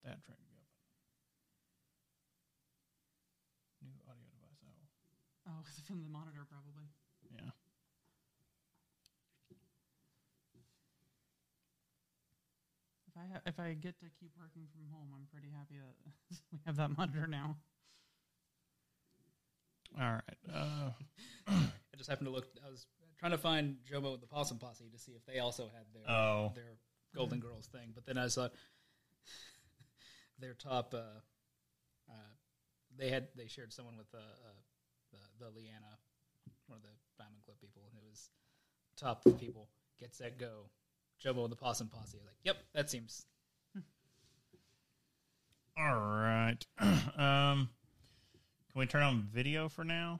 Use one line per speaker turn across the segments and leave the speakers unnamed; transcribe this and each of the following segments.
contract would be up. New audio device. Oh,
Oh, it's from the monitor probably.
yeah.
If I ha- if I get to keep working from home, I'm pretty happy that we have that monitor now.
All right. Uh,
I just happened to look. I was trying to find Jomo the Possum Posse to see if they also had their
Oh.
their Golden Girls thing, but then I saw their top. Uh, uh, they had they shared someone with uh, uh, the the Leanna, one of the Diamond Clip people, and it was top people. Get set go, Jomo the Possum Posse. I was like, yep, that seems
oh, all right. um, can we turn on video for now,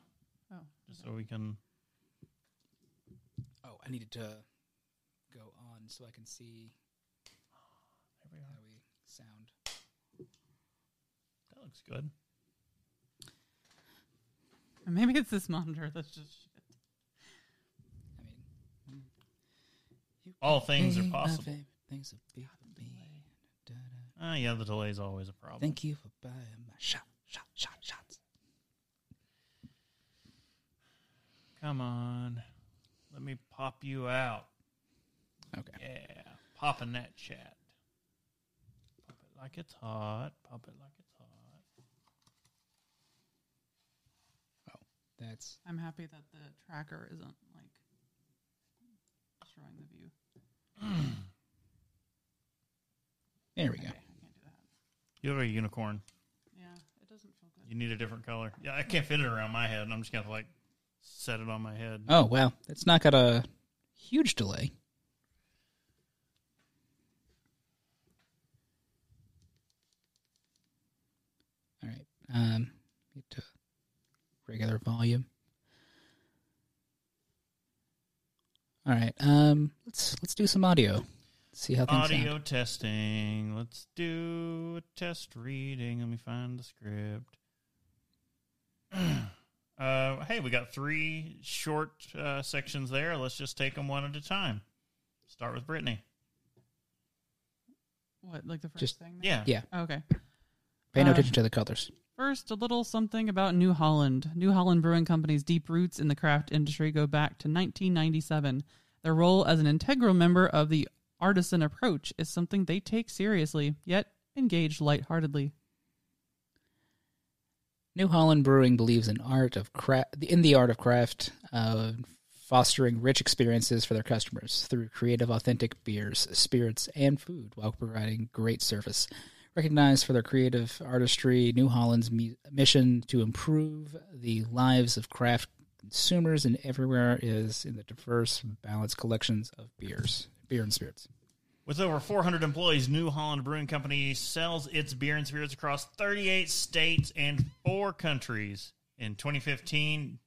Oh,
just so we can?
Oh, I needed to go on so I can see
There we are.
how we sound.
That looks good.
And maybe it's this monitor that's just shit.
I mean,
All things are possible.
Things will be for me. Da-da.
Ah, yeah, the delay is always a problem.
Thank you for buying my shot, shot, shot, shots.
Come on, let me pop you out.
Okay.
Yeah, popping that chat. Pop it like it's hot. Pop it like it's hot.
Oh, that's
I'm happy that the tracker isn't like destroying the view.
there we go.
I can't do that.
You look like a unicorn.
Yeah, it doesn't feel good.
You need a different color. Yeah, I can't fit it around my head. and I'm just gonna like set it on my head.
Oh wow, that's not got a huge delay. All right, um, get to regular volume. All right, um, let's let's do some audio. See how things
Audio
sound.
testing. Let's do a test reading. Let me find the script. uh, hey, we got three short uh, sections there. Let's just take them one at a time. Start with Brittany.
What, like the first
Just-
thing? there?
Yeah.
Yeah,
Okay.
pay no
Uh,
attention to the colors.
First, a little something about New Holland. New Holland Brewing Company's deep roots in the craft industry go back to 1997. Their role as an integral member of the artisan approach is something they take seriously, yet engage lightheartedly.
New Holland Brewing believes in art of craft, in the art of craft, uh, fostering rich experiences for their customers through creative, authentic beers, spirits, and food, while providing great service. Recognized for their creative artistry, New Holland's mu- mission to improve the lives of craft consumers and everywhere is in the diverse, balanced collections of beers, beer and spirits.
With over 400 employees, New Holland Brewing Company sells its beer and spirits across 38 states and four countries. In 2015,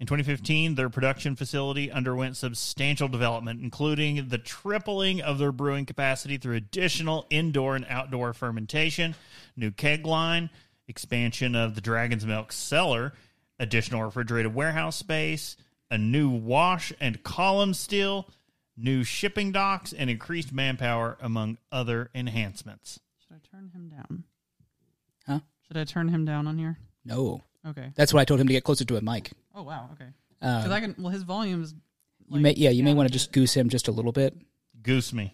in 2015, their production facility underwent substantial development, including the tripling of their brewing capacity through additional indoor and outdoor fermentation, new keg line, expansion of the Dragon's Milk cellar, additional refrigerated warehouse space, a new wash and column still, new shipping docks, and increased manpower, among other enhancements.
Should I turn him down?
Huh?
Should I turn him down on here?
No,
Okay.
that's what I told him to get closer to a mic.
Oh wow. Okay. Because I can. Well, his volume is.
You may, yeah, you may want to just goose him just a little bit.
Goose me.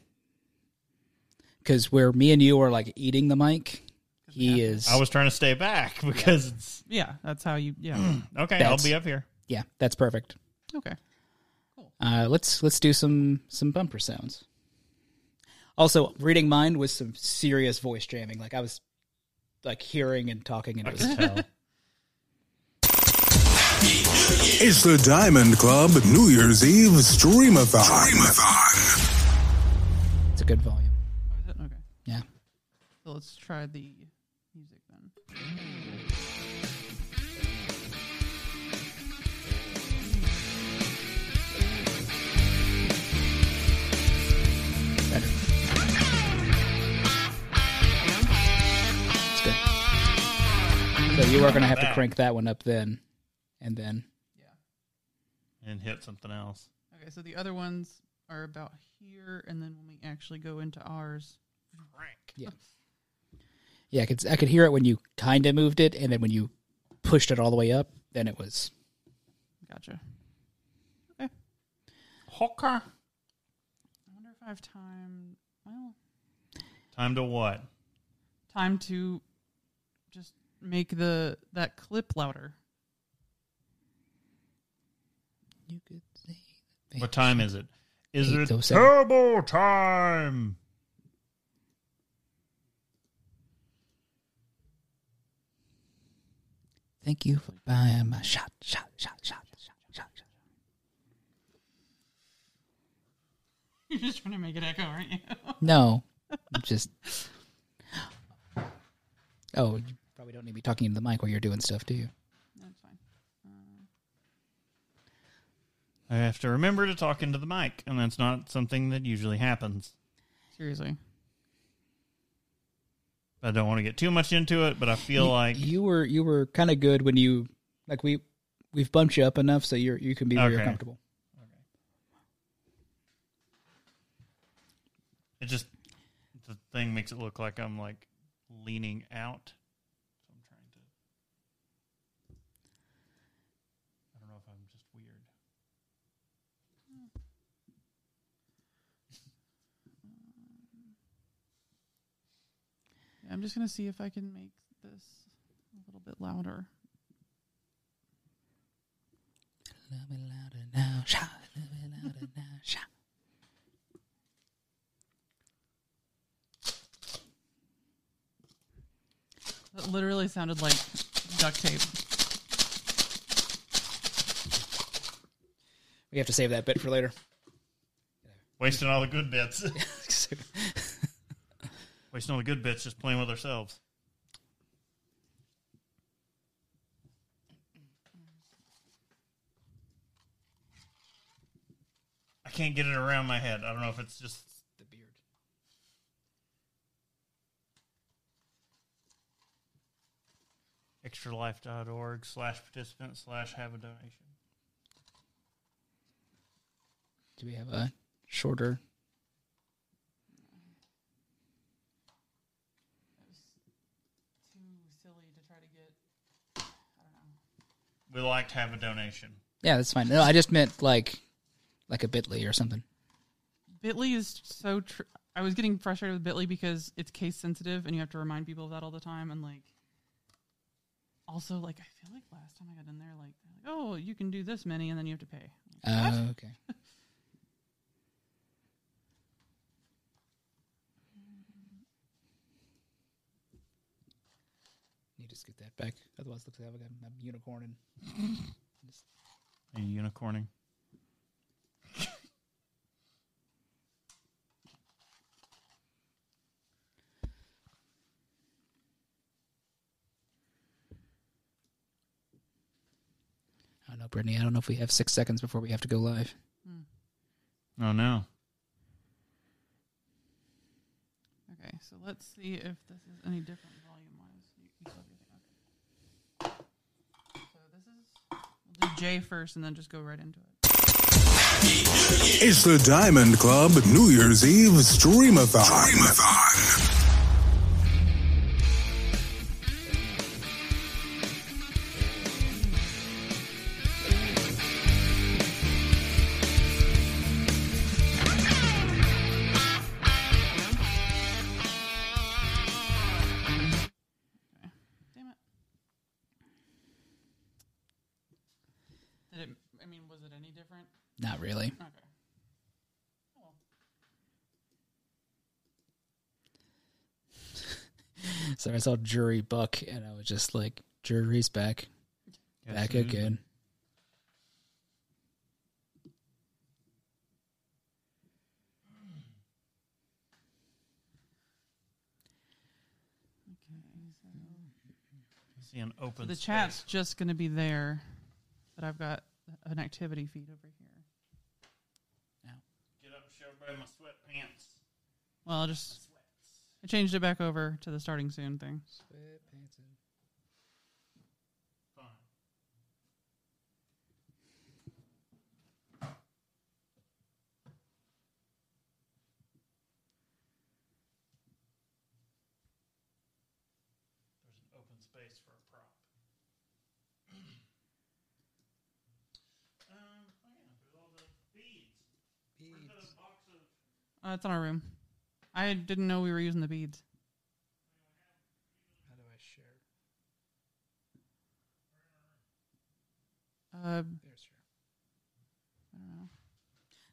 because where me and you are like eating the mic, he is.
I was trying to stay back because it's
Yeah, that's how you. Yeah.
okay.
That's-
I'll be up here.
yeah, that's perfect.
okay.
Uh, let's let's do some some bumper sounds. Also, reading mine was some serious voice jamming. Like I was like hearing and talking, and it was
Tell.
It's the Diamond Club New Year's Eve Streamathon. Streamathon.
it's a good volume.
Oh, is it? Okay.
Yeah,
So let's try the music then.
better. It's good. So you are going to have to crank that one up then, and then
Yeah.
and hit something else.
Okay, so the other ones are about here, and then when we actually go into ours,
Frank.
yeah. Yeah, I could I could hear it when you kind of moved it, and then when you pushed it all the way up, then it was
Gotcha.
Hawker.
I wonder if I have time. Well,
Time to what?
time to just make the that clip louder.
you could see.
What time is it? Is it
8:07.
turbo time?
Thank you for buying my shot, shot, shot, shot, shot, shot. shot.
You're just trying to make it echo, aren't you?
No, I'm just. Oh, you probably don't need to be talking into the mic while you're doing stuff, do you?
That's fine.
I have to remember to talk into the mic, and that's not something that usually happens.
Seriously.
I don't want to get too much into it, but I feel like
you were you were kind of good when you like we we've bumped you up enough so you're you can be where you're
Okay.
comfortable.
it just the thing makes it look like I'm like leaning out. So I'm trying to. I don't know if I'm just weird.
I'm just gonna see if I can make this a little bit louder.
Love me louder now, sha. Love me louder now, sha.
That literally sounded like duct tape.
We have to save that bit for later.
Wasting all the good bits. Wasting all the good bits just playing with ourselves. I can't get it around my head. I don't know if it's just
the beard.
extralife.org slash participant slash have a donation.
Do we have a shorter?
Too silly to try to get.
We like to have a donation.
Yeah, that's fine. No, I just meant like like a bitly or something.
Bitly is so. Tr- I was getting frustrated with Bitly because it's case sensitive, and you have to remind people of that all the time. And like, also, like I feel like last time I got in there, like, they're like, oh, you can do this many, and then you have to pay.
Uh, okay. You just get that back. Otherwise, it looks like I have a, a unicorn and
Are you unicorning?
I don't know, Brittany. I don't know if we have six seconds before we have to go live.
Oh no.
Okay, so let's see if this is any different volume wise. You, you still have your thing, okay. So this is we'll do J first, and then just go right into it.
It's the Diamond Club New Year's Eve Streamathon. Streamathon.
Damn it! Did it? I mean, was it any different?
Not really.
Okay.
So I saw Jury Buck, and I was just like, Jury's back, back again.
I see an open.
the
space.
chat's just going to be there, but I've got an activity feed over here.
Get up, show everybody my sweatpants.
Well, I'll just I changed it back over to the starting soon thing.
Fine. space for a prop. um, oh yeah, there's all the beads. Where's that box of?
Uh, it's in our room. I didn't know we were using the beads.
How do I share?
Uh,
There's share.
I don't know.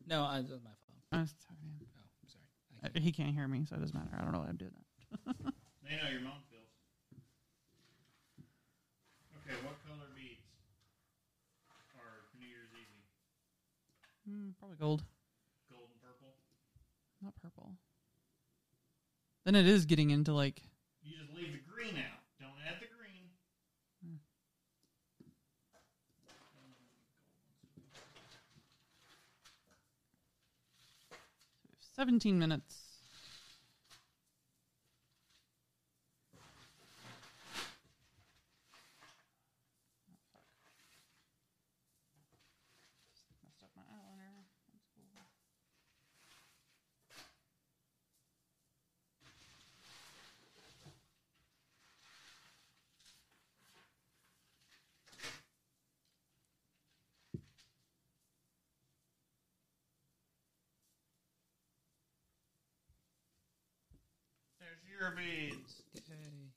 No, I, that was my phone.
I'm sorry. man.
Oh, sorry. I
Uh,
can't.
He can't hear me, so it doesn't matter. I don't know why I'm doing that.
They know your mom feels. Okay, what color beads are New Year's Easy?
Hmm, probably gold,
Gold and purple.
not purple. Then it is getting into like
You just leave the green out. Don't add the green.
we have 17 minutes. Messed up my eyeliner. That's cool.
There's your beads.
Yay.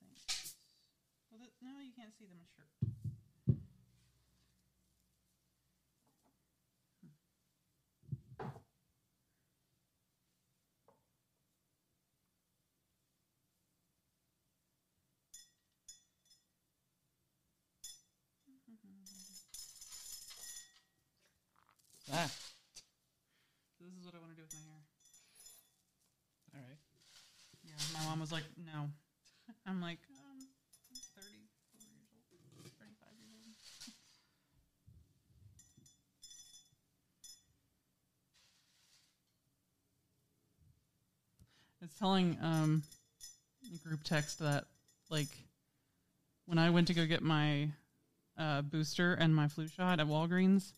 Thanks. Well, th- no, you can't see them in shirt.
Ah,
This is what I want to do with my hair.
all right.
Yeah, my mom was like, no. I'm like, um, I'm 34 years old, 35 years old. It's telling um, the group text that, like, when I went to go get my uh, booster and my flu shot at Walgreens,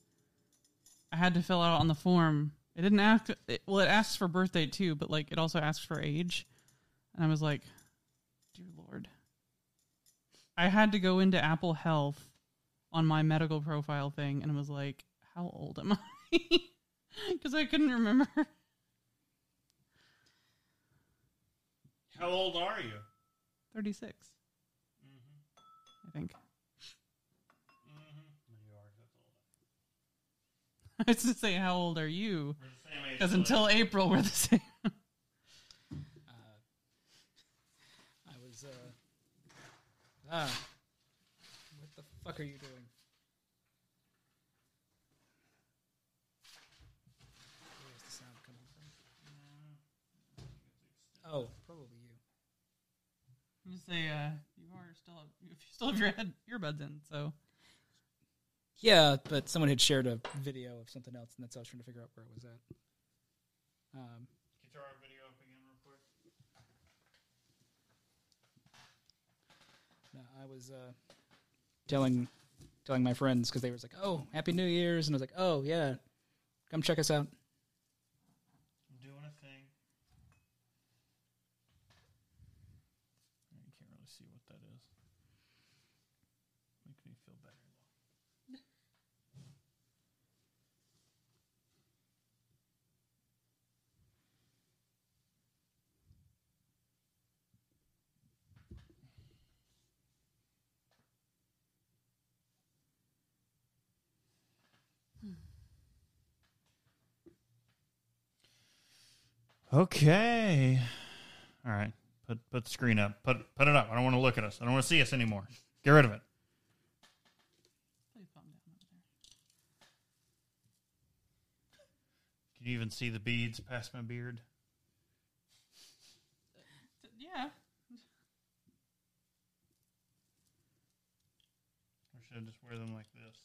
I had to fill out on the form. It didn't ask, it, well, it asks for birth date too, but, like, it also asks for age. And I was like, dear Lord. I had to go into Apple Health on my medical profile thing and was like, how old am I? Because I couldn't remember.
How old are you?
36, I think.
You are. That's old.
I was to say, how old are you?
We're the same age.
Because until April, we're the same.
I was, uh. Ah. What the fuck are you doing? Where's the sound coming from? Oh, probably you.
you say, uh, you are still, if you still have your head, earbuds in, so.
Yeah, but someone had shared a video of something else, and that's how I was trying to figure out where it was at. Um,
Get our video up again real quick.
no, I was uh, telling telling my friends because they were like, "Oh, Happy New Year's," and I was like, "Oh yeah, come check us out."
I'm doing a thing. You can't really see what that is. Make me feel better. Okay. All right. Put put the screen up. Put put it up. I don't want to look at us. I don't want to see us anymore. Get rid of it.
Please calm down over there.
Can you even see the beads past my beard?
So, yeah.
Or should I just wear them like this?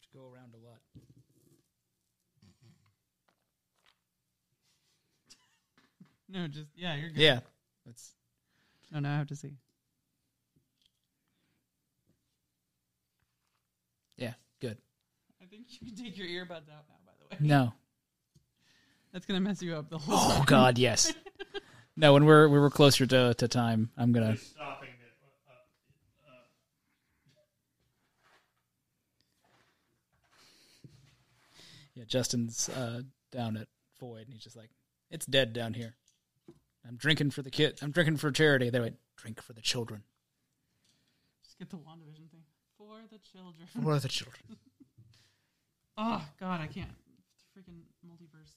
Have to go around a lot.
No, just, yeah, you're good.
Yeah, that's
No, now I have to see. I think you can take your earbuds out now, by the way.
No.
That's going to mess you up the whole
Oh God, yes. No, when we're we were closer to, to time, I'm gonna.
Stopping it. Uh,
Yeah, Justin's uh, down at Void, and he's just like, "It's dead down here." I'm drinking for the kid. I'm drinking for charity. They went, "Drink for the children."
Just get the WandaVision thing. For the children.
What are the children?
Oh, God, I can't. Freaking multiverse.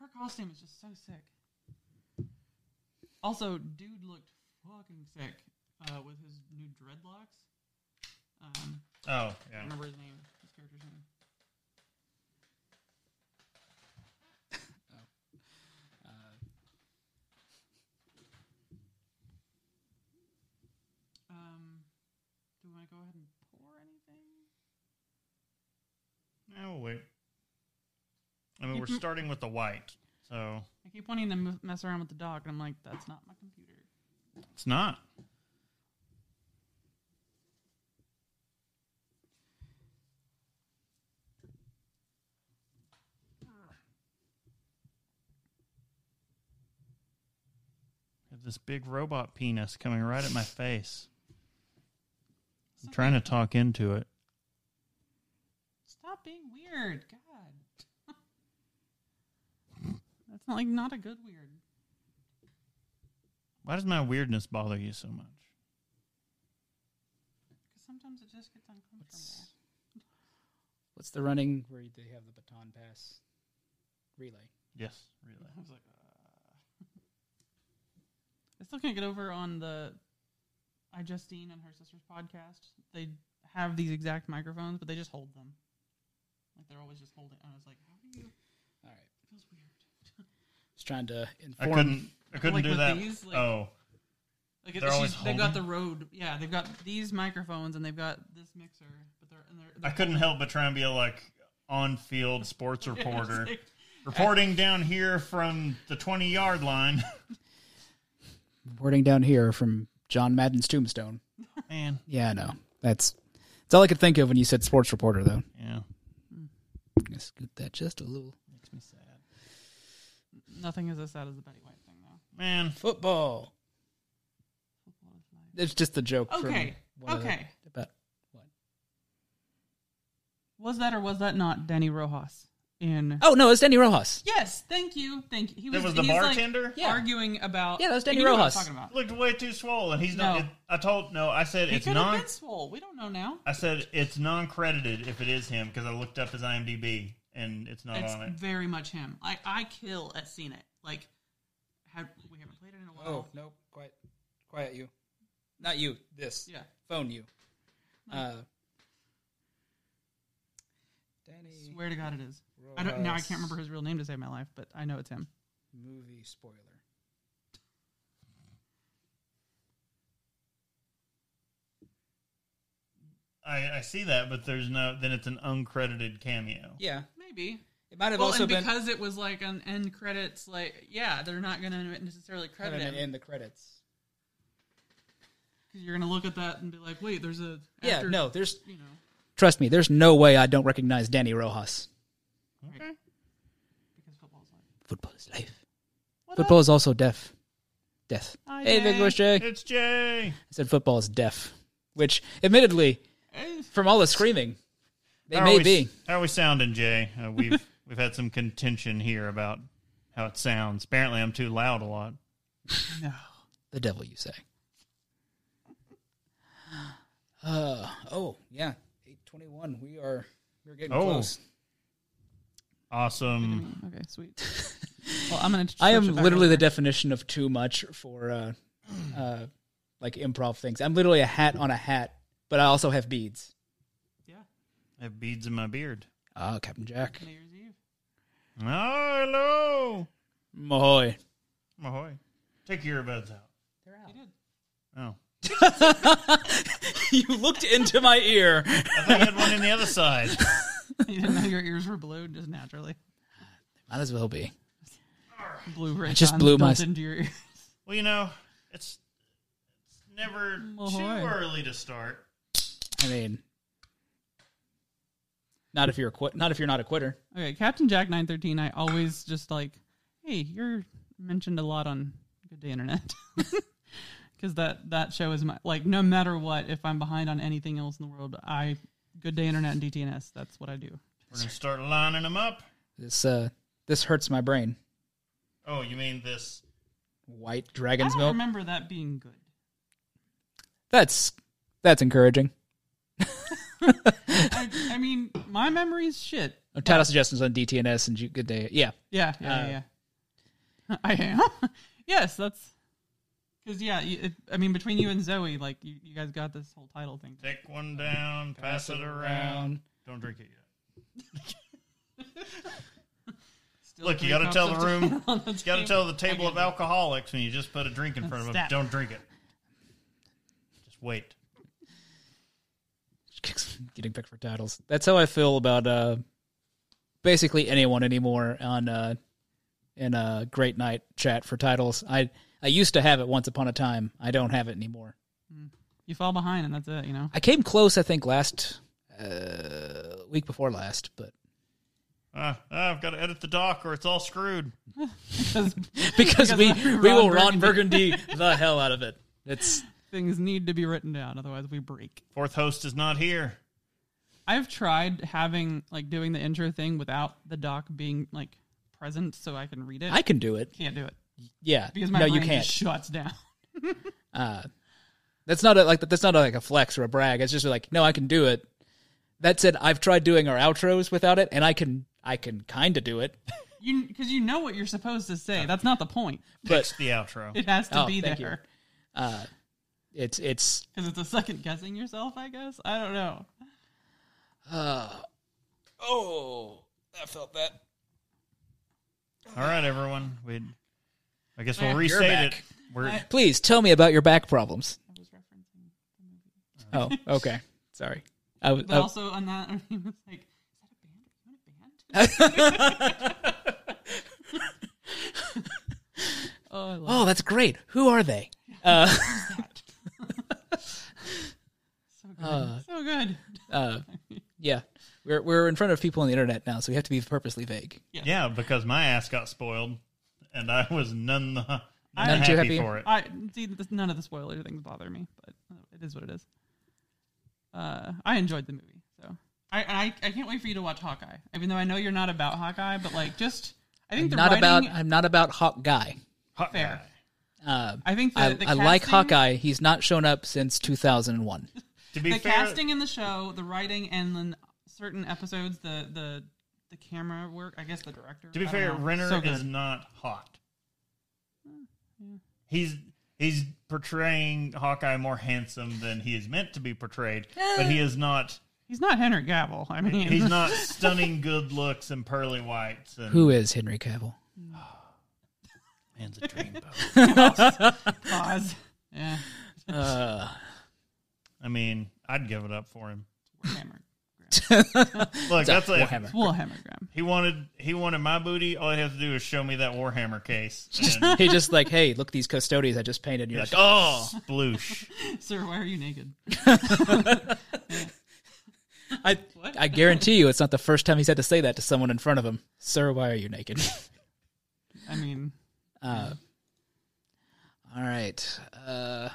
Her costume is just so sick. Also, dude looked fucking sick uh, with his new dreadlocks. Um,
Oh,
I
yeah.
remember his name, his character's name.
Uh,
Um, do we want to go ahead and pour anything?
No, we'll wait. I mean, we're starting with the white, so
I keep wanting to m- mess around with the dog, and I'm like, that's not my computer.
it's not. I have this big robot penis coming right at my face. I'm trying to talk into it.
Stop being weird, God. that's not like not a good weird.
Why does my weirdness bother you so much?
Because sometimes it just gets uncomfortable.
What's, what's the running where they have the baton pass relay?
Yes, really.
I was like, uh. I still can't get over on the I Justine and her sister's podcast. They have these exact microphones, but they just hold them. Like they're always just holding. And I was like, how do you?
All right,
It feels weird.
just trying to
I
inform.
couldn't. I couldn't
Like
do
with
that.
these, like-
oh,
Like it's
They're always
just, they've got the
holding?
road. Yeah, they've got these microphones and they've got this mixer. But they're and they're.
I
they're
couldn't help but try and be a like on-field sports
holding-
reporter,
It's like,
reporting down here from the twenty-yard line.
Reporting down here from John Madden's tombstone.
Man,
Yeah, I know. That's that's all I could think of when you said sports reporter, though.
yeah,
I'm gonna scoot that just a little.
makes me sad.
nothing is as sad as the Betty White thing, though.
Man,
Football.
Football is life.
It's just the joke. from
Okay,
one of the-
okay.
about what?
Was that or was that not Danny Rojas in?
Oh no, it's Danny Rojas.
Yes, thank you, thank you. He
That was the
he's, like,
bartender?
Yeah.
arguing about.
Yeah, that was Danny
You know what I'm
Rojas.
Talking about.
looked way too swollen. He's
No.
not. It, I told no. I said
He
it's
could
non.
have been swole. We don't know now.
I said it's non-credited if it is him because I looked up his IMDb and it's not
It's
on it.
very much him. I I kill at seeing it. Like, have, we haven't played it in a
Oh,
while.
no, Oh, quiet, quiet you. Not you. This.
Yeah.
Phone you. Uh, Danny
Swear to God, it is. I don't now. I can't remember his real name to save my life, but I know it's him.
movie spoiler.
I, I see that, but there's no. Then it's an uncredited cameo.
Yeah,
Maybe.
it might have
Well,
also
and
been
because it was like an end credits, like yeah, they're not going to necessarily credit him
in the credits.
because you're going to look at that and be like, wait, there's a
Yeah,
after-
no, there's.
you know,
Trust me, there's no way I don't recognize Danny Rojas.
Okay.
because football's like
Football is life.
What
Football is also deaf. Death.
Hi,
hey, there
Jay.
goes Jay. I
It's Jay.
said football is deaf, which, admittedly, from all the screaming, they
How
may
are we,
be.
How are we sounding, Jay? Uh, we've we've had some contention here about how it sounds. Apparently, I'm too loud a lot.
No.
The devil, you say. Uh, oh, yeah. 821. We are we're getting
Oh.
close.
Awesome.
Okay, sweet. well, I'm gonna.
I
switch
am
it back
literally
over.
the definition of too much for uh, uh, like improv things. I'm literally a hat on a hat, but I also have beads.
yeah. Mm-hmm.
I have beads in my beard.
Ah, Captain Jack.
New Year's Eve.
Oh, hello.
Mahoy.
Ahoy. Take your earbuds out.
He did.
Oh.
you looked into my ear.
I thought you had one in the other side.
You didn't know your ears were blue, just naturally.
Might as well be.
Blue ray.
just blew my-
into your ear.
Well, you know, it's it's never
Ahoy.
too early to start.
I mean, Not if you're a quit. Not if you're not a quitter.
Okay, Captain Jack 913, I always just like, hey, you're mentioned a lot on Good Day Internet. Because that, that show is my, like, no matter what, if I'm behind on anything else in the world, I, Good Day Internet and DTNS, that's what I do.
We're gonna start lining them up.
This uh, this hurts my brain.
Oh, you mean this?
White
I
dragon's
don't
milk.
remember that being good.
That's that's encouraging.
I, I mean, my memory's shit.
Oh, title suggestions on DTNS and Ju- Good Day. Yeah,
Yeah, yeah,
Uh,
yeah, yeah. I am. yes, that's because yeah. You, it, I mean, between you and Zoe, like you, you guys got this whole title thing.
Take one down, pass it around. Don't drink it yet.
Still
Look, you
three
gotta
cups
tell
of
the room-
on the
You got to
table.
tell the table of alcoholics when you just put a drink in front of them.
Stat.
Don't drink it. Just wait.
getting picked for titles. That's how I feel about uh, basically anyone anymore on uh, in a great night chat for titles. I I used to have it once upon a time. I don't have it anymore.
You fall behind, and that's it. You know.
I came close, I think, last uh, week before last, but
Uh, I've got to edit the doc or it's all screwed.
because we
Ron
we will Ron Burgundy the hell out of it. It's
Things need to be written down, otherwise we break.
Fourth host is not here.
I've tried having like doing the intro thing without the doc being like present, so I can read it.
I can do it.
can't do it
Yeah,
because my
no,
brain
you can't.
just shuts down.
uh, that's not a, like that's not a, like a flex or a brag. It's just like no, I can do it. That said, I've tried doing our outros without it, and I can I can kind of do it.
You because you know what you're supposed to say. That's not the point.
But
Fix the outro.
It has to
Oh,
be
thank you.
there.
uh, it's it's
Because it's a second guessing yourself, I guess. I don't know.
uh, oh, I felt that.
All right, everyone. We, I guess we'll
You're
restate it.
back.
We're,
Please tell me about your back problems.
I was referencing.
Oh, okay, sorry. I, was-
But
I-
also on that, I was like, is that a band? Are you in a band? oh, I love
oh, that's great. Who are they? Uh,
that. so good.
Uh,
so good.
uh, yeah, we're we're in front of people on the internet now, so we have to be purposely vague.
yeah, because my ass got spoiled, and I was none the none
None
happy,
too happy.
for it.
I see this, none of the spoiler things bother me, but it is what it is. Uh, I enjoyed the movie, so I, and I I can't wait for you to watch Hawkeye. Even though I know you're not about Hawkeye, but like just I think the
not
writing,
about I'm not about Hawk guy.
Hot
fair.
guy.
Uh,
I think the,
I,
the
I like
casting-
Hawkeye. He's not shown up since 2001.
To be
The
fair,
casting in the show, the writing, and then certain episodes, the the the camera work. I guess the director.
to be
I don't
fair,
know.
Renner
so good. Hmm,
is not hot. He's he's portraying Hawkeye more handsome than he is meant to be portrayed, but he is not.
He's not Henry Gavel. I mean,
He's not stunning good looks and pearly whites. And
Who is Henry Cavill?
man's a dreamboat?
Oz. Yeah,
Uh,
I mean, I'd give it up for him.
Warhammer.
Look, that's like
Warhammer.
Warhammer Graham.
he wanted. He wanted my booty. All he has to do is show me that Warhammer case. And,
He just like, hey, look these custodians I just painted. And you're like, oh,
oh, sploosh!
Sir, why are you naked?
I, I guarantee you, it's not the first time he's had to say that to someone in front of him. Sir, why are you naked?
I mean,
Uh, all right. Uh,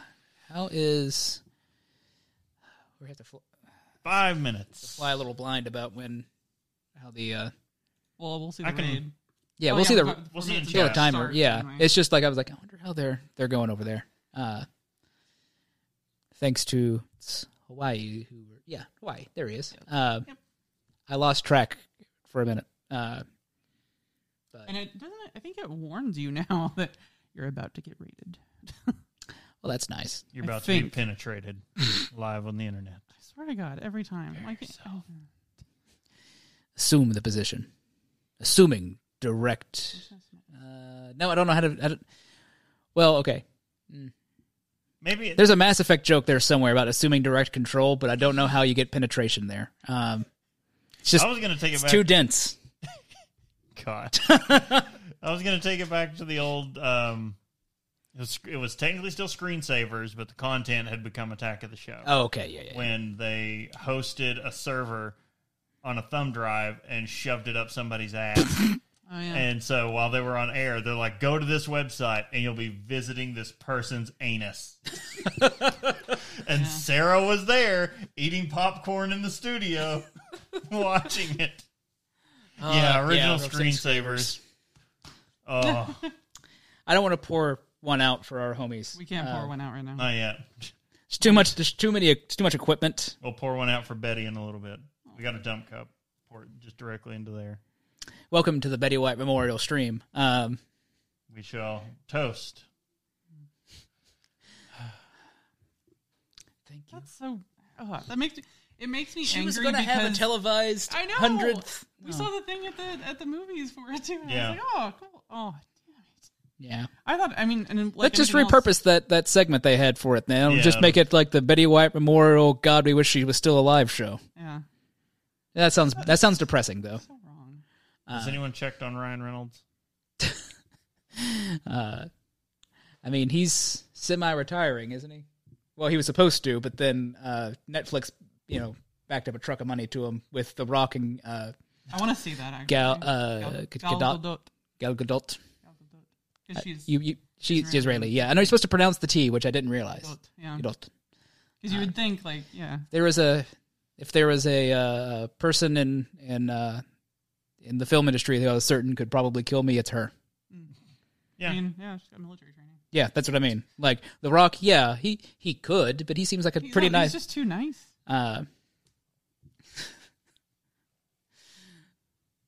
how is we have to fl-
Five minutes.
fly a little blind about when how the uh,
well, we'll see the
I can-
raid.
yeah
Oh,
we'll see the
we've got-
we'll see in
minutes
chat.
Yeah,
until
Yeah,
the
it
timer.
starts,
yeah,
anyway.
it's just like I was like, I wonder how they're they're going over there. Uh, thanks to it's Hawaii, who were- yeah, Hawaii. There he is. Uh, I lost track for a minute. Uh,
and it doesn't. it- I think it warns you now that you're about to get raided.
well, that's nice.
You're
I
about to be
think-
penetrated live on the internet.
I swear to God, every time. Like, oh, I
Assume the position. Assuming direct. Uh, no, I don't know how to. I don't, well, okay.
Maybe it,
There's a Mass Effect joke there somewhere about assuming direct control, but I don't know how you get penetration there. Um, it's just
I was going to take it
it's
back.
too dense.
God. I was going to take it back to the old. Um, it, was, it was technically still screensavers, but the content had become Attack of the Show.
Oh, okay, yeah, yeah. yeah.
When they hosted a server on a thumb drive and shoved it up somebody's ass.
Oh yeah.
and so while they were on air, they're like, "Go to this website and you'll be visiting this person's anus." and Sarah was there eating popcorn in the studio, watching it. yeah, original screensavers. Oh,
I don't want to pour one out for our homies. Uh,
we can't pour one out right now.
not yet.
It's too much. There's too many. It's too much equipment.
We'll pour one out for Betty in a little bit. We got a dump cup. Pour it just directly into there.
Welcome to the Betty White Memorial Stream. Um,
We shall toast.
thank you.
That's so. Oh, that makes me- it makes me
She
angry
was going to have a
because-
televised
I know.
hundredth. Oh.
We saw the thing at the at the movies for it too. and
Yeah.
I was like, oh, cool. Oh, damn it.
Yeah.
I thought. I mean, and like
Let's just
everything else-
repurpose that that segment they had for it. Now
Yeah.
just make it like the Betty White Memorial. God, we wish she was still alive. Show.
Yeah.
That sounds that sounds depressing though.
So wrong.
Has anyone checked on Ryan Reynolds?
I mean, he's semi-retiring, isn't he? Well, he was supposed to, but then uh, Netflix, you know, backed up a truck of money to him with The Rock and uh,
I want to see that actually.
Gal, uh,
Gal
Gal Gadot.
Gadot.
Gal Gadot.
'Cause she's
You, you, she's
Israeli.
Israeli. Yeah, I know you're supposed to pronounce the T, which I didn't realize.
Gadot, yeah.
Gadot.
Because you would think like yeah.
There was a, if there was a uh, person in in uh, in the film industry that I was certain could probably kill me, it's her.
Yeah.
I mean, yeah, she's got military training.
Yeah, that's what I mean. Like The Rock, yeah, he he could, but he seems like a
He's
pretty
not-
nice.
He's just too nice.
uh,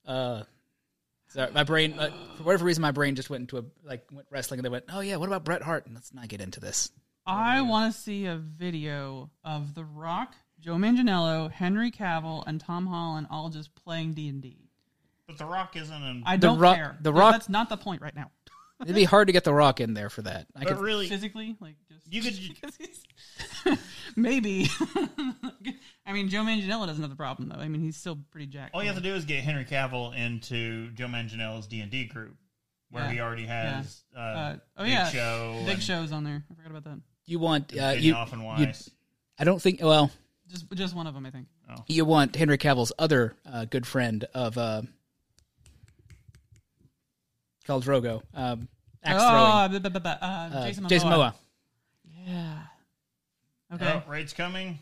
uh, sorry, my brain, uh, for whatever reason, my brain just went into a like went wrestling, and they went, "Oh yeah, what about Bret Hart?" And let's not get into this.
I want to see a video of The Rock, Joe Manganiello, Henry Cavill, and Tom Holland all just playing D and D.
But The Rock isn't in.
I
The
don't
Rock-
care.
The
Like,
Rock-
That's not the point right now.
It'd be hard to get The Rock in there for that. I
but
could,
really,
Physically, like just
You could-
because he's maybe. I mean, Joe Manganiello doesn't have the problem though. I mean, he's still pretty jacked.
all you have to do is get Henry Cavill into Joe Manganiello's D and D group, where
Yeah.
he already has uh,
Uh, oh
Big
yeah,
Show,
Big
and
Show's on there. I forgot about that.
you want uh,
Benioff
you,
and
you-
Weiss.
I don't think. Well,
Just just one of them, I think.
you want Henry Cavill's other uh, good friend of uh, called Drogo, um, axe
oh, bu- bu- bu- bu- uh,
throwing, uh,
Jason Momoa.
Jason Momoa.
Yeah. Okay.
Oh, Raid's coming,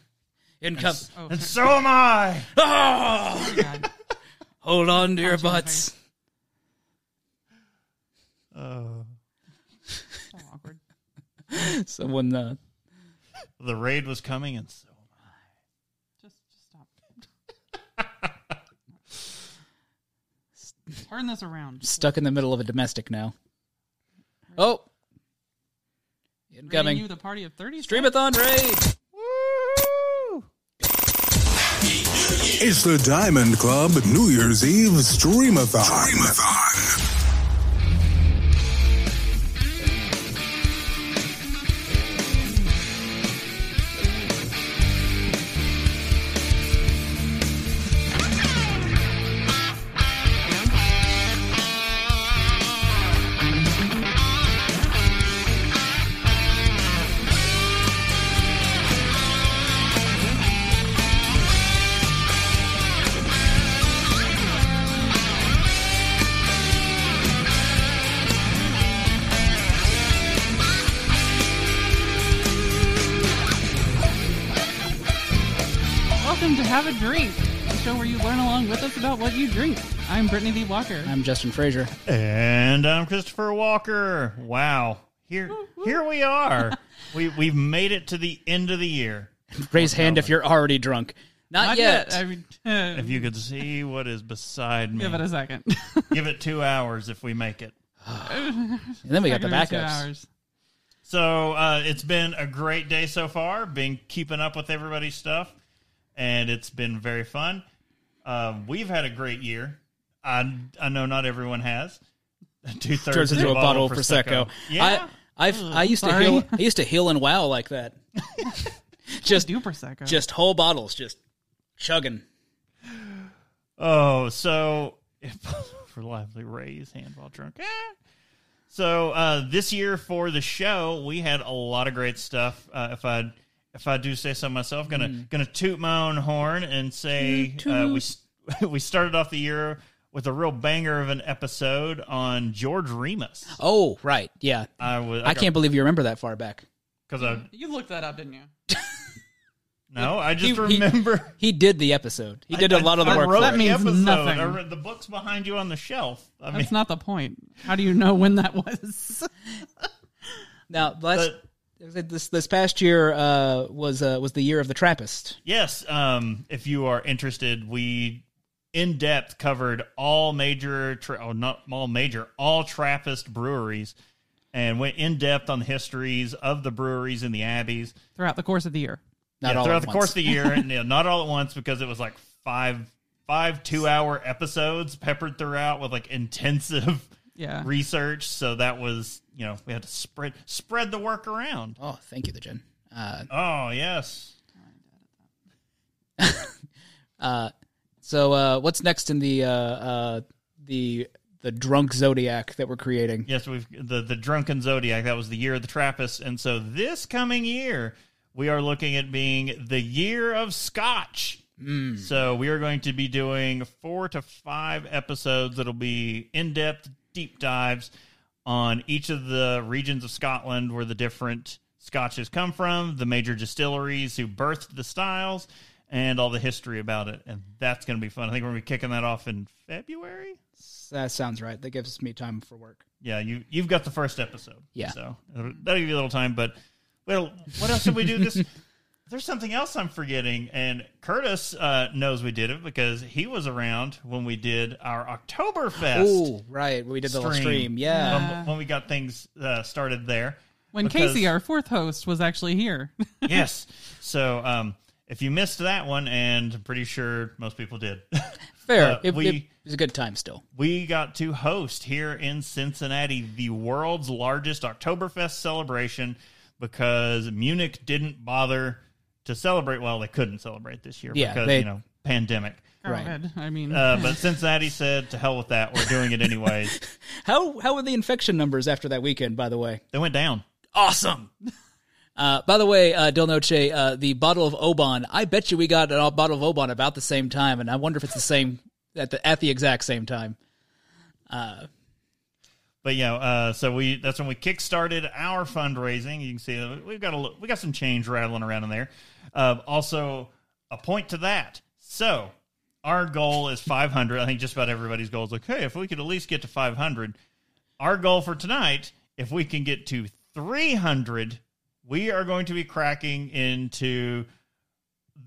In comes.
Oh,
and
sorry.
so am I.
Ah!
Oh, God.
Hold on to your
Punch him in the
butts.
So awkward.
Someone uh,
The raid was coming, and so am
Just, just stop. Turn this around.
stuck in the middle of a domestic now. Oh,
Rating You
incoming
the party of thirty.
streamathon raid.
It's the Diamond Club New Year's Eve Streamathon. Streamathon.
Welcome to Have a Drink, the show where you learn along with us about what you drink. I'm Brittany V. Walker.
I'm Justin Frazier.
I. And I'm Christopher Walker. Wow, here, here we are. we we've made it to the end of the year.
Raise hand if you're already drunk. Not,
Not
yet.
I mean, uh,
If you could see what is beside me,
give it a second.
give it two hours if we make it.
and then we got the
Give it two
backups.
hours.
So uh, it's been a great day so far. Been keeping up with everybody's stuff, and it's been very fun. Uh, we've had a great year. I I know not everyone has. Two
Turns
thirds
into a bottle of prosecco.
Yeah,
I, I've, I used
sorry.
to heal. I used to heal and wow like that. just
Do prosecco.
just whole bottles, just chugging.
Oh, so if possible for lively raise hand while drunk. Ah. So uh, this year for the show, we had a lot of great stuff. Uh, if I
Mm.
if I do say so myself, gonna gonna toot my own horn and say uh, we s- we started off the year with a real banger of an episode on George Remus.
Oh, right. Yeah.
I was
I can't believe you remember that far back.
because I
You looked that up, didn't you?
no, I
He-
just
he-
remember.
He did the episode. He did
a
a lot of the work. for
That
it.
means nothing.
I read the books behind you on the shelf. I mean,
That's not the point. How do you know when that was?
Now, last, this this past year uh, was uh, was the year of the Trappist.
Yes, um, if you are interested, we in depth covered all major, tra- oh, not all major, all Trappist breweries, and went in depth on the histories of the breweries and the abbeys
Throughout the course of the year.
Not
Yeah,
all
throughout
at
the
once.
course of the year, and you know, not all at once because it was like five five two hour episodes peppered throughout with like intensive
Yeah.
research. So that was you know we had to spread spread the work around.
Oh, thank you, the Jen. Uh,
Oh yes,
so, uh, what's next in the uh, uh, the the drunk zodiac that we're creating?
Yes, we've the the drunken zodiac. That was the year of the Trappist, and so this coming year we are looking at being the year of Scotch. So we are going to be doing four to five episodes that'll be in depth deep dives on each of the regions of Scotland where the different scotches come from, the major distilleries who birthed the styles, and all the history about it. And that's going to be fun. I think we're going to be kicking that off in February.
That sounds right. That gives me time for work.
Yeah, you you've got the first episode.
Yeah.
so that'll give you a little time. But well, what else did we do this? There's something else I'm forgetting, and Curtis uh, knows we did it because he was around when we did our Oktoberfest
Oh, right. We did the whole
Stream.
stream. Yeah.
when, when we got things uh, started there.
When
Because-
Casey, our fourth host, was actually here.
yes, so um, if you missed that one, and I'm pretty sure most people did,
Fair.
Uh,
it,
we-
it was a good time still.
we got to host here in Cincinnati the world's largest Oktoberfest celebration because Munich didn't bother to celebrate. Well, they couldn't celebrate this year
Yeah,
because,
they-
you know, pandemic.
Right.
God, I mean,
Uh, but Cincinnati said, to hell with that. We're doing it anyways.
How how were the infection numbers after that weekend? By the way,
they went down.
awesome. Uh, by the way, uh, Del Noche, uh, the bottle of Oban. I bet you we got a bottle of Oban about the same time, and I wonder if it's the same at the at the exact same time.
But you know, uh, so we that's when we kickstarted our fundraising. You can see that we've got a li- we got some change rattling around in there. Uh, also, a point to that. So our goal is 500. I think just about everybody's goal is like, hey, if we could at least get to 500. Our goal for tonight, if we can get to 300, we are going to be cracking into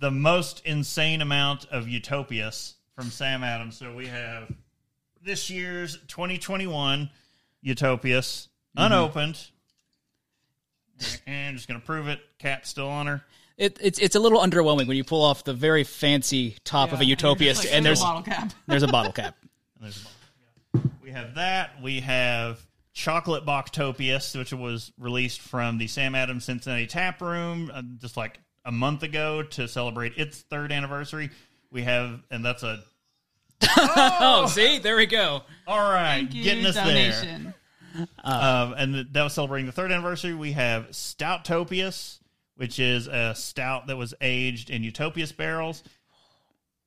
the most insane amount of Utopias from Sam Adams. So we have this year's 2021 Utopias unopened. And I'm just gonna prove it. Cap's still on her.
It, it's it's a little underwhelming when you pull off the very fancy top of a Utopia, st- and there's
a bottle cap.
there's a bottle cap.
And there's a bottle. We have that. We have Chocolate Boctopias, which was released from the Sam Adams Cincinnati Tap Room uh, just like a month ago to celebrate its third anniversary. We have, and that's a
Oh, see, there we go.
all right, getting us there.
donation.
Um, and th- that was celebrating the third anniversary. We have Stouttopius, which is a stout that was aged in Utopius barrels.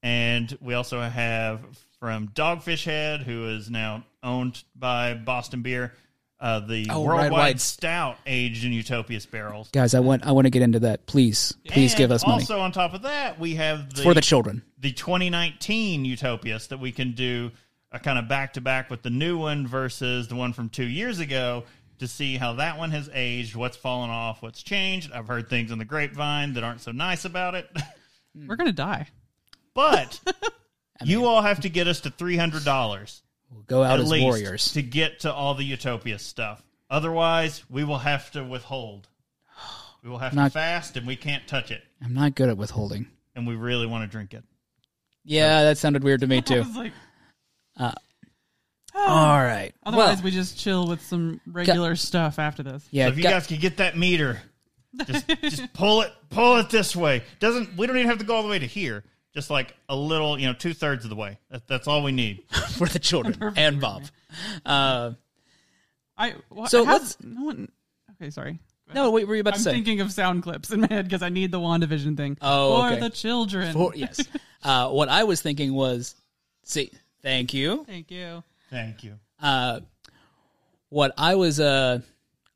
And we also have from Dogfish Head, who is now owned by Boston Beer, uh, the
Oh, right,
worldwide
right.
stout aged in Utopius barrels.
Guys, I want I want to get into that. Please, please
And
give us money
Also, on top of that, we have the
for the children.
the 2019 Utopias that we can do a kind of back to back with the new one versus the one from two years ago to see how that one has aged, what's fallen off, what's changed. I've heard things on the grapevine that aren't so nice about it,
Hmm.
We're gonna die.
but you all have to get us to three hundred dollars
We'll go out
at
as
least
warriors.
to get to all the Utopia stuff. Otherwise, we will have to withhold. We will have
Not-
to fast, and we can't touch it.
I'm not good at withholding.
And we really want to drink it.
Yeah, that sounded weird to me
I
too.
was like,
All right.
otherwise,
well,
we just chill with some regular stuff after this.
yeah,
So if you
gu-
guys could get that meter, just just pull it pull it this way. Doesn't we don't even have to go all the way to here. Just like a little, you know, two thirds of the way. That, that's all we need.
for the children and Bob. Uh,
I wha-
So
how-
let's-
no one. Okay, sorry.
no, wait, were you about to
I'm
say?
thinking of sound clips in my head because I need the Wandavision thing
Oh,
for
okay.
the children.
For- yes. Uh, what I was thinking was See, thank you.
Thank you.
Thank you.
Uh, what I was uh,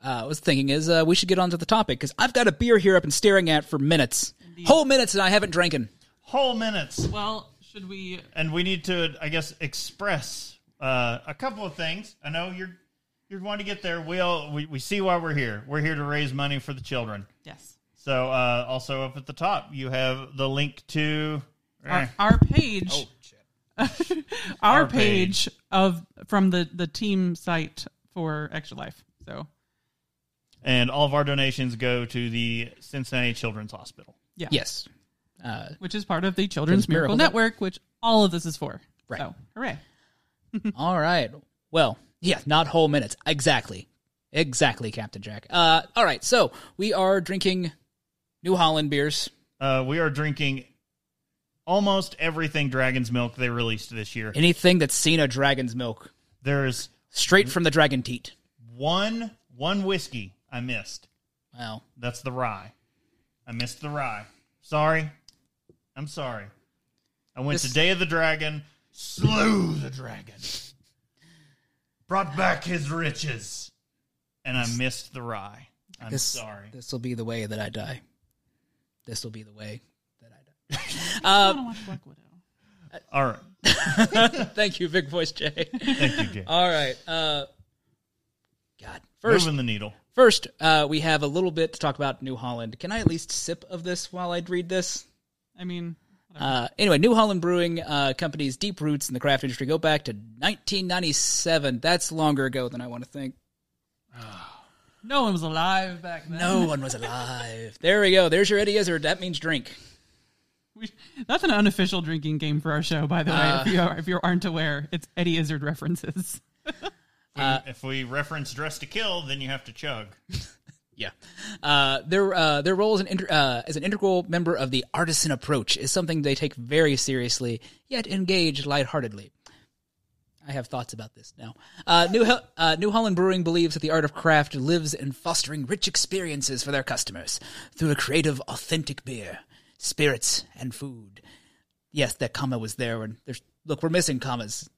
uh was thinking is uh, we should get onto the topic because I've got a beer here I've been staring at for minutes, whole minutes, and I haven't drinking.
Whole minutes.
Well, should we?
and we need to, I guess, express uh, a couple of things. I know you're you're wanting to get there. We all we, we see why we're here. We're here to raise money for the children.
Yes.
So uh, also up at the top, you have the link to eh,
Our, our page.
Oh,
our,
Our
page, of from the the team site for Extra Life. So
and all of our donations go to the Cincinnati Children's Hospital.
yeah,
Yes. Uh,
which is part of the Children's Miracle,
Miracle
Network, which all of this is for.
Right.
So hooray!
all right. Well, yeah, not whole minutes. Exactly. Exactly, Captain Jack. Uh, all right. So we are drinking New Holland beers.
Uh, we are drinking almost everything Dragon's Milk they released this year.
Anything that's seen a dragon's milk,
There's
straight from the dragon teat.
one one whiskey I missed.
Wow.
That's the rye. I missed the rye. Sorry. I'm sorry. I went
This-
to Day of the Dragon, slew the dragon, brought back his riches, and I missed the rye. I'm
This-
sorry.
This will be the way that I die. This will be the way that I
I want to watch Black Widow.
All right.
die. Thank you, Big Voice Jay.
Thank you, Jay.
All right. Uh, God. First,
Moving the needle.
first, uh, we have a little bit to talk about New Holland. Can I at least sip of this while I read this?
I mean, whatever.
Uh, anyway, New Holland Brewing uh, Company's deep roots in the craft industry go back to 1997. That's longer ago than I want to think.
no one was alive back then.
No one was alive. There we go. There's your Eddie Izzard. That means drink.
We, that's an unofficial drinking game for our show, by the way.
Uh.
if, you are, if you aren't aware, it's Eddie Izzard references.
Uh,
if we reference Dress to Kill, then you have to chug.
Yeah. Uh, their uh, their role as an inter- uh, as an integral member of the artisan approach is something they take very seriously, yet engage lightheartedly. I have thoughts about this now. Uh, New Hel- uh, New Holland Brewing believes that the art of craft lives in fostering rich experiences for their customers through a creative, authentic beer, spirits, and food. Yes, that comma was there. And there's look, we're missing commas.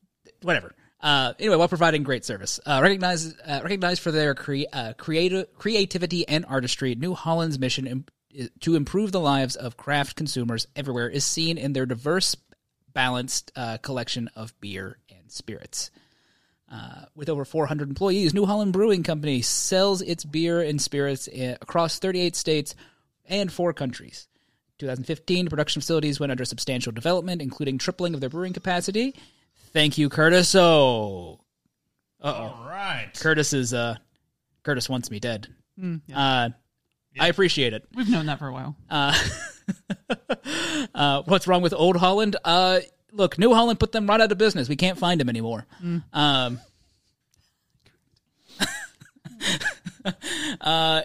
Whatever. Uh, anyway, while providing great service, uh, recognized uh, recognized for their cre- uh, creative creativity and artistry, New Holland's mission im- i- to improve the lives of craft consumers everywhere is seen in their diverse, balanced uh, collection of beer and spirits. Uh, with over 400 employees, New Holland Brewing Company sells its beer and spirits i- across 38 states and four countries. 2015, production facilities went under substantial development, including tripling of their brewing capacity. Thank you, Curtis. Oh,
All right.
Curtis is uh, Curtis wants me dead.
yeah.
Uh, I appreciate it.
We've known that for a while.
Uh, uh, what's wrong with Old Holland? Uh, look, New Holland put them right out of business. We can't find them anymore. Um, uh,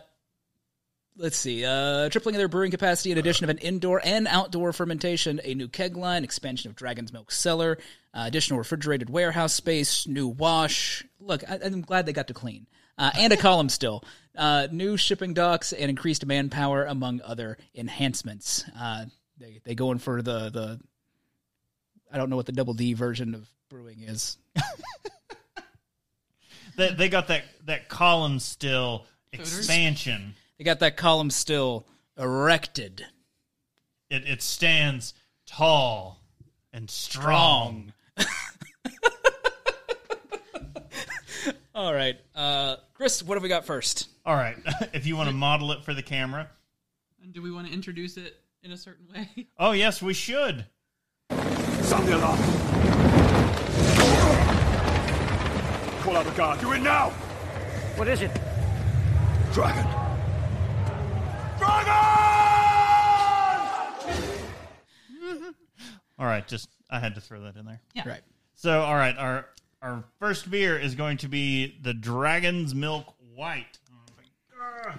let's see. Uh, tripling of their brewing capacity, in addition of an indoor and outdoor fermentation, a new keg line, expansion of Dragon's Milk cellar, uh, additional refrigerated warehouse space, new wash. Look, I, I'm glad they got to clean. Uh, and a column still. Uh, new shipping docks and increased manpower, among other enhancements. Uh, they they go in for the the. I don't know what the double D version of brewing is.
They, they got that, that column still expansion.
They got that column still erected.
It, it stands tall and strong.
Wrong. All right, uh, Chris, what have we got first?
All right. if you want to model it for the camera.
And do we want to introduce it in a certain way?
Oh, yes, we should.
Sound the alarm. Call out the guard. You're in now.
What is it?
Dragon. Dragon!
All right, just I had to throw that in there.
Yeah.
Right.
So, all right, our our first beer is going to be the Dragon's Milk White. Oh, I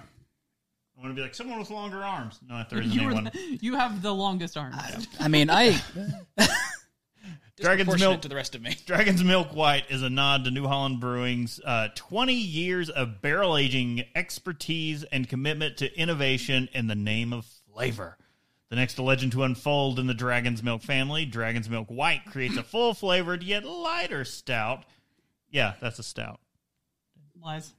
want to be like someone with longer arms. No, there isn't
You, were
anyone.
the- you have the longest arms.
I mean, I
Dragon's
proportionate
Milk
to the rest of me.
Dragon's Milk White is a nod to New Holland Brewing's uh, 20 years of barrel aging expertise and commitment to innovation in the name of flavor. The next legend to unfold in the Dragon's Milk family, Dragon's Milk White creates a full flavored yet lighter stout. Yeah, that's a stout.
Lies.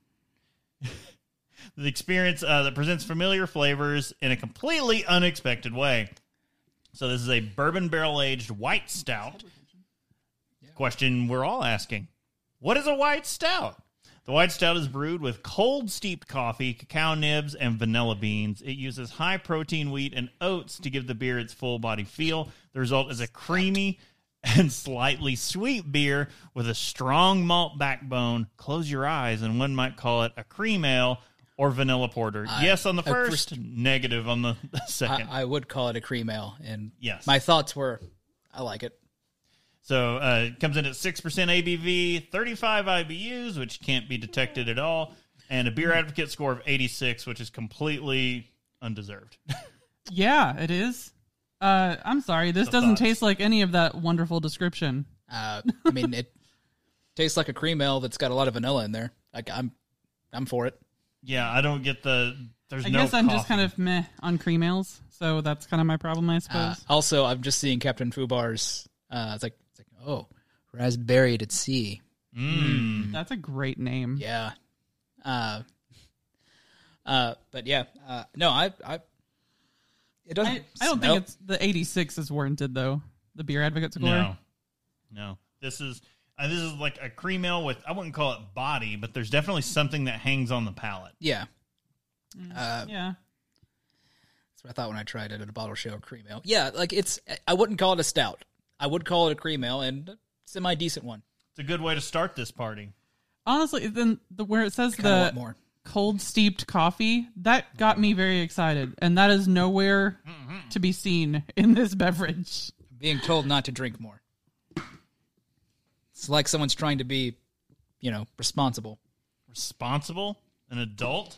The experience uh, that presents familiar flavors in a completely unexpected way. So, this is a bourbon barrel aged white stout. Question we're all asking What is a white stout? The white stout is brewed with cold steeped coffee, cacao nibs, and vanilla beans. It uses high protein wheat and oats to give the beer its full body feel. The result is a creamy and slightly sweet beer with a strong malt backbone. Close your eyes, and one might call it a cream ale or vanilla porter. yes on the
I pres-
first, negative on the second.
I, I would call it a cream ale, and
Yes.
my thoughts were, I like it.
So uh, it comes in at 6% ABV, 35 IBUs, which can't be detected at all, and a beer advocate score of 86, which is completely undeserved.
Yeah, it is. Uh, I'm sorry. This doesn't
thoughts.
taste like any of that wonderful description.
Uh, I mean, it tastes like a cream ale that's got a lot of vanilla in there. Like I'm, I'm for it.
yeah, I don't get the. There's
I
no.
guess I'm just
coffee.
kind of meh on cream ales, so that's kind of my problem, I suppose.
Uh, also, I'm just seeing Captain Fubar's. Uh, it's like, it's like, oh, Raz buried at sea.
that's a great name.
mm-hmm. Yeah. Uh. Uh. But yeah. Uh. No. I. I. It doesn't.
I, I don't
smell-
think it's the 86 is warranted though. The beer advocate score.
No, no. This is uh, this is like a cream ale with. I wouldn't call it body, but there's definitely something that hangs on the palate.
Yeah. Uh,
Yeah.
That's what I thought when I tried it at a bottle show cream ale. Yeah, like it's. I wouldn't call it a stout. I would call it a cream ale and a semi decent one.
It's a good way to start this party.
Honestly, then the where it says
Kinda
the
want more.
cold steeped coffee that got me very excited, and that is nowhere
Mm-hmm.
to be seen in this beverage.
Being told not to drink more. It's like someone's trying to be, you know, responsible.
Responsible, an adult.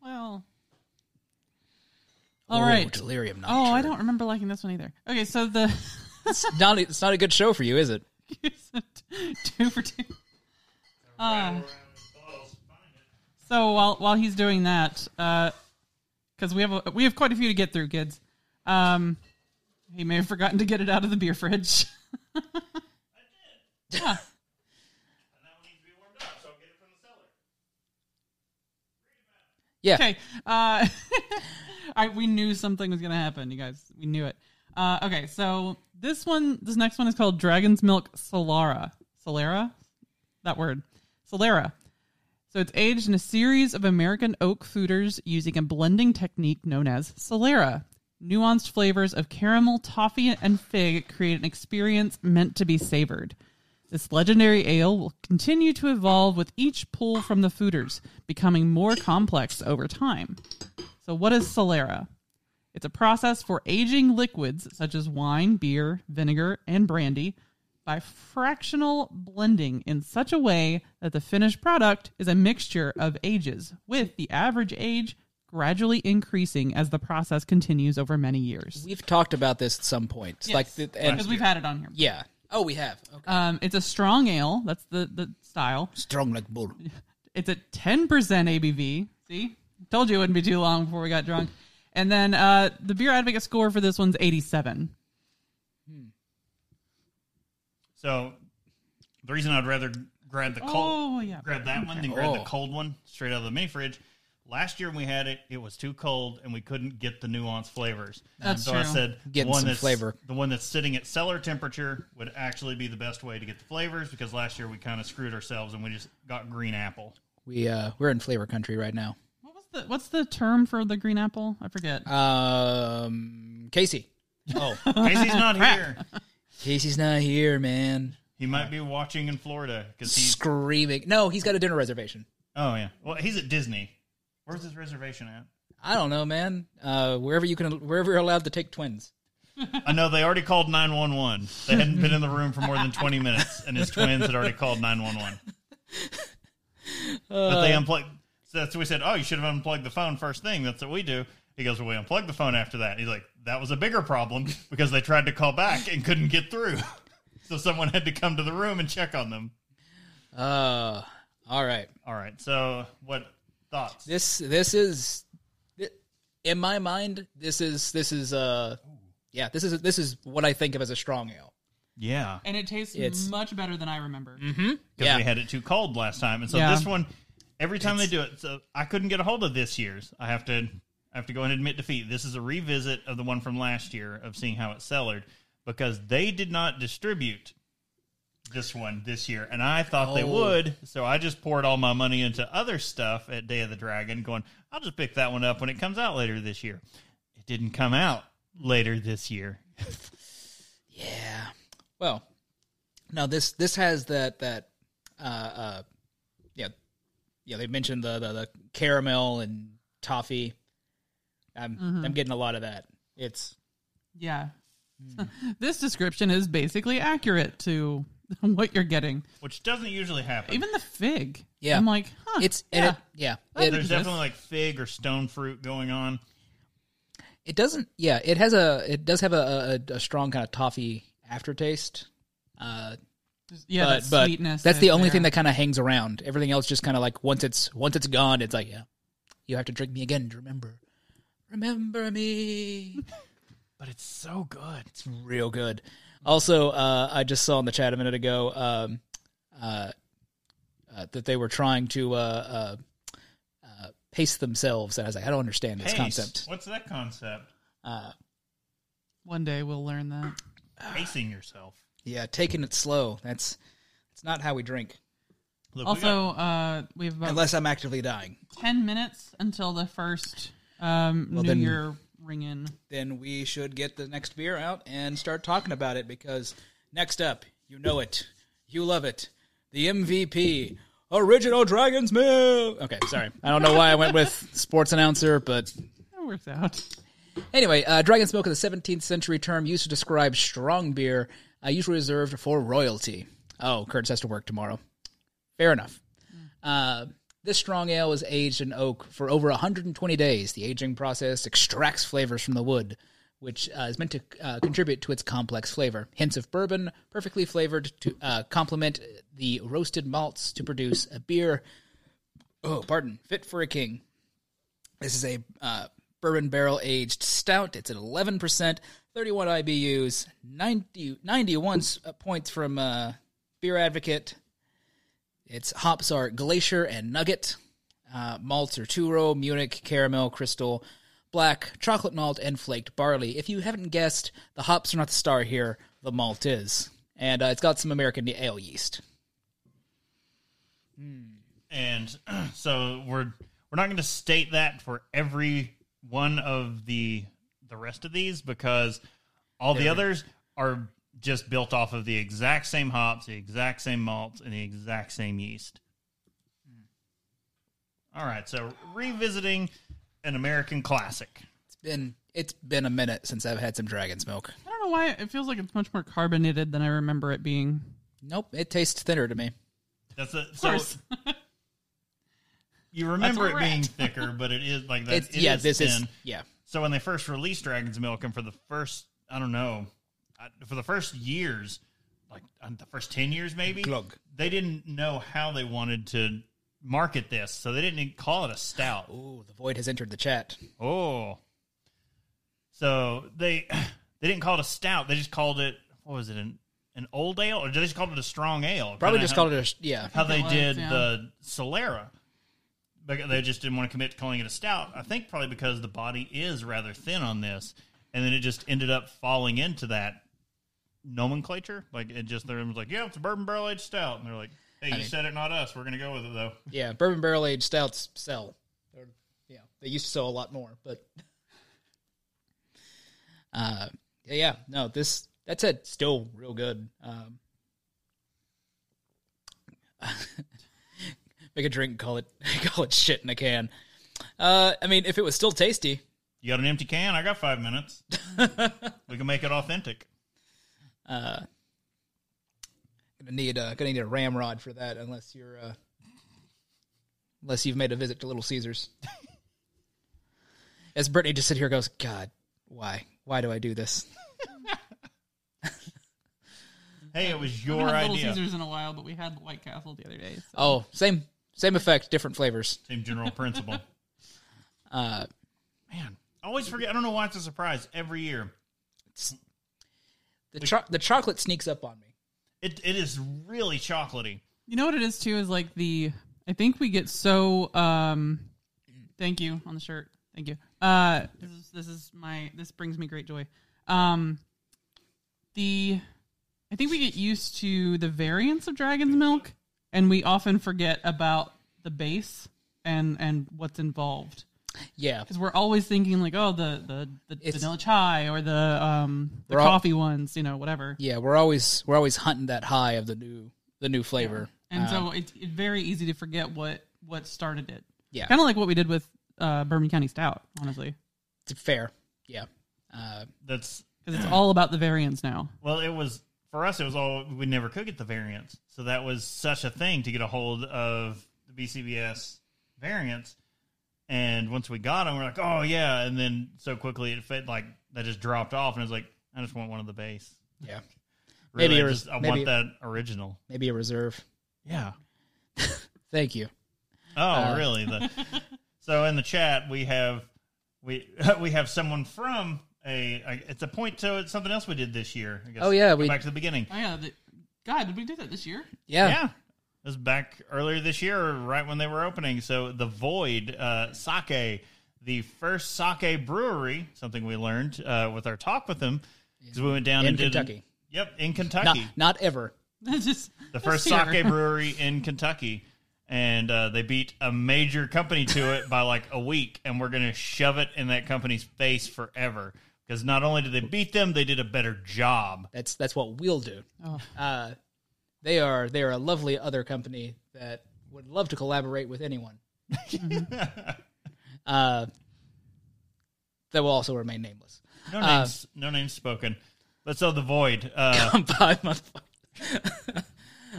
Well. all
Oh,
right.
delirium. Not
Oh, I don't remember liking this one either. Okay, so the
It's not. It's not a good show for you, is it?
two for two. Uh, so while while he's doing that, because we have a, we have quite a few to get through, kids. Um, he may have forgotten to get it out of the beer fridge. yeah.
Yeah.
Okay. Uh, I, we knew something was going to happen, you guys. We knew it. Uh, okay, so this one, this next one is called Dragon's Milk Solara. Solera? That word. Solera. So it's aged in a series of American oak fooders using a blending technique known as Solera. Nuanced flavors of caramel, toffee, and fig create an experience meant to be savored. This legendary ale will continue to evolve with each pull from the fooders, becoming more complex over time. So, what is Solera? It's a process for aging liquids such as wine, beer, vinegar, and brandy by fractional blending in such a way that the finished product is a mixture of ages, with the average age gradually increasing as the process continues over many years.
We've talked about this at some point. Like, the, and
because we've had it on here.
yeah. Oh, we have. Okay.
Um, it's a strong ale. That's the, the style.
Strong like bull.
It's at ten percent ABV. See, told you it wouldn't be too long before we got drunk. And then uh, the beer advocate score for this one's eighty-seven.
So the reason I'd rather grab the cold,
Oh, yeah.
grab that one than grab
Oh.
the cold one straight out of the mini fridge. Last year when we had it, it was too cold and we couldn't get the nuanced flavors.
That's
so I
true.
said the
Getting
one
some
that's,
flavor.
The one that's sitting at cellar temperature would actually be the best way to get the flavors because last year we kind of screwed ourselves and we just got green apple.
We uh, we're in flavor country right now.
What was the what's the term for the green apple? I forget.
Uh, Um, Casey. Oh,
Casey's not here.
Casey's not here, man.
He might be watching in Florida because he's
Screaming. No, he's got a dinner reservation.
oh yeah. Well, he's at Disney. Where's his reservation at?
I don't know, man. Uh, wherever you can, wherever you're allowed to take twins.
I know they already called 911. They hadn't been in the room for more than 20 minutes, and his twins had already called 911. But they unplugged. So that's what we said. Oh, you should have unplugged the phone first thing. That's what we do. He goes, Well, we unplugged the phone after that. He's like, That was a bigger problem because they tried to call back and couldn't get through. So someone had to come to the room and check on them.
Uh, all right.
All right. So, what thoughts?
This this is in my mind, this is this is uh yeah, this is this is what I think of as a strong ale.
Yeah.
and it tastes
It's- Mm-hmm.
much better than I remember.
Because
Yeah.
we had it too cold last time. And so
Yeah.
this one, every time they do it, so I couldn't get a hold of this year's. I have to I have to go and admit defeat. This is a revisit of the one from last year of seeing how it cellared because they did not distribute this one this year. And I thought they
Oh.
would. So I just poured all my money into other stuff at Day of the Dragon, going, I'll just pick that one up when it comes out later this year. It didn't come out later this year.
Yeah. Well, now this this has that that uh uh yeah yeah they mentioned the the, the caramel and toffee. I'm I'm getting a lot of that. It's
Yeah. this description is basically accurate to what you're getting.
Which doesn't usually happen.
Even the fig.
Yeah.
I'm like, huh.
it's
yeah.
and it, yeah
That'd
it-
There's
Yes.
definitely like fig or stone fruit going on.
It doesn't. Yeah, it has a. It does have a a, a strong kind of toffee aftertaste. Uh,
yeah,
but
that
but
sweetness.
that's the
that's
only
there.
thing that kind of hangs around. Everything else just kind of like once it's once it's gone, it's like yeah, you have to drink me again to remember, remember me.
But it's so good.
it's real good. Also, uh, I just saw in the chat a minute ago um, uh, uh, that they were trying to uh, uh, uh, pace themselves, and I was like, I don't understand this
Pace.
concept.
What's that concept?
One day we'll learn that.
Pacing yourself.
Yeah, taking it slow. That's that's not how we drink. Oh,
Look, we got-
Also, uh, we have about
Unless I'm actively dying.
10 minutes until the first um, New
then-
Year ring in.
Then we should get the next beer out and start talking about it because next up, you know it. You love it. The MVP. Original Dragon's Milk. Okay, sorry. I don't know why I went with sports announcer, but
That works out.
Anyway, uh, dragon's milk is a 17th century term used to describe strong beer, uh, usually reserved for royalty. Oh, Curtis has to work tomorrow. Fair enough. Uh, this strong ale is aged in oak for over 120 days. The aging process extracts flavors from the wood, which uh, is meant to uh, contribute to its complex flavor. Hints of bourbon, perfectly flavored to uh, complement the roasted malts to produce a beer. Oh, pardon, fit for a king. This is a uh, bourbon barrel aged stout. It's at 11%, 31 IBUs, 90, 91 s- uh, points from uh, Beer Advocate. Its hops are Glacier and Nugget. Uh, malts are Turo, Munich, Caramel, Crystal, Black, Chocolate Malt, and Flaked Barley. If you haven't guessed, the hops are not the star here, the malt is. And uh, it's got some American ale yeast.
and so we're we're not going to state that for every one of the the rest of these because all the others are just built off of the exact same hops, the exact same malts, and the exact same yeast. All right, so revisiting an American classic.
It's been it's been a minute since I've had some dragon's milk.
I don't know why it feels like it's much more carbonated than I remember it being.
Nope, it tastes thinner to me.
That's a,
Of
so
course.
you remember
That's
it
a rat.
being thicker, but it is like that.
It's,
it
yeah, this
thin.
is yeah.
So when they first released Dragon's Milk, and for the first, I don't know, I- for the first years, like uh, the first ten years maybe,
Glug.
they didn't know how they wanted to market this, so they didn't even call it a stout.
Ooh, the void has entered the chat.
Oh, so they they didn't call it a stout; they just called it what was it an an old ale, or they just called it a strong ale?
Probably
Kinda
just
how-
called it a yeah.
how they
was,
did
yeah.
the Solera. Because they just didn't want to commit to calling it a stout. I think probably because the body is rather thin on this, and then it just ended up falling into that nomenclature. Like it just they was like, "Yeah, it's a bourbon barrel aged stout," and they're like, "Hey, you
mean-
said it, not us. We're gonna go with it though."
Yeah, bourbon barrel aged stouts sell. Or, yeah, they used to sell a lot more, but uh, yeah, no, this that's it. Still real good. Um, make a drink, call it call it shit in a can. Uh, I mean, if it was still tasty,
You got an empty can? I got five minutes. we can make it authentic.
gonna need a gonna need a ramrod for that unless you're uh, unless you've made a visit to Little Caesars. As Brittany just sit here and goes, God, why, why do I do this?
Hey, it was
We
your
haven't had Little
idea.
Caesars in a while, but we had White Castle the other day. So.
Oh, same same effect, different flavors.
Same general principle.
Uh,
Man, I always forget. I don't know why it's a surprise every year.
The cho- the chocolate sneaks up on me.
It it is really chocolatey.
You know what it is too is like the I think we get so um thank you on the shirt. Thank you. Uh this is this is my this brings me great joy. Um the I think we get used to the variants of dragon's milk and we often forget about the base and and what's involved.
Yeah,
Because we're always thinking like, oh, the the, the
It's-
vanilla chai or the um the
We're all-
coffee ones, you know, whatever.
yeah. We're always we're always hunting that high of the new the new flavor.
and so it's it's very easy to forget what what started it.
Yeah.
kind of like what we did with uh, Bourbon County Stout, honestly,
It's fair. Yeah. Uh,
That's
because it's all about the variants now.
well, it was for us. It was all we never could get the variants, so that was such a thing to get a hold of the BCBS variants. And once we got them, we're like, oh yeah, and then so quickly it fit like that just dropped off, and it's like I just want one of the base.
yeah.
Really,
Maybe
I
it was-
just I
maybe-
want that original.
Maybe a reserve.
Yeah.
Thank you.
Oh,
Uh.
really? The, so in the chat we have we we have someone from a, a it's a point to it's something else we did this year. I guess.
Oh, yeah,
Go
we-
back to the beginning.
Oh yeah, the, God, did we do that this year?
Yeah.
Yeah. It was back earlier this year, or right when they were opening. So the Void uh, Sake, the first sake brewery, something we learned uh, with our talk with them, because we went down
In
and did-
Kentucky.
Yep, in
Not,
Kentucky,
not ever.
That's just
the first sake brewery in Kentucky, and uh, they beat a major company to it by like a week, and we're gonna shove it in that company's face forever. Because not only did they beat them, they did a better job.
That's that's what we'll do.
Oh.
Uh, they are they are a lovely other company that would love to collaborate with anyone. uh, that will also remain nameless.
No
Uh,
names, no names spoken. But so the void. Uh,
Bye, motherfucker.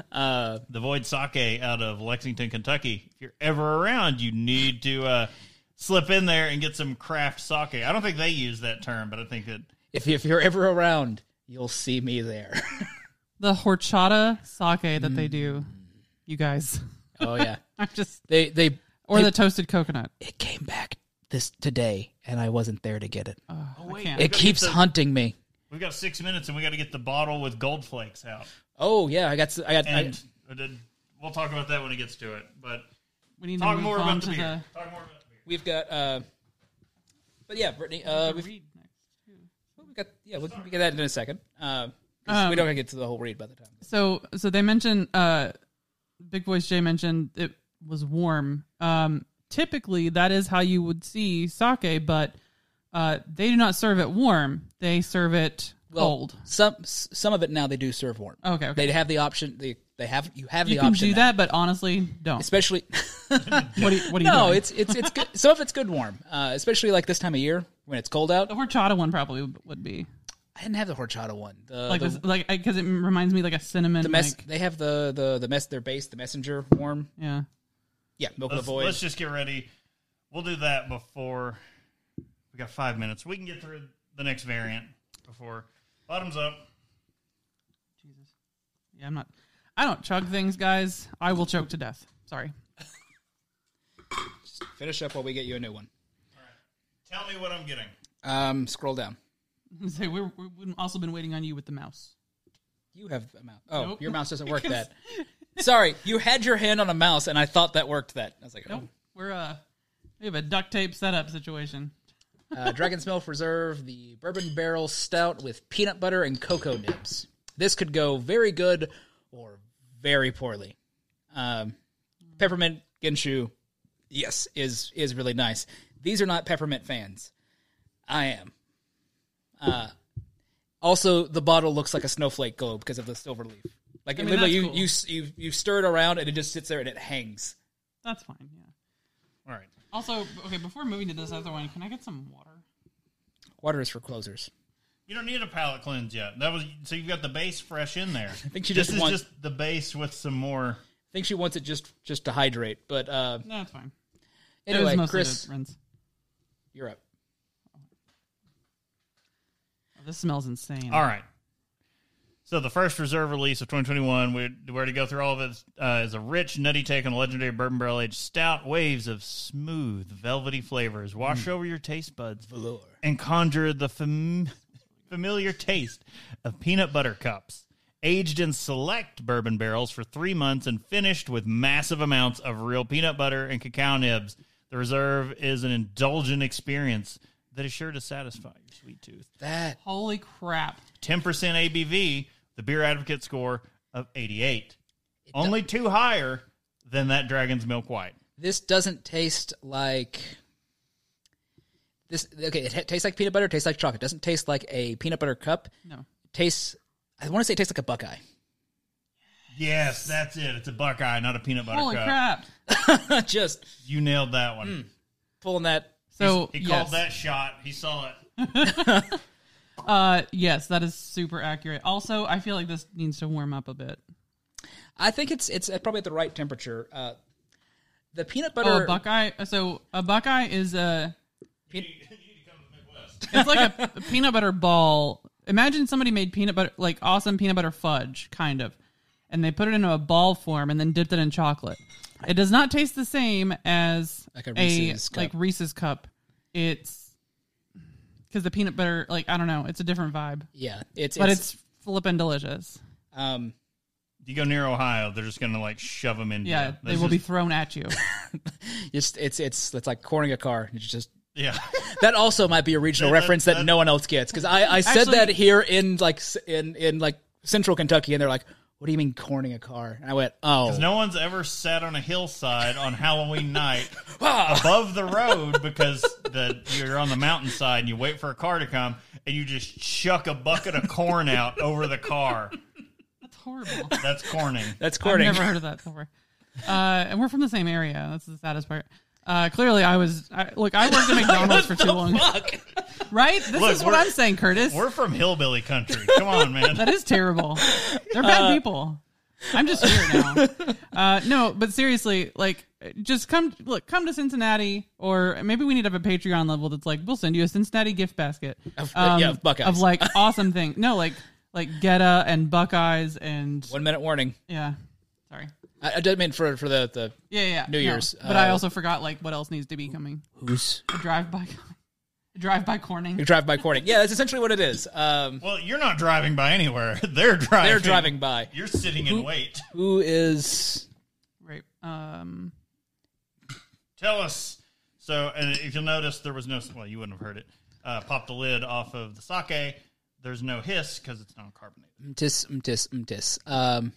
uh,
the Void Sake out of Lexington, Kentucky. If you're ever around, you need to uh, slip in there and get some craft sake. I don't think they use that term, but I think that
if if you're ever around, you'll see me there.
the horchata sake that they do. You guys,
oh yeah,
I'm just
they they
or
they-
the toasted coconut.
it came back this today, and I wasn't there to get it.
Oh wait,
it keeps hunting me.
we've got six minutes and we got to get the bottle with gold flakes out.
Oh yeah, I got s- I got I-
And I did- we'll talk about that when it gets to it. But
we need to
talk
move
more
on
about the
to the.
beer. Talk more about the beer.
we've got. Uh, but yeah, Brittany, uh,
to
we've,
read next.
we've got yeah we can get that in a second. Uh, 'cause
Um,
we don't gotta get to the whole read by the time.
so so they mentioned uh big voice jay mentioned it was warm um typically that is how you would see sake but uh they do not serve it warm they serve it
Well,
cold
Some s- some of it now they do serve warm.
okay okay
They have the option. They they have you have
you
the
can
option.
do
now.
that but honestly don't
especially.
what do you, what do you
no,
doing?
it's it's it's good. Some of it's good warm, uh, especially like this time of year when it's cold out.
the horchata one probably would- would be
I didn't have the horchata one. The,
like
Oh, the,
this, like because it reminds me like a cinnamon
the mess.
like-
They have the the the mess. Their base, the messenger warm.
yeah
Yeah, milk of
Let's,
the void.
let's just get ready. We'll do that before we got five minutes. We can get through the next variant before bottoms up.
yeah i'm not i don't chug things guys i will choke to death sorry
Finish up while we get you a new one.
Tell me what I'm getting.
Um, scroll down.
so we're, we've also been waiting on you with the mouse
You have a mouse. Oh,
Nope.
your mouse doesn't work that. Sorry, you had your hand on a mouse, and I thought that worked. That I was like, oh.
We're uh we have a duct tape setup situation.
uh, Dragon's Milk Reserve, the bourbon barrel stout with peanut butter and cocoa nibs. This could go very good or very poorly. Um, peppermint Genshu, yes, is is really nice. These are not peppermint fans. I am. Uh, also, the bottle looks like a snowflake globe because of the silver leaf. Like
mean,
literally,
that's
you,
cool.
you s- you you stir it around and it just sits there and it hangs.
That's fine, yeah.
All right.
Also, okay, before moving to this other one, can I get some water?
Water is for closers.
You don't need a palate cleanse yet. That was so you've got the base fresh in there. I
think she
this
just
is
wants-
just the base with some more.
I think she wants it just just to hydrate. But uh,
No, it's fine. it was
anyway,
mostly
Chris,
the rinse.
you're up.
Oh, this smells insane.
All right. So the first reserve release of 2021, we, we already go through all of it, uh, is a rich, nutty take on a legendary bourbon barrel aged stout. Waves of smooth, velvety flavors wash over your taste buds and conjure the fam- familiar taste of peanut butter cups. Aged in select bourbon barrels for three months and finished with massive amounts of real peanut butter and cacao nibs, the reserve is an indulgent experience that is sure to satisfy your sweet tooth.
That
Holy crap.
10% ABV, the Beer Advocate score of 88. Only two higher than that Dragon's Milk White.
this doesn't taste like this. Okay, it t- tastes like peanut butter. Tastes like chocolate. Doesn't taste like a peanut butter cup.
No.
Tastes. I want to say it tastes like a Buckeye.
Yes, that's it. It's a Buckeye, not a peanut butter
Holy
cup.
crap.
Just
You nailed that one.
pulling that.
So
He
yes.
called that shot. He saw it.
Uh, yes, that is super accurate. Also, I feel like this needs to warm up a bit.
I think it's it's at probably at the right temperature. Uh, the peanut
Oh,
butter.
a buckeye. So a buckeye is a.
You need to come to the Midwest.
It's like a, peanut butter ball. Imagine somebody made peanut butter, like awesome peanut butter fudge, kind of, and they put it into a ball form and then dipped it in chocolate. It does not taste the same as
Like a Reese's cup.
like Reese's cup. It's because the peanut butter, like I don't know, it's a different vibe,
yeah, it's
but
it's,
it's flippin' delicious.
um
You go near Ohio, they're just going to like shove them in.
Yeah,
you.
they
This
will be
is-
thrown at you.
it's it's it's it's like cornering a car. It's just
yeah.
that also might be a regional
That- that-
reference that,
that-
no one else gets because I, I said
Actually-
that here in like s- in in like central Kentucky and they're like, what do you mean cornering a car? And I went, oh,
no one's ever sat on a hillside on Halloween night
Ah!
above the road because the you're on the mountainside and you wait for a car to come and you just chuck a bucket of corn out over the car.
That's horrible.
That's corning.
that's cornering.
I've never heard of that before. Uh, and we're from the same area. That's the saddest part. Uh, clearly, I was I, look. I worked at McDonald's for too long,
Fuck.
right? This
Look,
is what
we're-
I'm saying, Curtis.
We're from hillbilly country. Come on, man.
That is terrible. They're bad people. I'm just here now. Uh, no, but seriously, like, just come look. Come to Cincinnati, or maybe we need to have a Patreon level that's like, we'll send you a Cincinnati gift basket um,
Of- yeah, of Buckeyes.
of like awesome thing. No, like like Geta and Buckeyes and
One minute warning.
yeah. Sorry.
I, I didn't mean for for the the
Yeah, yeah.
New Year's,
But I
uh,
also forgot like what else needs to be coming.
who's
A drive by, a drive by Corning.
you drive by corning. Yeah, that's essentially what it is. Um,
Well, you're not driving by anywhere. They're driving.
they're driving by.
You're sitting in wait.
Who is?
Right. Um.
Tell us. So, and if you'll notice, there was no. Well, you wouldn't have heard it. Uh, pop the lid off of the sake. There's no hiss because it's non carbonated.
Mtis, mtis, mtis. Um,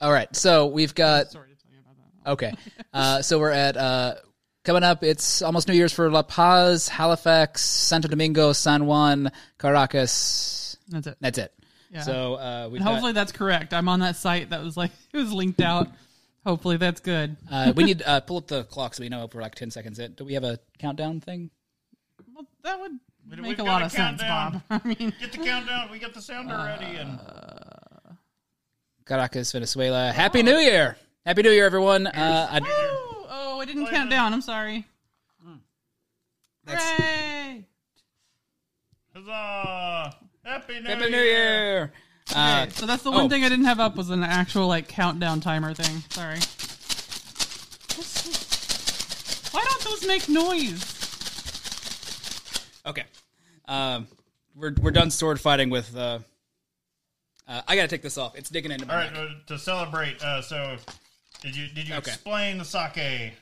all right, so we've got
Sorry to tell you about that.
Okay. Uh, so we're at uh, coming up. It's almost New Year's for La Paz, Halifax, Santo Domingo, San Juan, Caracas.
That's it.
That's it.
Yeah.
So uh, we've
And
got-
hopefully that's correct. I'm on that site that was like it was linked out. Hopefully that's good.
uh, we need uh, pull up the clock so we know if we're like ten seconds in. Do we have a countdown thing?
Well, that would
We've
make a
got
lot
a
of sense, Bob.
countdown.
I mean,
Get the countdown. We got the sounder
Uh,
ready. And
Caracas, Venezuela. Happy New Year! Happy New Year, everyone. Uh, I,
oh, oh, I didn't count down. I'm sorry.
Hmm.
Hooray!
huzzah! Happy New,
Happy New Year. Uh,
so that's the one
oh.
thing I didn't have up was an actual like countdown timer thing. Sorry. Why don't those make noise?
Okay. Um, we're we're done sword fighting with. Uh, uh, I gotta take this off. It's digging into my
All
neck.
right, uh, to celebrate. Uh, so, did you did you
Okay.
explain the sake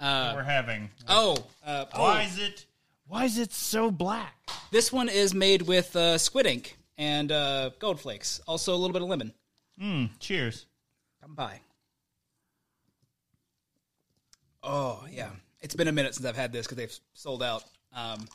that we're having?
Oh, uh,
Why
oh,
is it? Why is it so black?
this one is made with uh, squid ink and uh, gold flakes. Also, a little bit of lemon.
Cheers.
Come by. Oh yeah, it's been a minute since I've had this because they've sold out. Um,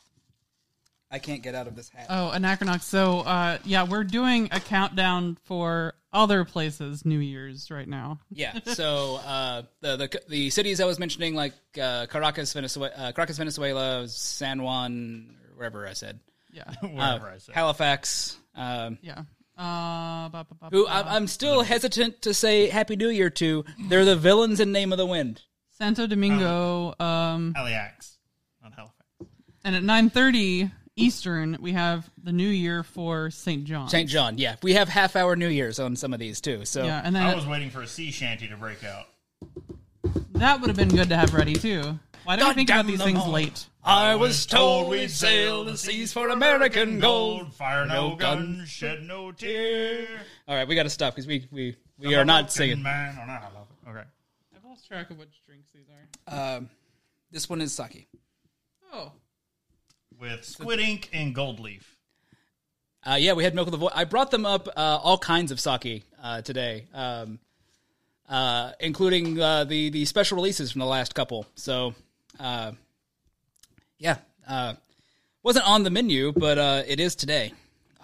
I can't get out of this hat.
Oh, Anachronox. So uh, yeah, we're doing a countdown for other places New Year's right now.
yeah. So uh, the the the cities I was mentioning, like uh, Caracas, Venezuela, uh, Caracas, Venezuela, San Juan, or wherever I said,
Yeah.
Uh,
Wherever I said.
Halifax. Um,
Yeah. Uh, ba, ba, ba,
who
ba.
I'm, I'm still hesitant to say Happy New Year to. They're the villains in Name of the Wind.
Santo Domingo. Um,
Halifax, not Halifax.
and at 9:30 Eastern, we have the New Year for St. John.
St. John, yeah. We have half hour New Year's on some of these too. So
Yeah, and
I
then
was waiting for a sea shanty to break out.
that would have been good to have ready too. Why don't we
God
think
damn
about these
them
things
all.
late?
I was told we'd sail the seas for American gold.
Fire no,
No
gun,
gun.
shed no tear.
All right, we got to stop because we we we are not singing.
Man, oh, no, I love it. Okay.
I've lost track of which drinks these are.
Um, this one is sake.
Oh.
With squid ink and gold leaf.
Uh, yeah, we had milk of the void. I brought them up uh, all kinds of sake uh, today, um, uh, including uh, the the special releases from the last couple. So, uh, yeah, uh, wasn't on the menu, but uh, it is today.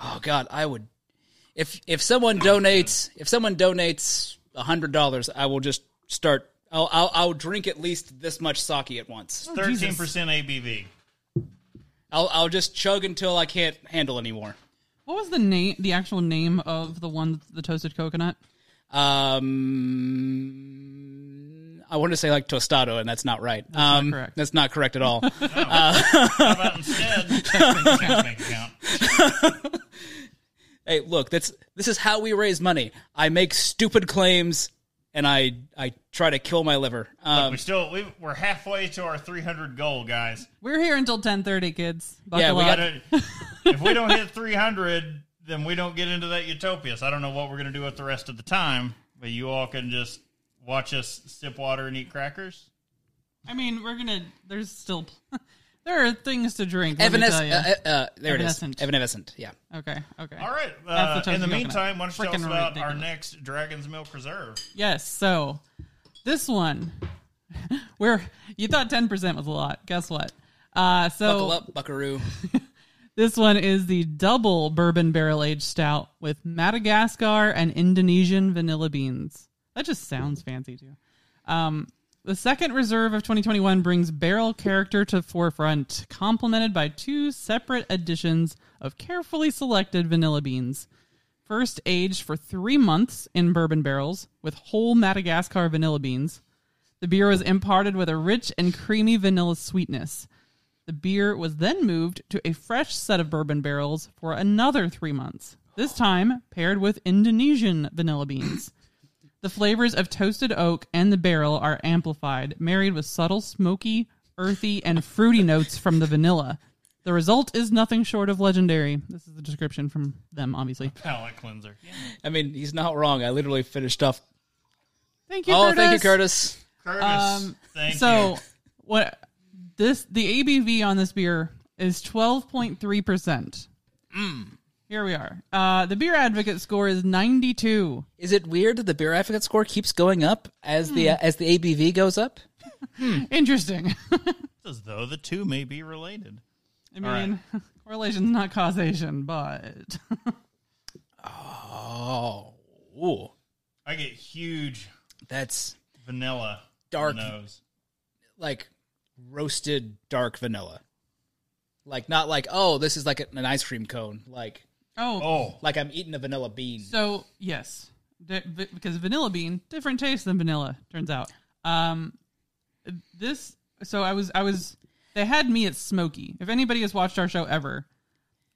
Oh God, I would if if someone donates if someone donates hundred dollars, I will just start. I'll, I'll I'll drink at least this much sake at once.
Thirteen
Oh, Jesus.
percent ABV.
I'll I'll just chug until I can't handle anymore.
What was the name the actual name of the one the toasted coconut?
Um, I want to say like tostado, and that's not right. That's um,
correct.
That's not correct at all.
How about instead Texas bank account?
hey, look, that's this is how we raise money. I make stupid claims, and I I try to kill my liver. Um,
We still we, we're halfway to our three hundred goal, guys.
We're here until ten thirty, kids. Buckle
Yeah, we
up.
got
But it- if we don't hit three hundred, then we don't get into that utopia. So I don't know what we're gonna do with the rest of the time. But you all can just watch us sip water and eat crackers.
I mean, we're gonna. There's still. there are things to drink. Let me
evanes-
tell ya.
uh, uh, uh, there
Evanescent.
it is. Evanescent. Yeah.
okay. Okay.
All right. Uh,
That's the
in the
toasted coconut.
meantime, why don't you tell us
Frickin'
about our
ridiculous.
next Dragon's Milk Reserve?
Yes. So this one, where you thought ten percent was a lot. Guess what? Uh, so
Buckle up, buckaroo.
This one is the double bourbon barrel aged stout with Madagascar and Indonesian vanilla beans. That just sounds fancy too. Um, the second reserve of 2021 brings barrel character to forefront, complemented by two separate additions of carefully selected vanilla beans. First aged for three months in bourbon barrels with whole Madagascar vanilla beans. The beer was imparted with a rich and creamy vanilla sweetness. The beer was then moved to a fresh set of bourbon barrels for another three months, this time paired with Indonesian vanilla beans. the flavors of toasted oak and the barrel are amplified, married with subtle smoky, earthy, and fruity notes from the vanilla. The result is nothing short of legendary. This is the description from them, obviously.
Palate cleanser.
I mean, he's not wrong. I literally finished off.
Thank you,
Oh,
Curtis.
thank you, Curtis.
Curtis,
Um,
thank
so
you.
what this the ABV on this beer is twelve point three percent.
Mm.
Here we are. Uh, the beer advocate score is ninety two.
Is it weird that the beer advocate score keeps going up as
Hmm.
the uh, as the ABV goes up?
Interesting.
As though the two may be related.
I mean, correlation's not causation, but
Oh, ooh,
I get huge
that's
vanilla
Dark.
nose.
like roasted dark vanilla. Like not like oh this is like a- an ice cream cone like
oh,
Oh,
like I'm eating a vanilla bean.
so yes, D- v- because vanilla bean different taste than vanilla. Turns out, um, this. So I was I was they had me at smoky. If anybody has watched our show ever,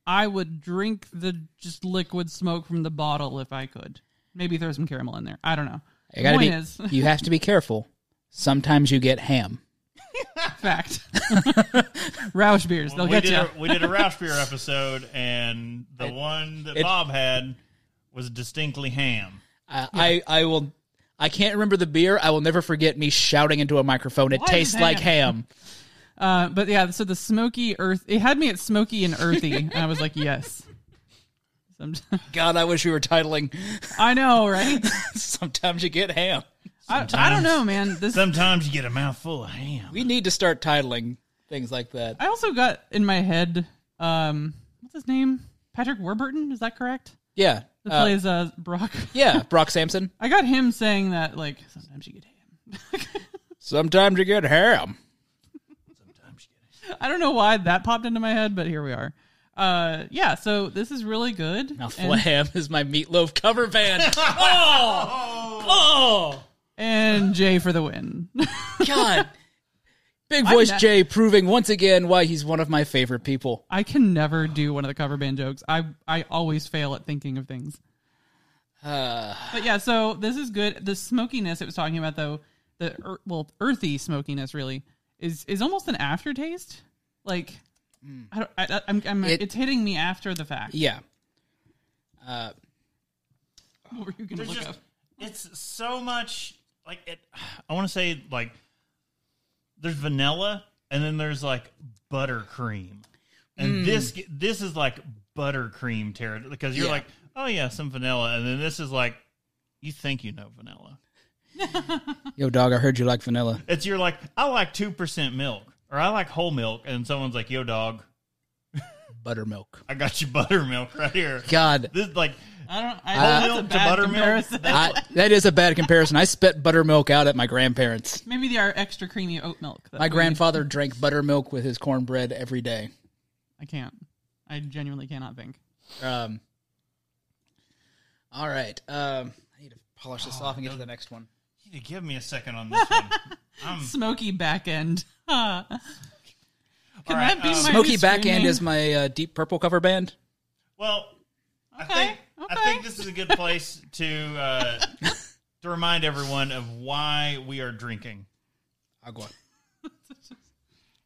I would drink the just liquid smoke from the bottle if I could. Maybe throw some caramel in there. I don't know.
You gotta
Point
be-
is,
you have to be careful. Sometimes you get ham.
fact. Roush beers, they'll
we
get
did
you.
a, we did a Roush beer episode, and the one that
it-
Bob had was distinctly ham.
I, I I will. I can't remember the beer. I will never forget me shouting into a microphone. It
Why is
tastes like ham.
Uh, but yeah, so the smoky earth, it had me at smoky and earthy, and I was like, yes. Somet-
God, I wish we were titling.
I know, right?
Sometimes you get ham.
I, I don't know, man. This
Sometimes you get a mouthful of ham.
We need to start titling things like that.
I also got in my head. Um, what's his name? Patrick Warburton. Is that correct?
Yeah,
That
Uh,
plays uh Brock.
yeah. Brock Sampson.
I got him saying that like sometimes you get ham.
Sometimes you get ham.
I don't know why that popped into my head, but here we are. Uh, yeah. So this is really good.
Mouthful of
And,
ham is my meatloaf cover band. oh,
and Jay for the win.
oh, God. Big
I'm
Voice
not-
Jay proving once again why he's one of my favorite people.
I can never do one of the cover band jokes. I I always fail at thinking of things.
Uh.
but yeah, so this is good. The smokiness it was talking about though, the ear- well earthy smokiness really is is almost an aftertaste. Like
Hmm.
I don't, I, I'm, I'm
It-
it's hitting me after the fact.
Yeah.
What were you gonna
There's
look
just
up?
it's so much like it. I want to say like there's vanilla and then there's like buttercream,
Hmm.
and this this is like buttercream territory because you're
Yeah.
like oh yeah some vanilla and then this is like you think you know vanilla.
Yo, dog, I heard you like vanilla.
It's you're like I like two percent milk or I like whole milk and someone's like yo dog
Buttermilk.
I got you buttermilk right here.
God.
This like
I don't. I,
Uh,
that's a
milk to
bad
buttermilk?
comparison.
I, that is a bad comparison. I spit buttermilk out at my grandparents.
Maybe they are extra creamy oat milk. That's
My
what we-
grandfather drank buttermilk with his cornbread every day.
I can't. I genuinely cannot think.
Um, all right. Um, I need to polish this off and get to the next one.
you need to give me a second on this one. I'm,
Smoky back end. Can
all
that
right,
be
um,
my
Smoky
new
Backhand
screaming?
is my uh, Deep Purple cover band.
Well, I
Okay,
think I
okay.
think this is a good place to uh, to remind everyone of why we are drinking.
Agua.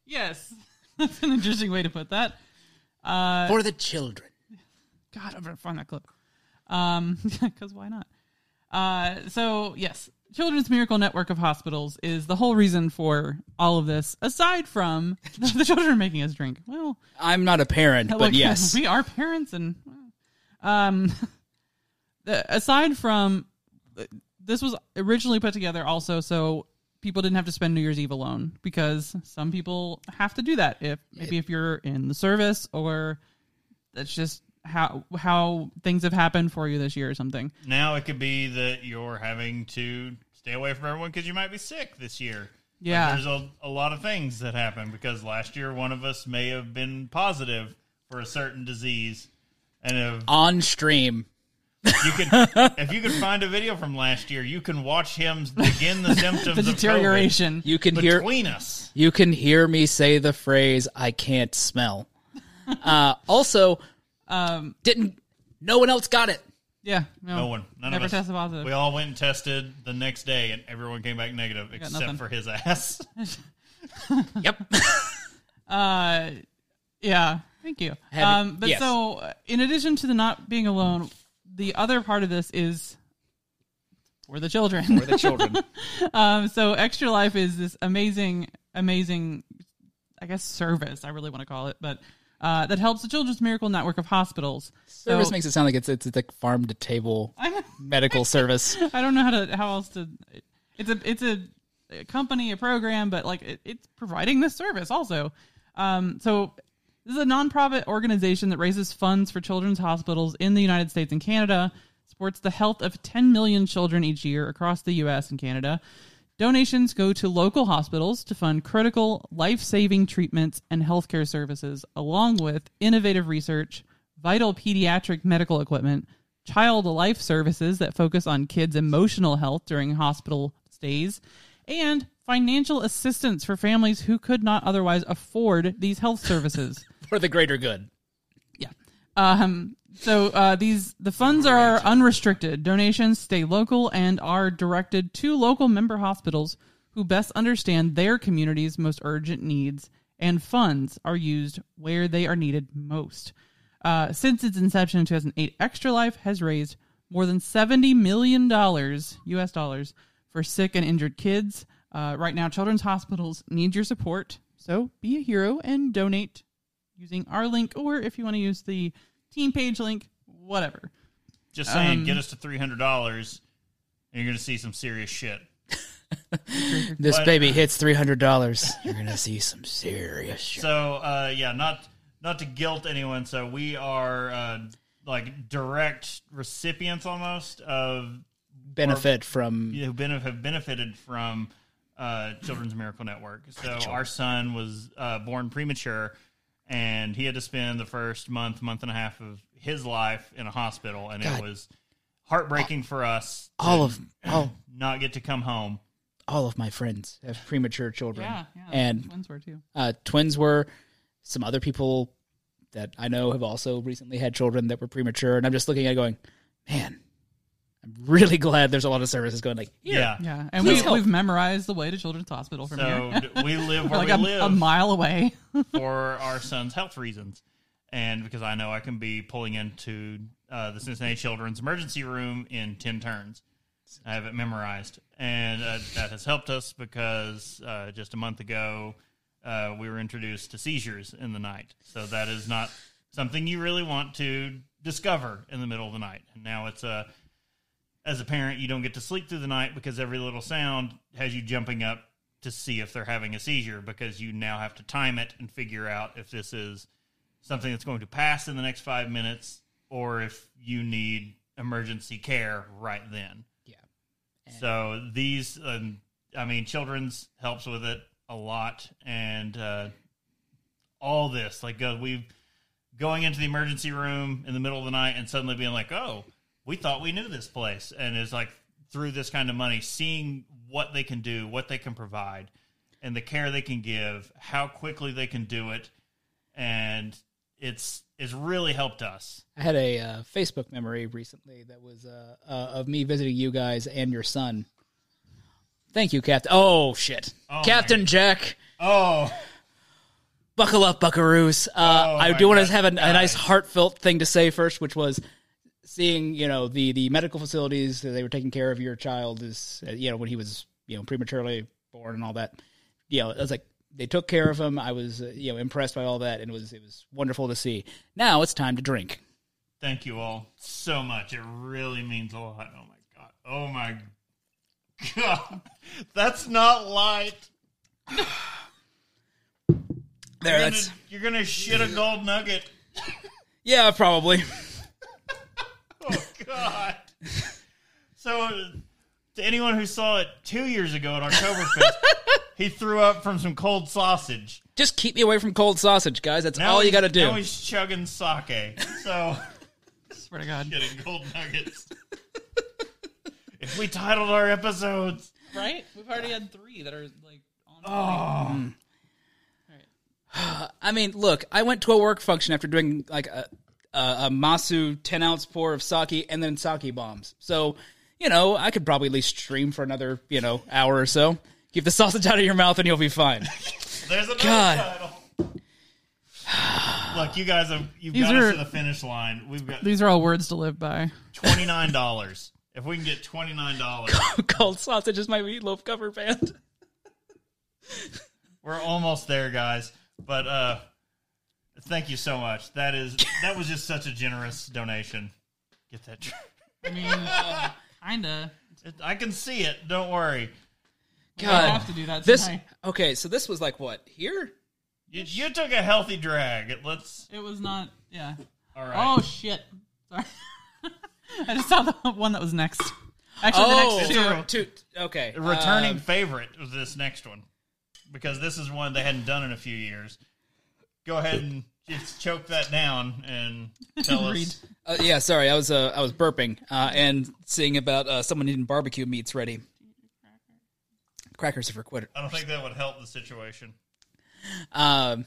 Yes, that's an interesting way to put that.
For the children.
God, I'm gonna find that clip. Um, because why not? Uh, so yes, Children's Miracle Network of Hospitals is the whole reason for all of this, aside from the, the children making us drink. Well,
I'm not a parent, but
Look,
yes.
we are parents, and um, the- aside from this was originally put together also so people didn't have to spend New Year's Eve alone because some people have to do that if maybe if you're in the service or that's just how how things have happened for you this year or something.
Now it could be that you're having to stay away from everyone because you might be sick this year. Like,
Yeah.
there's a, a lot of things that happen because last year one of us may have been positive for a certain disease, and if
On stream.
you could if you could find a video from last year, you can watch him begin the symptoms
The
of COVID
deterioration.
You can hear
between us.
You can hear me say the phrase "I can't smell." Uh, also, um, didn't no one else got it?
yeah. No,
No one. None
Oh, never
of us.
tested positive.
We all went and tested the next day, and everyone came back negative
nothing.
except for his ass.
Yep.
Uh, yeah. Thank you.
Had it-
Um, but
yes.
so, uh, in addition to the not being alone, the other part of this is for the children.
the children.
um, so, Extra Life is this amazing, amazing, I guess, service. I really want to call it, but uh, that helps the Children's Miracle Network of hospitals.
Service
so,
makes it sound like it's it's, it's like farm to table medical service.
I don't know how to how else to. It's a it's a, a company a program, but like it, it's providing this service also. Um, so this is a nonprofit organization that raises funds for children's hospitals in the United States and Canada. Supports the health of 10 million children each year across the U.S. and Canada. Donations go to local hospitals to fund critical life saving treatments and healthcare services, along with innovative research, vital pediatric medical equipment, child life services that focus on kids' emotional health during hospital stays, and financial assistance for families who could not otherwise afford these health services.
for the greater good.
Yeah. Um, so uh, these the funds are unrestricted. Donations stay local and are directed to local member hospitals who best understand their community's most urgent needs, and funds are used where they are needed most. Uh, since its inception in 2008, Extra Life has raised more than 70 million dollars U.S. dollars for sick and injured kids. Uh, right now, children's hospitals need your support, so be a hero and donate using our link or if you want to use the team page link, whatever.
Just saying,
Um,
get us to three hundred dollars, and you're going to see some serious shit.
This
But-
baby hits three hundred dollars. You're gonna see some serious shit.
So, uh, yeah, not not to guilt anyone. So we are uh, like direct recipients almost of
Benefit from
who benef- have benefited from uh, Children's Miracle Network. So our son was uh, born premature, and he had to spend the first month, month and a half of his life in a hospital, and
God.
it was heartbreaking for us
all of all
not get to come home.
all of my friends have premature children.
Yeah, Ah, yeah.
And
twins were too.
uh, twins were. Some other people that I know have also recently had children that were premature, and I'm just looking at it going, man, I'm really glad there's a lot of services going like, here,
Yeah.
Yeah, and
Please
we,
help.
we've memorized the way to Children's Hospital from
So
here.
d- we live
We're
where
like
we
a,
live
a mile away.
for our son's health reasons, and because I know I can be pulling into uh, the Cincinnati Children's Emergency Room in ten turns. I have it memorized, and uh, that has helped us because uh, just a month ago uh, we were introduced to seizures in the night. So that is not something you really want to discover in the middle of the night. And now it's a as a parent, you don't get to sleep through the night because every little sound has you jumping up to see if they're having a seizure because you now have to time it and figure out if this is something that's going to pass in the next five minutes or if you need emergency care right then.
Yeah.
So these, um, I mean, children's helps with it a lot, and uh, all this, like, uh, we've going into the emergency room in the middle of the night and suddenly being like, oh, we thought we knew this place. And it's like through this kind of money, seeing what they can do, what they can provide, and the care they can give, how quickly they can do it. And it's it's really helped us.
I had a uh, Facebook memory recently that was uh, uh, of me visiting you guys and your son. Thank you, Captain. Oh shit,
my
Captain Jack.
Oh,
Buckle up, Buckaroos. Uh,
Oh,
I
my
do want
God,
to have a, a
guys.
nice heartfelt thing to say first, which was seeing you know the the medical facilities that they were taking care of your child is uh, you know when he was you know prematurely born and all that. You know, it was like they took care of him. I was uh, you know impressed by all that, and it was it was wonderful to see. Now it's time to drink.
thank you all so much. It really means a lot. Oh my god. Oh my god. That's not light.
There,
You're
that's
gonna, you're gonna shit a gold nugget.
yeah, probably.
Oh God! So, uh, to anyone who saw it two years ago at Oktoberfest, he threw up from some cold sausage.
Just keep me away from cold sausage, guys. That's all
he's-
you got to do.
Now he's chugging sake. So,
Swear to God,
getting gold nuggets. if we titled our episodes,
right? We've already had three that are like
oh,
on.
I mean, look, I went to a work function after doing like a a, a Masu ten ounce pour of sake and then sake bombs. So, you know, I could probably at least stream for another you know hour or so. Keep the sausage out of your mouth and you'll be fine.
there's another
God.
title. Look, you guys have you've
These
got
are-
us to the finish line. We've got
These are all words to live by.
twenty nine dollars. If we can get twenty nine dollars,
cold sausage is my meatloaf cover band.
We're almost there, guys. But uh thank you so much. That is that was just such a generous donation. Get that. tr-
I mean, kinda.
It- I can see it. Don't worry.
I have
God,
to do that
this
tonight.
okay. So this was like what here?
You, you took a healthy drag. It- Let's.
It was not. Yeah.
All right.
Oh shit! Sorry. I just saw the one that was next. Actually,
Oh.
the next two.
two. Oh, Okay,
Returning
um,
favorite was this next one because this is one they hadn't done in a few years. Go ahead and just choke that down and tell
Read.
us.
Uh, yeah, sorry, I was uh, I was burping uh, and seeing about uh, someone needing barbecue meats ready. Crackers are for quitter.
I don't think that would help the situation.
Um,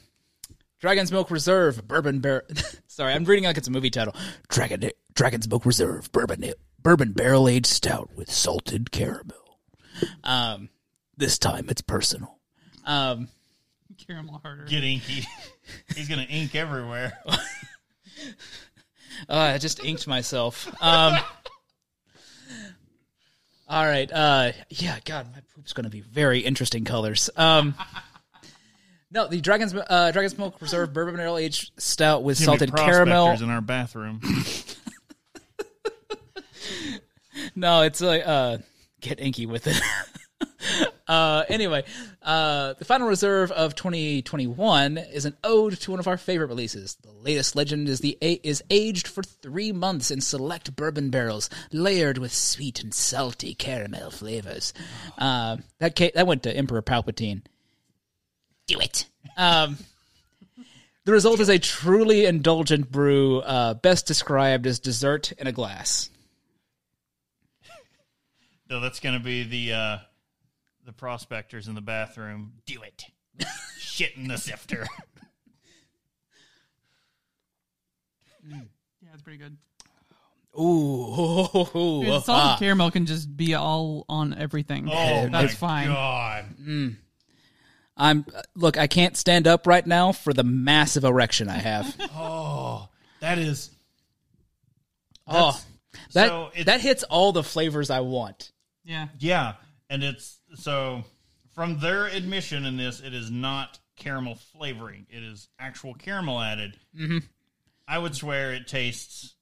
Dragon's Milk Reserve Bourbon Barrel. sorry, I'm reading like it's a movie title. Dragon Dragon's Milk Reserve Bourbon Bourbon Barrel Aged Stout with salted caramel. Um, this time it's personal. Um,
Caramel harder.
Get inky. He's gonna ink everywhere.
Uh, I just inked myself. Um, all right. Uh, yeah, God, my poop's going to be very interesting colors. Um, no, the Dragon's uh, Dragon's Milk Reserve Bourbon Barrel Aged Stout with
Gonna be
salted
prospectors
caramel.
in our bathroom.
no, it's like uh, get inky with it. uh, anyway, uh, the final reserve of 2021 is an ode to one of our favorite releases. The latest legend is the a- is aged for three months in select bourbon barrels, layered with sweet and salty caramel flavors. Uh, that ca- that went to Emperor Palpatine. Do it. Um, the result is a truly indulgent brew, uh, best described as dessert in a glass.
No, that's going to be the uh, the prospectors in the bathroom. Do it. Shit in the sifter.
Yeah, it's pretty good.
Ooh,
Dude, salted caramel can just be all on everything.
Oh,
that's
my
fine.
God.
I'm look. I can't stand up right now for the massive erection I have.
Oh, that is.
oh, that
so it's-
that hits all the flavors I want.
Yeah,
Yeah, and it's so from their admission in this, it is not caramel flavoring; it is actual caramel added. Mm-hmm. I would swear it tastes.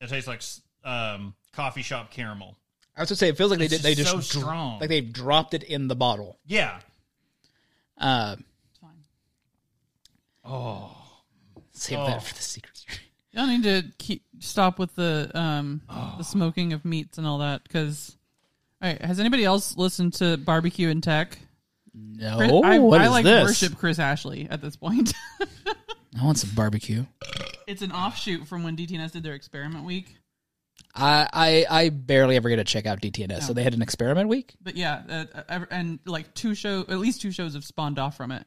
It tastes like um, coffee shop caramel.
I was gonna say it feels like they
It's
did. They
just
just
so
dro-
strong.
like they dropped it in the bottle.
Yeah.
Uh,
it's fine.
Oh.
save
Oh.
that for the secret.
You don't need to keep stop with the um
Oh.
the smoking of meats and all that because. All right, has anybody else listened to Barbecue and Tech?
No,
Chris- I,
Oh, what
I
is
like
this?
worship Chris Ashley at this point.
I want some barbecue.
it's an offshoot from when DTNS did their experiment week.
I I, I barely ever get to check out DTNS, so they had an experiment week.
But yeah, uh, ev- and like two show, at least two shows have spawned off from it.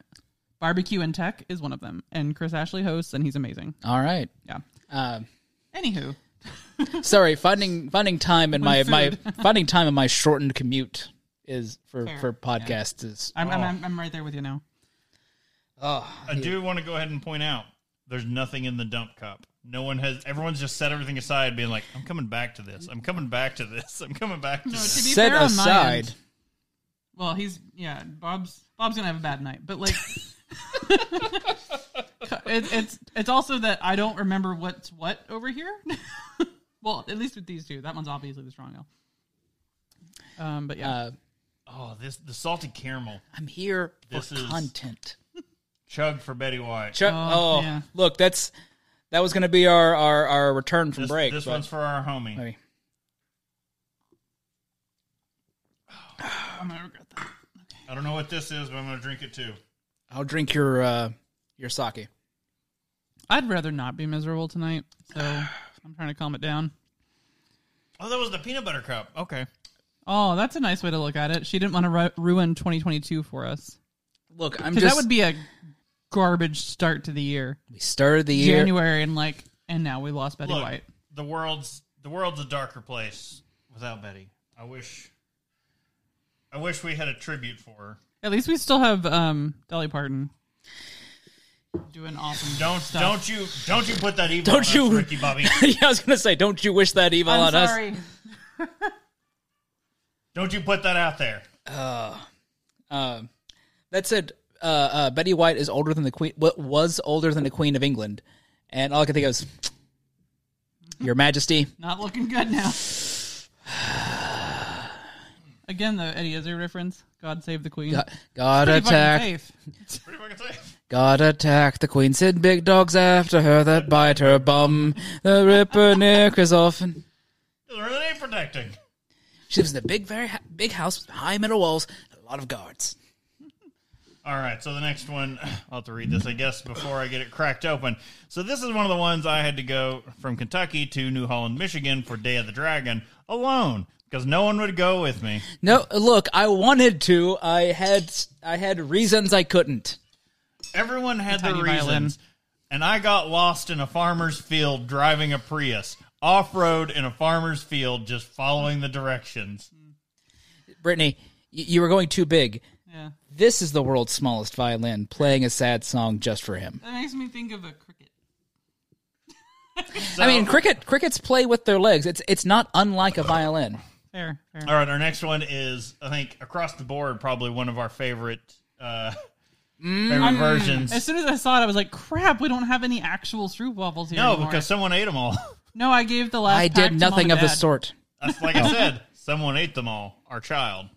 Barbecue and Tech is one of them, and Chris Ashley hosts, and he's amazing.
All right.
Yeah.
Um,
Anywho,
Sorry, finding finding time in my
When
my
food.
finding time in my shortened commute is for
Fair.
for podcasts is
I'm, I'm, I'm I'm right there with you now.
I do want to go ahead and point out there's nothing in the dump cup. No one has. Everyone's just set everything aside, being like, "I'm coming back to this. I'm coming back to this. I'm coming back to
No,
this."
to be
set
fair on my
aside.
end- well, he's yeah. Bob's Bob's gonna have a bad night, but like, it, it's it's also that I don't remember what's what over here. well, at least with these two, that one's obviously the strong ale. Um, but yeah,
Uh,
Oh, this the salted caramel
I'm here for
This is-
content.
chug for Betty White.
Chuck,
Oh,
oh,
yeah.
look, that's that was going to be our, our our return from
this
break.
this
but-
one's for our homie.
I mean,
I'm gonna regret that.
I don't know what this is, but I'm going to drink it too.
I'll drink your uh, your sake.
I'd rather not be miserable tonight, so I'm trying to calm it down.
Oh, that was the peanut butter cup. Okay.
Oh, that's a nice way to look at it. She didn't want to ru- ruin 2022 for us.
Look, I'm
'Cause
just
that would be a garbage start to the year.
we started the year.
January and like, and now we lost Betty
Look,
White.
the world's the world's a darker place without Betty. I wish I wish we had a tribute for her.
At least we still have um Dolly Parton doing awesome.
Don't
stuff.
don't you don't you put that evil
Don't
on
you-
us, Ricky Bobby.
yeah, I was going to say, don't you wish that evil
I'm
on us?
sorry.
Don't you put that out there.
Um, that said, uh, uh, Betty White is older than the queen. What was older than the Queen of England? And all I can think of is, Your Majesty.
Not looking good now. Again, though, Eddie Izzard reference. God save the queen.
Got, got
Pretty fucking
attack.
safe.
Pretty fucking safe.
Got attack. The queen sent big dogs after her that bite her bum. The ripper near Chrysophan.
They're really name protecting.
She lives in a big, very ha- big house with high metal walls and a lot of guards.
All right, so the next one, I'll have to read this, I guess, before I get it cracked open. So this is one of the ones I had to go from Kentucky to New Holland, Michigan for Day of the Dragon alone because no one would go with me.
No, look, I wanted to. I had, I had reasons I couldn't.
Everyone had their
tiny violin.
reasons. And I got lost in a farmer's field driving a Prius off road in a farmer's field just following the directions.
Brittany, y- you were going too big.
Yeah.
This is the world's smallest violin playing a sad song just for him.
That makes me think of a cricket.
So-
I mean, cricket crickets play with their legs. It's it's not unlike a violin.
Fair, fair.
All right, our next one is, I think, across the board, probably one of our favorite. Uh, Favorite versions.
As soon as I saw it, I was like, "Crap, we don't have any actual stroop waffles here."
No,
anymore.
because someone ate them all.
no, I gave the last.
I
pack
did
to
nothing
Mom
of
and
the
Dad.
sort.
That's like I said, someone ate them all. Our child.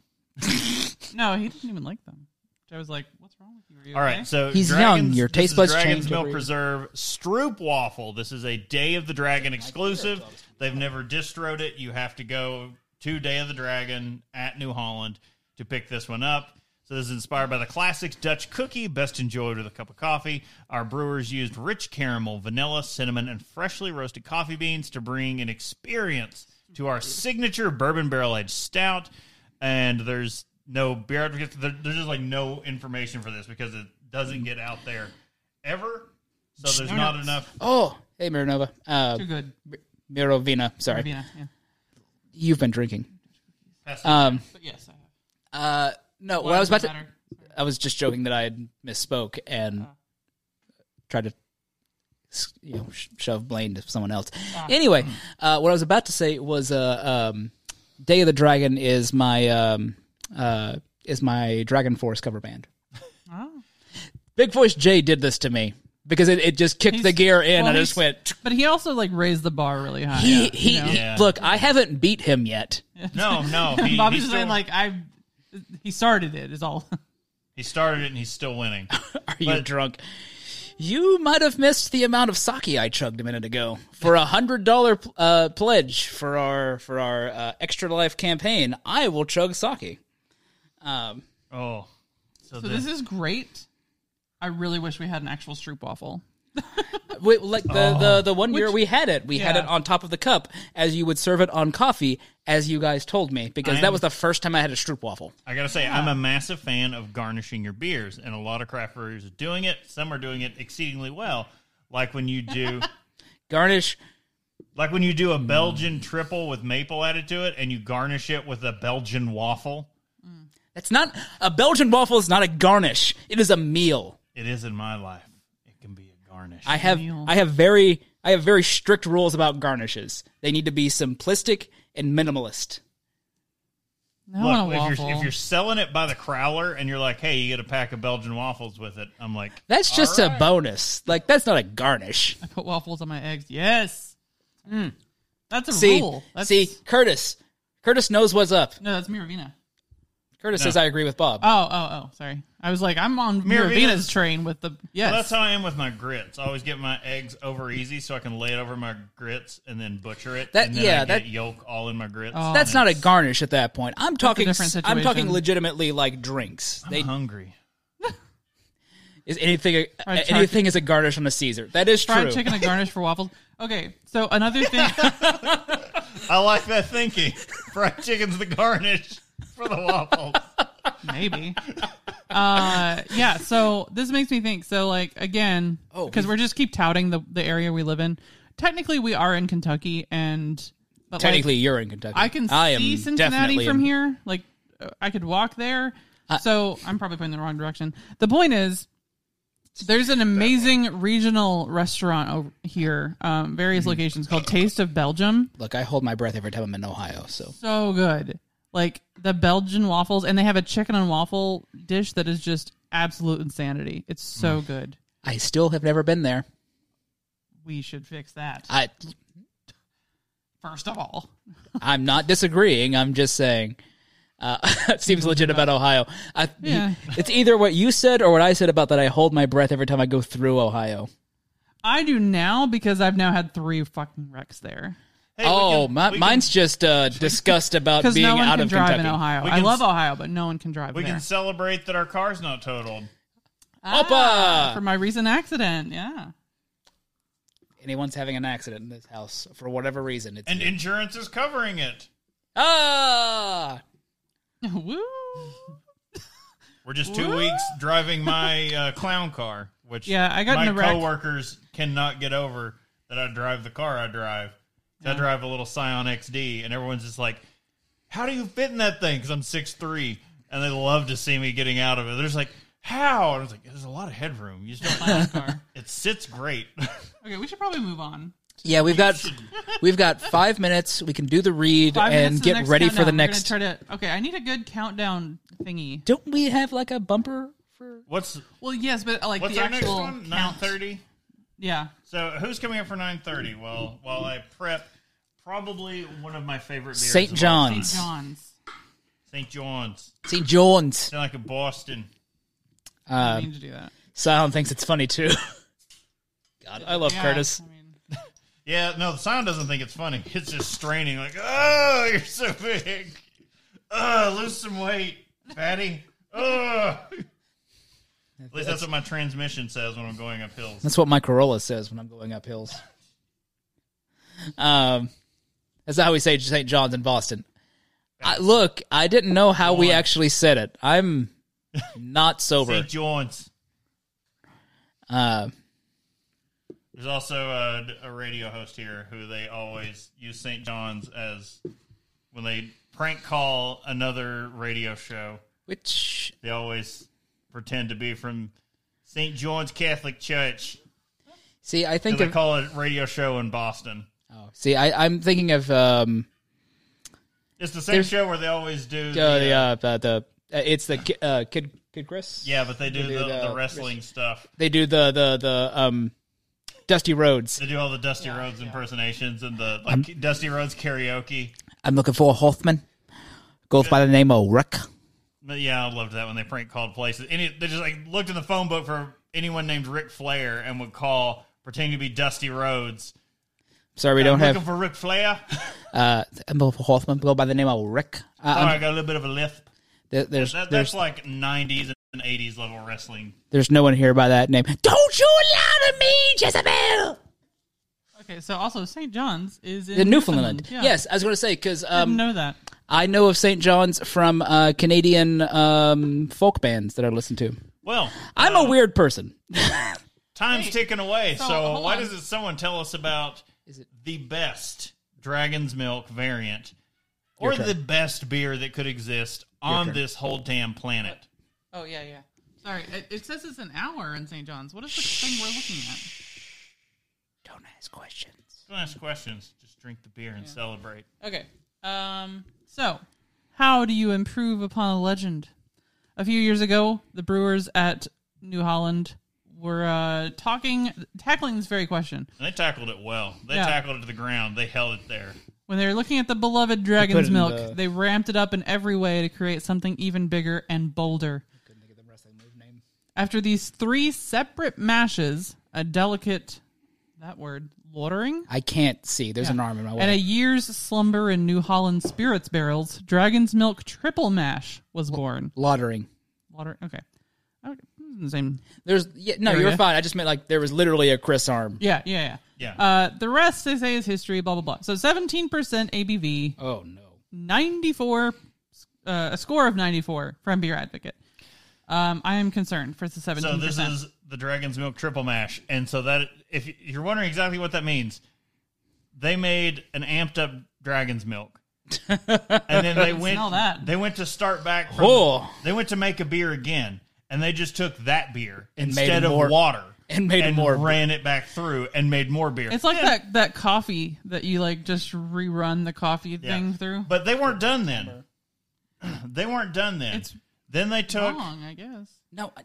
No, he didn't even like them. Which I was like, "What's wrong with you?" Are you
All
okay?
right, so
He's
Dragon's-
young. Your
this
taste
is
buds
Dragon's
change
Milk
every-
Preserve Stroop Waffle. This is a Day of the Dragon exclusive. They've never distroed it. You have to go to Day of the Dragon at New Holland to pick this one up. So this is inspired by the classic Dutch cookie, best enjoyed with a cup of coffee. Our brewers used rich caramel, vanilla, cinnamon, and freshly roasted coffee beans to bring an experience to our signature bourbon barrel aged stout. And there's no beer advocates. There, there's just like no information for this because it doesn't get out there ever. So there's not enough.
Oh, hey, Miranova. Uh,
Too good.
Mirovina. Sorry.
Ravina, yeah.
You've been drinking.
Pass-
Um,
But yes, I have.
uh, no, what I was about to. I was just joking that I had misspoke and tried to, you know, sh- shove blame to someone else. Anyway, uh, what I was about to say was, uh, um, Day of the Dragon is my um, uh, is my Dragon Force cover band.
Oh.
Big Voice Jay did this to me because it, it just kicked the gear in
well,
and I just
he's-
went.
But he also like raised the bar really high.
He, he,
you know?
he-
Yeah.
look, I haven't beat him yet.
no, no. He,
Bobby's
he's still,
just saying like I. He started it. Is all.
he started it and he's still winning.
Are you
But-
drunk? You might have missed the amount of sake I chugged a minute ago for a hundred dollar uh, pledge for our for our uh, extra life campaign. I will chug sake. Um,
Oh, so,
So
this,
this is great. I really wish we had an actual stroop waffle.
we, like the, the the one year we had it, we had
Yeah.
it on top of the cup as you would serve it on coffee, as you guys told me, because
I'm-
that was the first time I had a stroopwafel.
I gotta say, I'm a massive fan of garnishing your beers, and a lot of craft breweries are doing it. Some are doing it exceedingly well, like when you do.
Garnish
Like when you do a
Hmm.
Belgian triple with maple added to it and you garnish it with a Belgian waffle.
That's not a Belgian waffle. Is not a garnish. It is a meal.
It is in my life. It can be a garnish.
I have
Meal.
I have very I have very strict rules about garnishes. They need to be simplistic and minimalist.
I
Look,
want a
if
waffle.
you're, if you're selling it by the crowler and you're like, hey, you get a pack of Belgian waffles with it, I'm like,
That's just
All right.
a bonus. Like that's not a garnish.
I put waffles on my eggs. Yes. That's a
Mm. See,
rule. That's,
see, Curtis. Curtis knows what's up.
No, that's Miravina.
Curtis says I agree with Bob.
Oh, oh, oh. Sorry. I was like, I'm on
Miravina's-
Miravina's train with the yes.
Well, that's how I am with my grits. I always get my eggs over easy so I can lay it over my grits and then butcher it.
That-
and then
yeah,
I get
that-
yolk all in my grits.
Oh.
that's not a garnish at that point. I'm talking.
different
I'm talking
situation. Uh-huh.
legitimately like drinks. They,
I'm hungry.
is anything a-
Fried turkey.
anything is a garnish on a Caesar. That is
fried
true.
chicken and garnish for waffles. Okay, so another thing.
I like that thinking. Fried chicken's the garnish for the waffles.
maybe. Uh, yeah. So this makes me think. So like again,
Oh,
because we're just keep touting the the area we live in. Technically, we are in Kentucky, and but like,
Technically, you're in Kentucky.
I can see Cincinnati
definitely
from
in-
here. Like uh, I could walk there. so I'm probably pointing in the wrong direction. The point is, there's an amazing regional restaurant over here, um,
Mm-hmm.
various locations called Taste of Belgium.
Look, I hold my breath every time I'm in Ohio. So
So good, like the Belgian waffles, and they have a chicken and waffle dish that is just absolute insanity. It's so good.
I still have never been there.
We should fix that
I
first of all.
I'm not disagreeing. I'm just saying uh, it seems legit about Ohio. I,
Yeah.
It's either what you said or what I said about that. I hold my breath every time I go through Ohio.
I do now because I've now had three fucking wrecks there.
Hey, we
oh,
can-
my,
we can-
mine's just uh, disgust about
because
being
no one
out
can
of
drive
Kentucky.
in Ohio.
We
I
can
love
s-
Ohio, but no one can drive
We
there.
can celebrate that our car's not totaled.
Opa!
for my recent accident, yeah.
Anyone's having an accident in this house for whatever reason. It's
And insurance is covering it.
ah,
Woo!
We're just two weeks driving my uh, clown car, which
Yeah, I got
my
in a wreck.
coworkers cannot get over that I drive the car I drive. So I drive a little Scion XD, and everyone's just like, "How do you fit in that thing?" Because I'm six three, and they love to see me getting out of it. They're just like, "How?" And I was like, "There's a lot of headroom. You just don't. it sits great."
Okay, we should probably move on.
yeah, we've got we've got five minutes. We can do the read
Five minutes
and
to the
get
next
ready for the
countdown. We're
next.
gonna try to- okay, I need a good countdown thingy.
Don't we have like a bumper for?
What's
Well, yes, but uh, like
what's
the
our next
actual
one? Nine
count.
thirty.
Yeah,
So who's coming up for nine thirty? Well, while I prep, probably one of my favorite beers.
St.
of all
John's.
time. St.
St. John's.
John's.
St. John's.
Sound like a Boston.
I need to do that.
Silent thinks it's funny too. God, I love
Yeah,
Curtis.
I mean,
Yeah, no, the sound doesn't think it's funny. It's just straining, like, oh, you're so big. Oh, lose some weight, fatty. Oh. At least that's what my transmission says when I'm going up hills.
That's what my Corolla says when I'm going up hills. Um, that's how we say St. John's in Boston. I, look, I didn't know how we
Boy.
actually said it. I'm not sober.
St. John's.
Uh,
There's also a, a radio host here who they always use St. John's as when they prank call another radio show.
which
They always pretend to be from St. John's Catholic Church.
see, I
So
think
they
of,
call it radio show in Boston.
oh, see, I, I'm thinking of um,
It's the same
There's-
show where they always do.
uh,
The,
the, uh, the, the uh, it's the ki- uh, kid kid Chris.
yeah, but they do
they
the,
do the-
the wrestling stuff.
they do the the the um, Dusty Roads.
They do all the Dusty Rhodes impersonations and the like Dusty Rhodes karaoke.
I'm looking for a Hoffman. Goes by the name of Rick.
But yeah, I loved that when they prank called places. Any, they just like looked in the phone book for anyone named Ric Flair and would call pretending to be Dusty Rhodes.
Sorry, we don't
looking
have
for Ric Flair.
uh, I'm looking for Hoffman. Go by the name of Rick. Uh,
Sorry,
I'm-
I got a little bit of a lisp.
there- there's
Oh, That,
there's
that's like '90s and '80s level wrestling.
there's no one here by that name. Don't you lie to me, Jezebel.
Okay, so also St. John's is in,
In Newfoundland.
Yeah.
Yes, I was going to say because
didn't
um,
know that.
I know of St. John's from uh, Canadian um, folk bands that I listen to.
Well,
I'm a weird person.
time's ticking away. So,
so, hold
why
on.
doesn't someone tell us about
Is it-
the best Dragon's Milk variant or
turn.
the best beer that could exist on this whole damn planet?
Oh yeah, yeah. Sorry, it, it says it's an hour in St. John's. What is the thing we're looking at?
Don't ask questions.
Don't ask questions. Just drink the beer and celebrate.
Okay. Um. So, how do you improve upon a legend? A few years ago, the brewers at New Holland were uh, talking, tackling this very question.
And they tackled it well. They
Yeah.
tackled it to the ground. They held it there.
When they were looking at the beloved
put it
dragon's
in
milk,
the-
they ramped it up in every way to create something even bigger and bolder. After these three separate mashes, a delicate, that word, loitering?
I can't see. There's an arm in my way.
And a year's slumber in New Holland spirits barrels, Dragon's Milk Triple Mash was born.
Lottering.
Water, okay. Okay, hmm, Same.
There's yeah, no,
Area.
you're fine. I just meant like there was literally a Chris arm.
Yeah, yeah, yeah.
Yeah.
Uh, the rest, they say, is history, blah, blah, blah. So 17% ABV,
Oh no.
94, uh, a score of 94 from Beer Advocate. Um, I am concerned for the 17%.
So this is the Dragon's Milk Triple Mash, and so that if you're wondering exactly what that means, they made an amped up Dragon's Milk, and then they went.
smell that.
They went to start back. From,
Oh.
They went to make a beer again, and they just took that beer
made
instead of
more-
water
and made more beer.
ran it back through and made more beer.
it's like that, that coffee that you like just rerun the coffee
Yeah.
thing through.
but they weren't done then. they weren't done then.
It's
then they took.
Wrong, I guess.
No. I-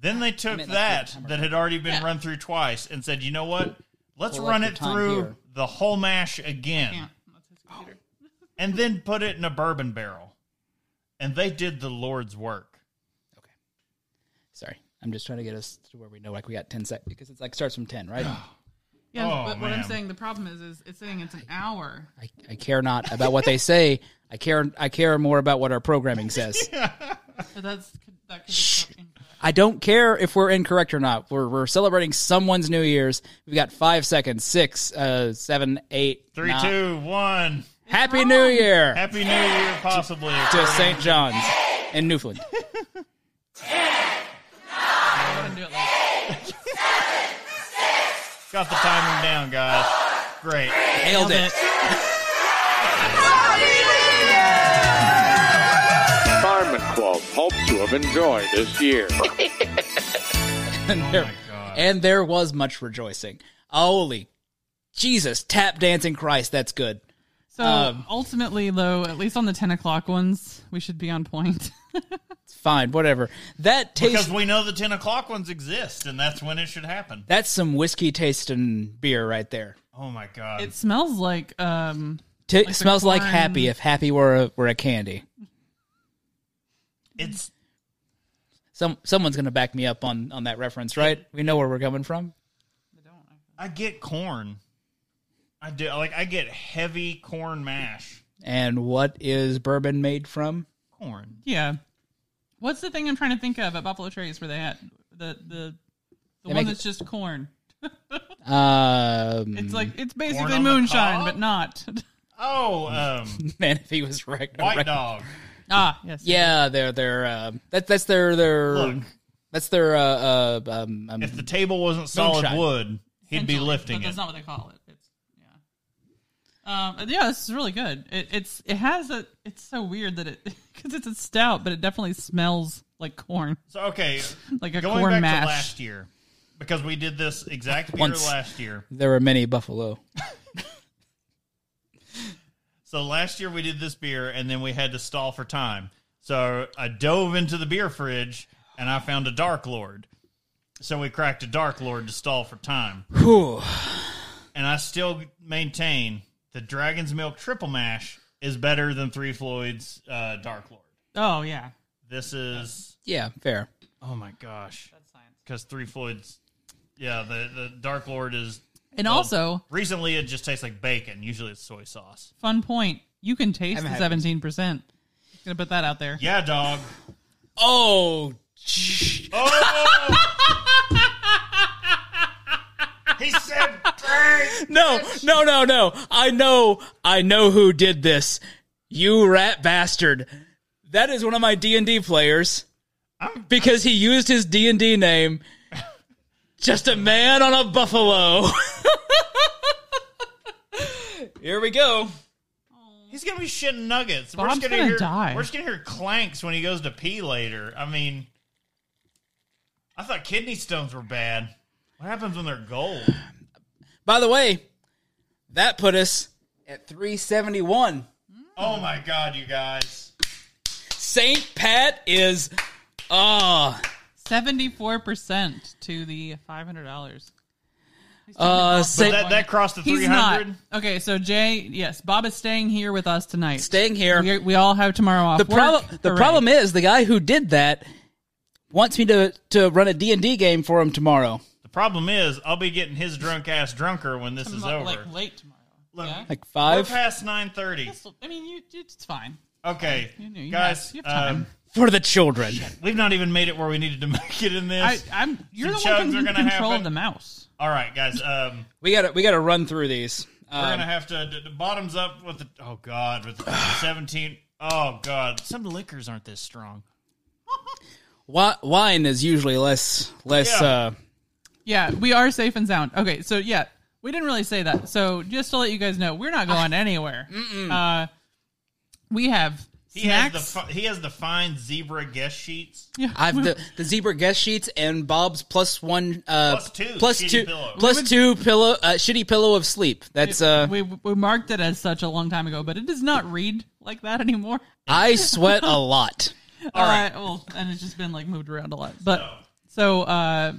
Then they took
meant, like,
that
the hammer.
that had already been
Yeah.
run through twice and said, you know what? Let's
Well,
run
like
it
the time
through
here.
the whole mash again
Yeah, that's his computer.
Oh, and then put it in a bourbon barrel. And they did the Lord's work.
Sorry. I'm just trying to get us to where we know like we got 10 seconds because it's like starts from 10, right?
Yeah,
Oh,
but what I'm
man.
saying, the problem is, is it's saying it's an hour.
I, I care not about what they say. I care I care more about what our programming says.
So that's that could be something.
I don't care if we're incorrect or not. We're, we're celebrating someone's New Year's. We've got five seconds, six, uh, seven, eight,
Three,
nine.
two, one.
Happy New Year
Happy New Year, possibly.
to St. John's in Newfoundland.
I couldn't do it like
Got the timing down, guys. Great.
Nailed it.
Fireman Club hopes to have enjoyed this year.
And, there,
Oh, God.
and there was much rejoicing. Holy Jesus, tap dancing Christ, that's good.
so
Um.
ultimately, though, at least on the ten o'clock ones, we should be on point.
It's fine, whatever. That
Because
tastes.
we know the 10 o'clock ones exist, and that's when it should happen.
That's some whiskey tasting beer right there.
Oh, my God.
it smells like um,
T-
the
smells like
corn.
happy if happy were a, were a candy.
it's
Some someone's gonna back me up on on that reference, right? We know where we're coming from.
I get corn. I do. Like, I get heavy corn mash.
And what is bourbon made from?
Corn.
yeah. What's the thing I'm trying to think of at Buffalo Trace where they had the the the
make
one
it-
that's just corn?
Um,
It's like
Corn
it's basically
on the
moonshine,
cob?
but not.
Oh, um,
Man, if he was right.
White
right-
Dog.
Ah, yes.
Yeah, they're they're um, that that's their their
Look.
that's their uh, uh um, um
If the table wasn't solid
Moonshine.
wood, he'd be
Essentially,
lifting
but
it.
That's not what they call it. It's yeah. Um, and yeah, this is really good. It, it's it has a. It's so weird that it because it's a stout, but it definitely smells like corn,
So okay,
like a
going
corn
back
mash.
to last year because we did this exact beer
Once.
last year.
there were many buffalo.
So last year we did this beer, and then we had to stall for time. So I dove into the beer fridge, and I found a Dark Lord. So we cracked a Dark Lord to stall for time,
Whew.
and I still maintain the Dragon's Milk Triple Mash is better than Three Floyd's uh, Dark Lord.
Oh yeah,
This is
Yeah, fair.
oh my gosh,
that's science.
because Three Floyd's yeah the the Dark Lord is
And also,
recently it just tastes like bacon. Usually it's soy sauce.
fun point. You can taste
Haven't
the
had it.
seventeen percent. Gonna put that out there.
Yeah, dog.
Oh, sh-
He said, "Great."
no, no, no, no! I know, I know who did this. You rat bastard! That is one of my D and D players because he used his D and D name. Just a man on a buffalo. Here we go.
He's gonna be shitting nuggets.
Bob's
just
gonna
hear,
die.
We're just gonna hear clanks when he goes to pee later. I mean, I thought kidney stones were bad. What happens when they're gold?
By the way, that put us at 371.
Oh my god, you guys!
St. Pat is ah
Seventy-four percent to the five hundred dollars.
uh
But
Saint-
that that crossed the three
He's not.
hundred.
Okay, so Jay, yes, Bob is staying here with us tonight.
staying here.
We, we all have tomorrow off.
the problem
work.
the
Hooray.
problem is the guy who did that wants me to to run a D&D game for him tomorrow.
The problem is, I'll be getting his drunk ass drunker when this is
Mo-
over.
Like late tomorrow.
Look,
yeah?
Like
we're
5
past nine thirty.
That's- I mean, you, you- it's fine.
Okay,
You know, you
guys,
have- you have time.
um,
for the children.
we've not even made it where we needed to make it in
I,
this.
I'm. You're
Some
the one
chugs
who's
are
in
gonna
control
happen.
of the mouse.
All right, guys. Um,
We got to we got to run through these.
We're
Um,
gonna have to d- d- bottoms up with the oh god with the seventeen oh god some liquors aren't this strong.
wi- wine is usually less less
Yeah.
uh
Yeah, we are safe and sound. Okay, so yeah, we didn't really say that. So just to let you guys know, we're not going
Ah.
anywhere. Uh, we have
He
snacks.
has the fi- he has the fine zebra guest sheets.
Yeah,
I've the, the zebra guest sheets and Bob's plus one uh
Plus two
plus
shitty
two
pillow.
plus two pillow uh, shitty pillow of sleep. That's uh
we we marked it as such a long time ago, but it does not read like that anymore.
I sweat a lot.
All right. well, and it's just been like moved around a lot. But so uh,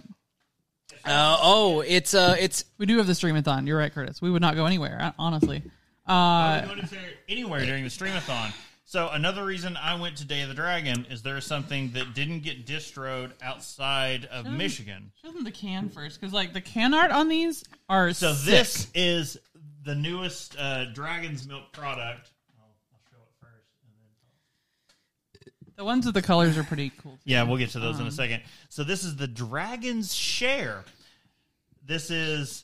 Uh, oh, it's uh it's
we do have the streamathon. You're right, Curtis. We would not go anywhere, hon- honestly. Uh,
We go to fair- anywhere during the streamathon. So another reason I went to Day of the Dragon is there is something that didn't get distroed outside of Michigan.
Show them the can first, because like the can art on these are
So
sick.
this is the newest uh, Dragon's Milk product.
The ones with the colors are pretty cool.
Yeah, we'll get to those
Um,
in a second. So this is the Dragon's Share. This is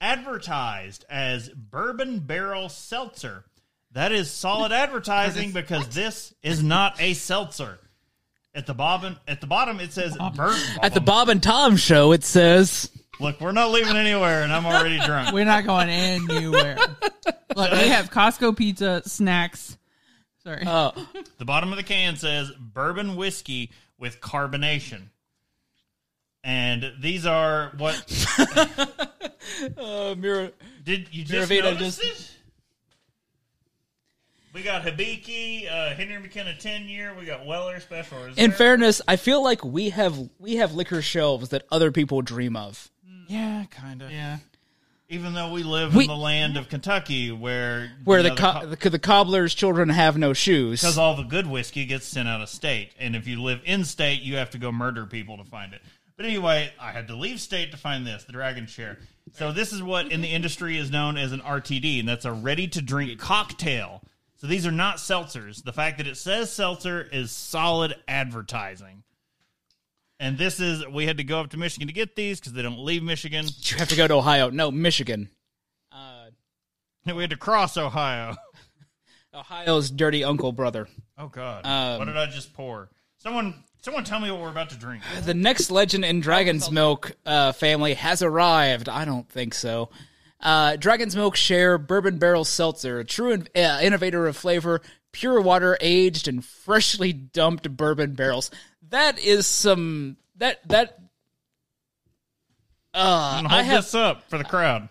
advertised as Bourbon Barrel Seltzer. That is solid advertising because this is not a seltzer. At the bottom, at the bottom, it says bourbon.
at the Bob and Tom show. It says
Look, we're not leaving anywhere, and I'm already drunk.
We're not going anywhere. Look, we have Costco pizza snacks. Sorry,
The bottom of the can says bourbon whiskey with carbonation, and these are what
uh, Mira.
Did you just
Miravita
notice
just-
it? We got Hibiki, uh, Henry McKenna ten year. We got Weller special. Reserve.
In fairness, I feel like we have we have liquor shelves that other people dream of.
yeah, kind of.
yeah,
Even though we live
We-
in the land of Kentucky, where
Where
you
the,
know,
co- the, the cobbler's children have no shoes.
because all the good whiskey gets sent out of state, and if you live in state, you have to go murder people to find it. But anyway, I had to leave state to find this, the Dragon Share. So this is what in the industry is known as an RTD, and that's a ready-to-drink cocktail. So these are not seltzers. The fact that it says seltzer is solid advertising. And this is we had to go up to Michigan to get these because they don't leave Michigan.
You have to go to Ohio, no Michigan. Uh,
We had to cross Ohio.
Ohio's dirty uncle brother.
Oh God!
Um,
what did I just pour? Someone, someone, tell me what we're about to drink.
The next legend in Dragon's Milk uh, family has arrived. I don't think so. Uh, Dragon's Milk Share Bourbon Barrel Seltzer, a true in- uh, innovator of flavor, pure water aged in freshly dumped bourbon barrels. That is some that that. Uh,
And hold
I have
this up for the crowd.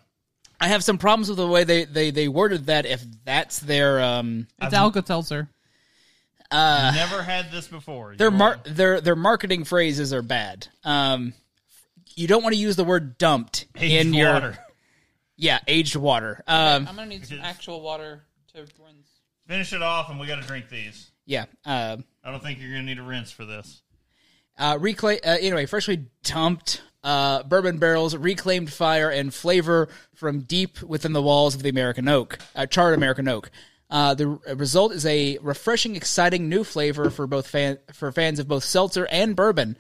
I have some problems with the way they they they worded that. If that's their um
It's Alka Seltzer.
Never had this before.
their
You're-
mar- their their marketing phrases are bad. Um, you don't want to use the word dumped
aged
in your
water.
yeah aged water. Um,
I'm gonna need some actual water to rinse.
Finish it off, and we got to drink these.
yeah. Um
I don't think you're gonna need a rinse for this.
uh, reclaim uh, anyway. Freshly dumped uh, bourbon barrels, reclaimed fire and flavor from deep within the walls of the American oak, uh, charred American oak. Uh, the r- result is a refreshing, exciting new flavor for both fan- for fans of both seltzer and bourbon.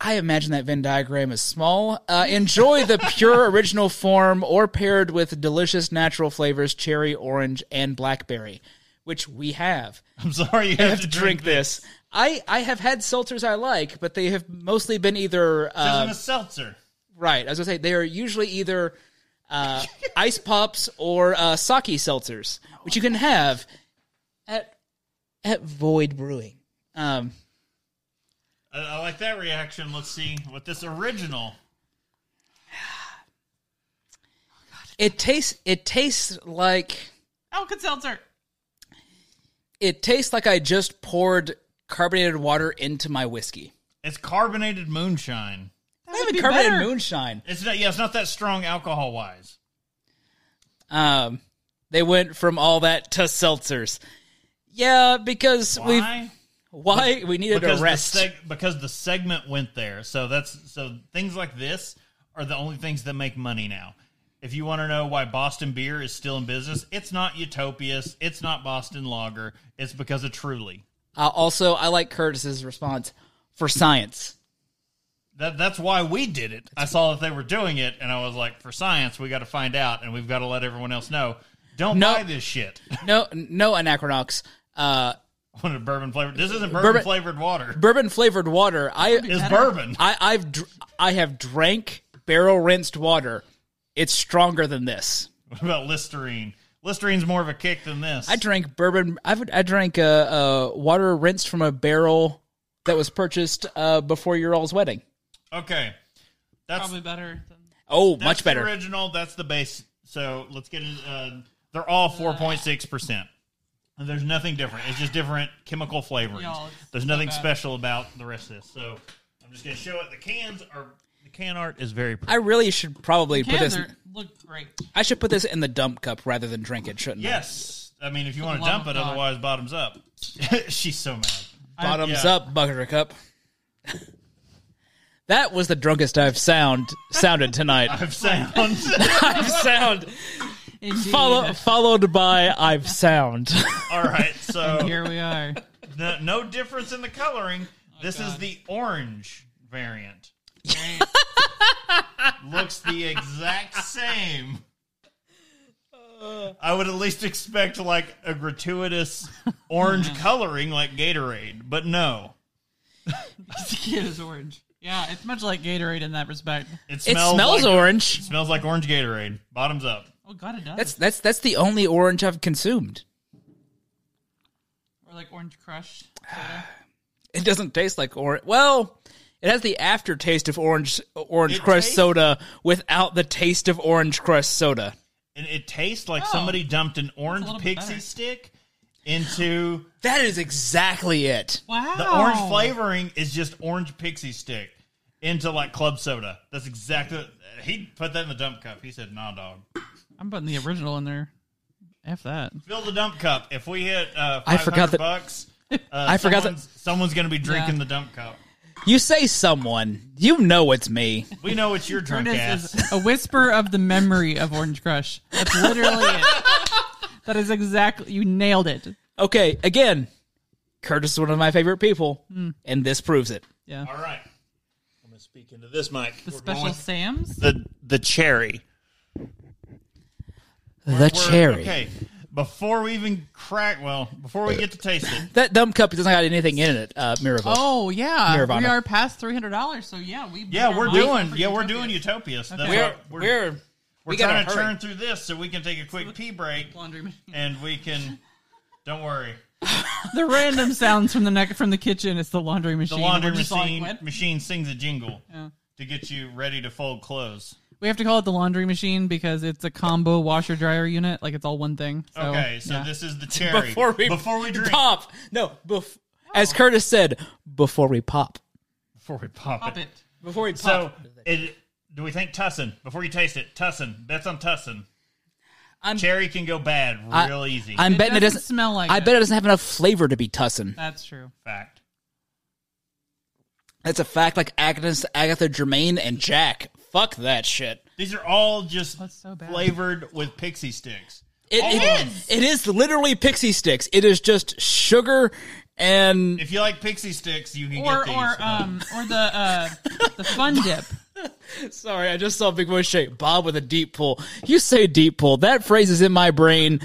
I imagine that Venn diagram is small. Uh, enjoy the pure original form or paired with delicious natural flavors, cherry, orange, and blackberry, which we have.
I'm sorry, you
I
have,
have to drink this. I, I have had seltzers I like, but they have mostly been either
This
uh,
isn't a seltzer.
right. As I say, they are usually either uh, ice pops or uh, sake seltzers, which you can have at at Void Brewing. Um,
I, I like that reaction. Let's see what this original.
it tastes it tastes like
Alka Seltzer.
it tastes like I just poured carbonated water into my whiskey.
It's carbonated moonshine.
That
I
would be
haven't carbonated
better.
moonshine.
It's not. Yeah, it's not that strong alcohol wise.
Um, they went from all that to seltzers. Yeah, because we
Why?
why we needed
Because
a
the,
rest.
seg- because the segment went there. So that's so things like this are the only things that make money now. If you want to know why Boston beer is still in business, it's not Utopias, it's not Boston Lager, it's because of Truly.
uh, also, I like Curtis's response for science.
That, that's why we did it. I saw that they were doing it, and I was like, for science, we got to find out, and we've got to let everyone else know. Don't
No.
buy this shit.
No, no Anachronox. Uh,
What a bourbon flavored. This isn't bourbon,
Bourbon-
flavored water.
bourbon flavored water. I,
It's bourbon.
I, I've, dr- I have drank barrel rinsed water. It's stronger than this.
What about Listerine? Listerine's more of a kick than this.
I drank bourbon. I've, I drank uh, uh, water rinsed from a barrel that was purchased uh, before your all's wedding.
okay. That's
Probably better. Than...
Oh,
That's
much better.
The original. That's the base. So let's get it. Uh, they're all four point six percent. And there's nothing different. It's just different chemical flavorings.
Y'all, it's
there's
so
nothing
bad.
special about the rest of this. So I'm just gonna show it. The cans are the can art is very pretty.
I really should probably put
Cans
this.
are, look great.
I should put this in the dump cup rather than drink it, shouldn't I?
yes. I mean, if you want to
love
dump
of
it,
God.
otherwise bottoms up. She's so mad.
Bottoms
yeah.
up, bucket or cup. that was the drunkest I've sound sounded tonight.
I've sound.
I've sound
Indeed.
follow, followed by I've sound.
all right. So
Here we are.
no, no difference in the coloring.
Oh,
this is the orange variant. Looks the exact same.
Uh.
I would at least expect like a gratuitous orange coloring like Gatorade, but no.
It is orange. Yeah, it's much like Gatorade in that respect.
It
it
smells,
smells
like,
orange.
smells like orange Gatorade. Bottoms up.
Oh god, it does.
That's that's that's the only orange I've consumed.
or like orange crush.
It doesn't taste like orange. Well, it has the aftertaste of orange orange
It
crush
tastes-
soda without the taste of orange crush soda.
And it tastes like
Oh.
somebody dumped an orange
little bit
pixie
better.
stick into
That is exactly it.
Wow.
The orange flavoring is just orange pixie stick into like club soda. That's exactly. He put that in the dump cup. He said, "Nah, dog.
I'm putting the original in there. F that.
Fill the dump cup. If we hit uh,
I
I forgot
forgot that-
bucks, uh,
I forgot that-
someone's, someone's going to be drinking the
Yeah.
dump cup.
You say someone. You know it's me.
We know it's your drunk
Curtis
ass.
is a whisper of the memory of Orange Crush. That's literally it. That is exactly you nailed it.
Okay, again, Curtis is one of my favorite people, and this proves it.
Yeah.
All right, I'm going to speak into this mic.
The special Sam's.
the the cherry.
The cherry.
Okay, before we even crack, well, before we get to taste it,
That dumb cup doesn't got anything in it. Uh, Miracle.
Oh yeah,
Nirvana.
we are past three hundred dollars. So yeah, we
yeah,
we
we're
are
doing,
mining for
yeah, we're
Utopia.
doing Utopias. That's
We're-
what
we're,
we're,
we
we're
got
trying to churn through this so we can take a quick pee break
laundry. machine.
and we can. Don't worry,
the random sounds from the neck from the kitchen. It's the laundry
the
machine.
laundry
We're just like,
machine
what?
machine sings a jingle
Oh.
to get you ready to fold clothes.
We have to call it the laundry machine because it's a combo washer dryer unit. Like it's all one thing. So,
Okay, so
Oh, yeah.
this is the cherry.
Before we
before we drink,
pop. No, bef- as Curtis said, before we pop.
before we pop,
Pop
it.
it.
Before we pop.
So, it, do we think Tussin before you taste it? Tussin, bets on Tussin.
I'm-
Cherry can go bad
I-
real easy.
I'm
It
betting it
doesn't
doesn't
smell like
I
it.
bet it doesn't have enough flavor to be tussin.
That's true.
Fact.
That's a fact. Like Agnes, Agatha, Germaine, and Jack. Fuck that shit.
These are all just
That's so bad.
flavored with pixie sticks.
It, it is. It is literally pixie sticks. It is just sugar and
If you like pixie sticks, you can get
Or
these.
or um or the uh the fun dip.
Sorry, I just saw Big Boy Shake Bob with a deep pull. You say deep pull. That phrase is in my brain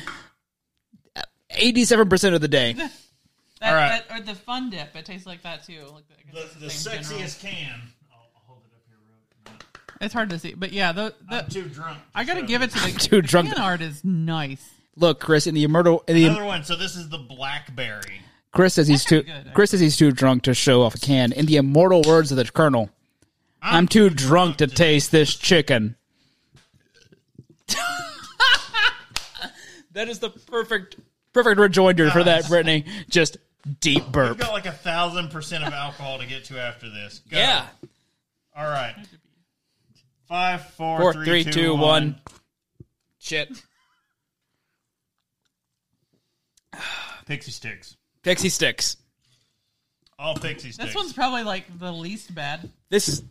87% of the day.
That,
All right.
that- or the fun dip. It tastes like that too. Like I guess
the,
it's
the
same general-
sexiest can. I'll, I'll hold it up here. Real quick.
It's hard to see, but yeah, the,
I'm
the
too drunk.
I gotta
So-
give it to the
too
the
drunk.
Can art is nice.
Look, Chris, in the immortal. In the,
another one. So this is the blackberry.
Chris says he's too.
pretty good,
Chris says he's too drunk to show off a can. In the immortal words of the Colonel, I'm too drunk to taste this chicken. that is the perfect, perfect rejoinder for that, Brittany. Just deep
We've
burp.
got like a thousand percent of alcohol to get to after this. Go.
Yeah.
All right. Five,
Four,
four,
three, two, one. Shit.
Pixie sticks.
Pixie sticks.
All pixie sticks.
This one's probably like the least bad.
This is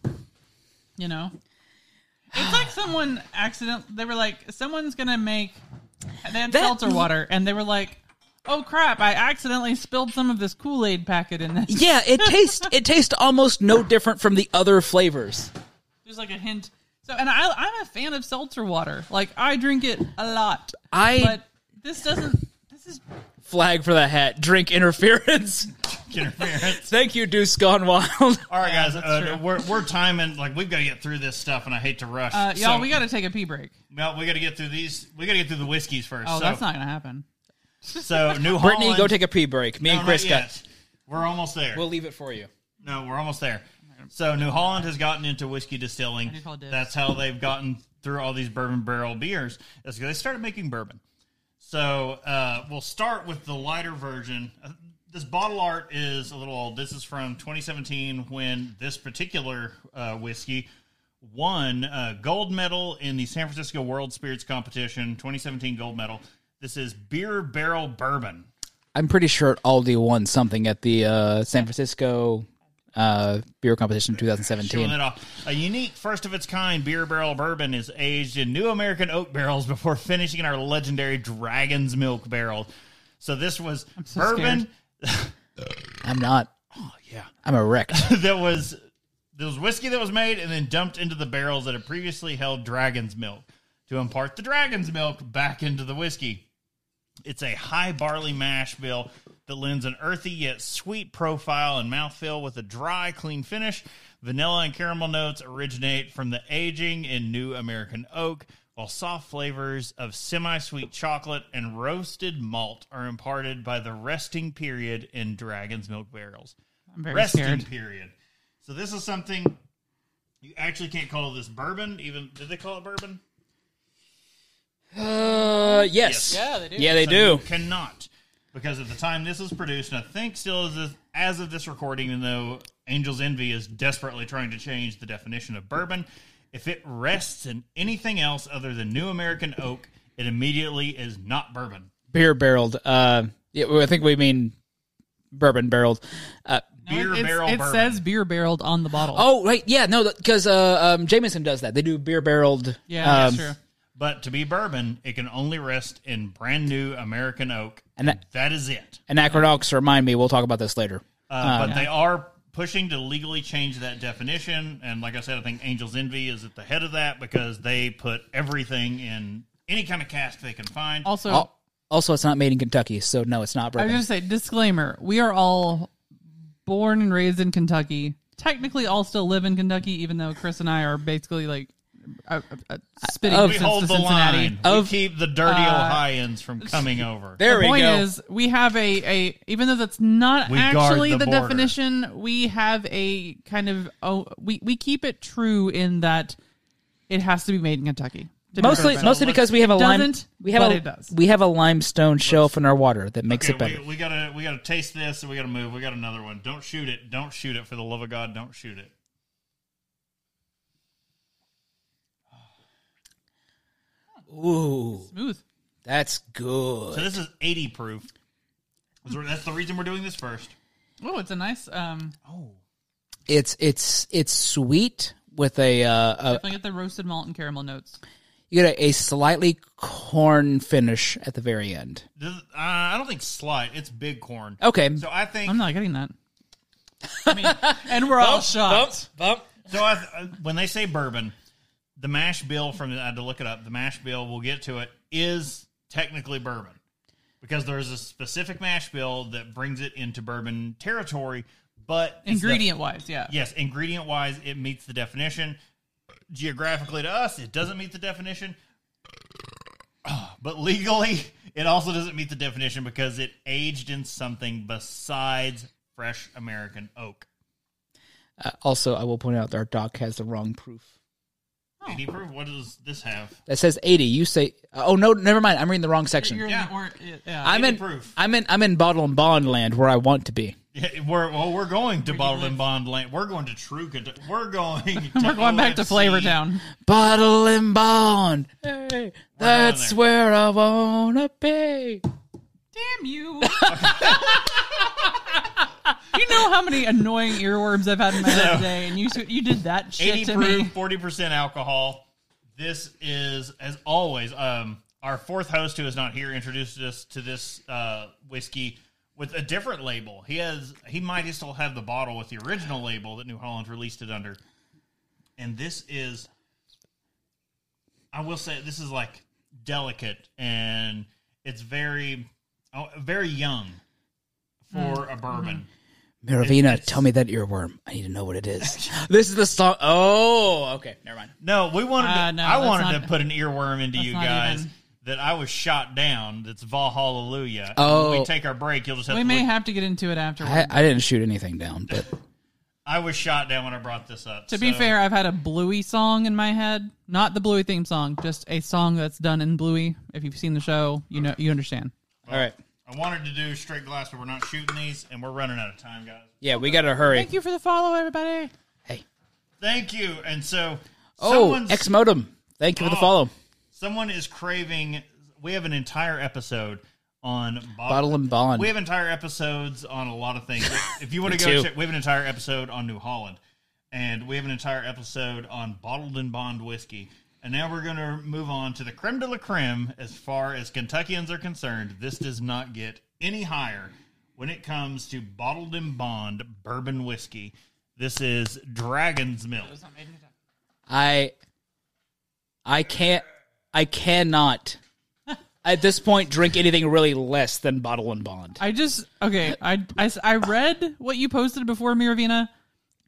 You know, it's like someone accident. They were like, someone's gonna make. They had
That-
seltzer water, and they were like, "Oh crap! I accidentally spilled some of this Kool Aid packet in this."
yeah. It tastes it tastes almost no different from the other flavors.
There's like a hint. So, and I, I'm a fan of seltzer water. Like I drink it a lot,
I
but this doesn't. This is
flag for the hat. Drink interference.
interference.
Thank you, Deuce Gone Wild.
All right, guys. Uh,
true.
we're we're timing. Like we've got to get through this stuff, and I hate to rush.
uh, y'all.
So-
we got to take a pee break.
No, we got to get through these. We got to get through the whiskeys first.
Oh,
so,
that's not gonna happen.
So New
Brittany,
Holland.
go take a pee break. Me
No,
and
not
Chris got.
yet. We're almost there.
We'll leave it for you.
no, we're almost there. So New Holland has gotten into whiskey distilling.
do call dibs.
That's how they've gotten through all these bourbon barrel beers. Is 'cause they started making bourbon. So uh, we'll start with the lighter version. Uh, This bottle art is a little old. This is from 2017 when this particular uh, whiskey won uh, gold medal in the San Francisco World Spirits Competition. 2017 gold medal. This is beer barrel bourbon.
I'm pretty sure Aldi won something at the uh, San Francisco uh, beer competition in
Showing
2017.
that off. A unique, first of its kind beer barrel bourbon is aged in new American oak barrels before finishing in our legendary Dragon's Milk barrel. So this was bourbon
I'm not. Oh yeah, I'm a wreck.
that was there was whiskey that was made and then dumped into the barrels that had previously held dragon's milk to impart the dragon's milk back into the whiskey. It's a high barley mash bill that lends an earthy yet sweet profile and mouthfeel with a dry, clean finish. Vanilla and caramel notes originate from the aging in new American oak, while soft flavors of semi sweet chocolate and roasted malt are imparted by the resting period in dragon's milk barrels
I'm very
resting
scared.
period. So this is something you actually can't call this bourbon. Even did they call it bourbon?
Uh, yes.
Yeah, they do.
Yeah, they
So
do.
you cannot because at the time this was produced, and I think still is this, as of this recording, even though Angel's Envy is desperately trying to change the definition of bourbon. If it rests in anything else other than New American oak, it immediately is not bourbon.
Beer barreled. Uh, yeah, well, I think we mean bourbon barreled. Uh,
Beer
It's-
barrel
It
bourbon.
says beer barreled on the bottle.
oh, right. Yeah, no, because uh, um, Jameson does that. They do beer barreled.
yeah,
um,
that's true.
But to be bourbon, it can only rest in brand new American oak,
And that-
that is it.
Anachronox, remind me. We'll talk about this later.
Uh, but they are pushing to legally change that definition. And like I said, I think Angel's Envy is at the head of that because they put everything in any kind of cast they can find.
Also,
Al- Also, it's not made in Kentucky, so no, it's not
I was
bourbon.
going to say disclaimer: we are all born and raised in Kentucky. Technically, all still live in Kentucky, even though Chris and I are basically like uh, uh, uh, spitting
Of-
we
distance
hold
to
the
Cincinnati.
line.
Of-
we keep the dirty Ohioans from coming over.
Oh, there
the
we
point
go.
is we have a, a even though that's not
We guard
actually
the
the,
border.
definition we have a kind of oh we, we keep it true in that it has to be made in kentucky to be
mostly,
bourbon.
mostly because we have a lime.
doesn't,
We have
but
a
it does.
we have a limestone shelf in our water that makes it
Okay,
better.
we, we gotta we gotta taste this and we gotta move. We got another one. Don't shoot it. Don't shoot it. For the love of God, don't shoot it.
Ooh,
smooth
that's
So
good.
this is eighty proof. That's the- That's the reason we're doing this first.
oh it's a nice um
Uh, It's it's it's sweet with a uh, a
definitely get the roasted malt and caramel notes
you get a, a slightly corn finish at the very end.
This, uh, I don't think slight. It's big corn.
Okay,
So I think
i'm not getting that I mean, and we're all shocked
So I, uh, when they say bourbon, the mash bill from I had to look it up. The mash bill, we'll get to it, is technically bourbon because there's a specific mash bill that brings it into bourbon territory. But it's the-
ingredient wise yeah
yes, ingredient wise, it meets the definition. Geographically to us, it doesn't meet the definition. But legally, it also doesn't meet the definition because it aged in something besides fresh American oak.
Uh, also, I will point out that our doc has the wrong proof.
Andy, proof, what does this have?
That says eighty. You say, oh no, never mind. I'm reading the wrong section.
You're in
Yeah.
the or- yeah.
I'm in.
80 proof.
I'm in. I'm in bottle and bond land where I want to be.
Yeah, we're well. We're going to Bottled and Bond Land. We're going to True. Kentucky. We're going. To
we're going back to
OFC.
flavor town
Bottle and bond. that's
there.
where I wanna be.
Damn you. you know how many annoying earworms I've had in my head today, and you you did that
Eighty
shit to
proof,
me.
forty percent alcohol. This is, as always, um, our fourth host who is not here introduced us to this uh, whiskey with a different label. He has. He might still have the bottle with the original label that New Holland released it under. And this is. I will say this is like delicate and it's very, oh, very young for
Hmm.
a bourbon.
Miravina, tell me that earworm. I need to know what it is. this is the song. Oh, okay. Never mind.
No, we wanted.
Uh,
to,
no,
I
that's
wanted
not-
to put an earworm into you
not
guys
even-
that I was shot down. That's Valhalla.
Oh.
when we take our break. You'll just have
We
to
may
look-
have to get into it afterward.
I, I didn't shoot anything down, but
I was shot down when I brought this up.
to be
so-
fair, I've had a Bluey song in my head. Not the Bluey theme song, just a song that's done in Bluey. If you've seen the show, you know you understand.
all right.
I wanted to do straight glass, but we're not shooting these, and we're running out of time, guys.
Yeah, we gotta hurry.
Thank you for the follow, everybody.
Hey.
Thank you. And so,
Oh,
someone's-
X modem. Thank you for the
Oh.
follow.
someone is craving. We have an entire episode on bottle
Bottle and bond.
We have entire episodes on a lot of things. If you want
Me
to go
too.
check, we have an entire episode on New Holland, and we have an entire episode on bottled and bond whiskey. And now we're going to move on to the creme de la creme as far as Kentuckians are concerned. This does not get any higher when it comes to bottled and bond bourbon whiskey. This is Dragon's Milk.
I I can't I cannot at this point drink anything really less than bottle and bond.
I just okay. I, I s- I read what you posted before Miravina,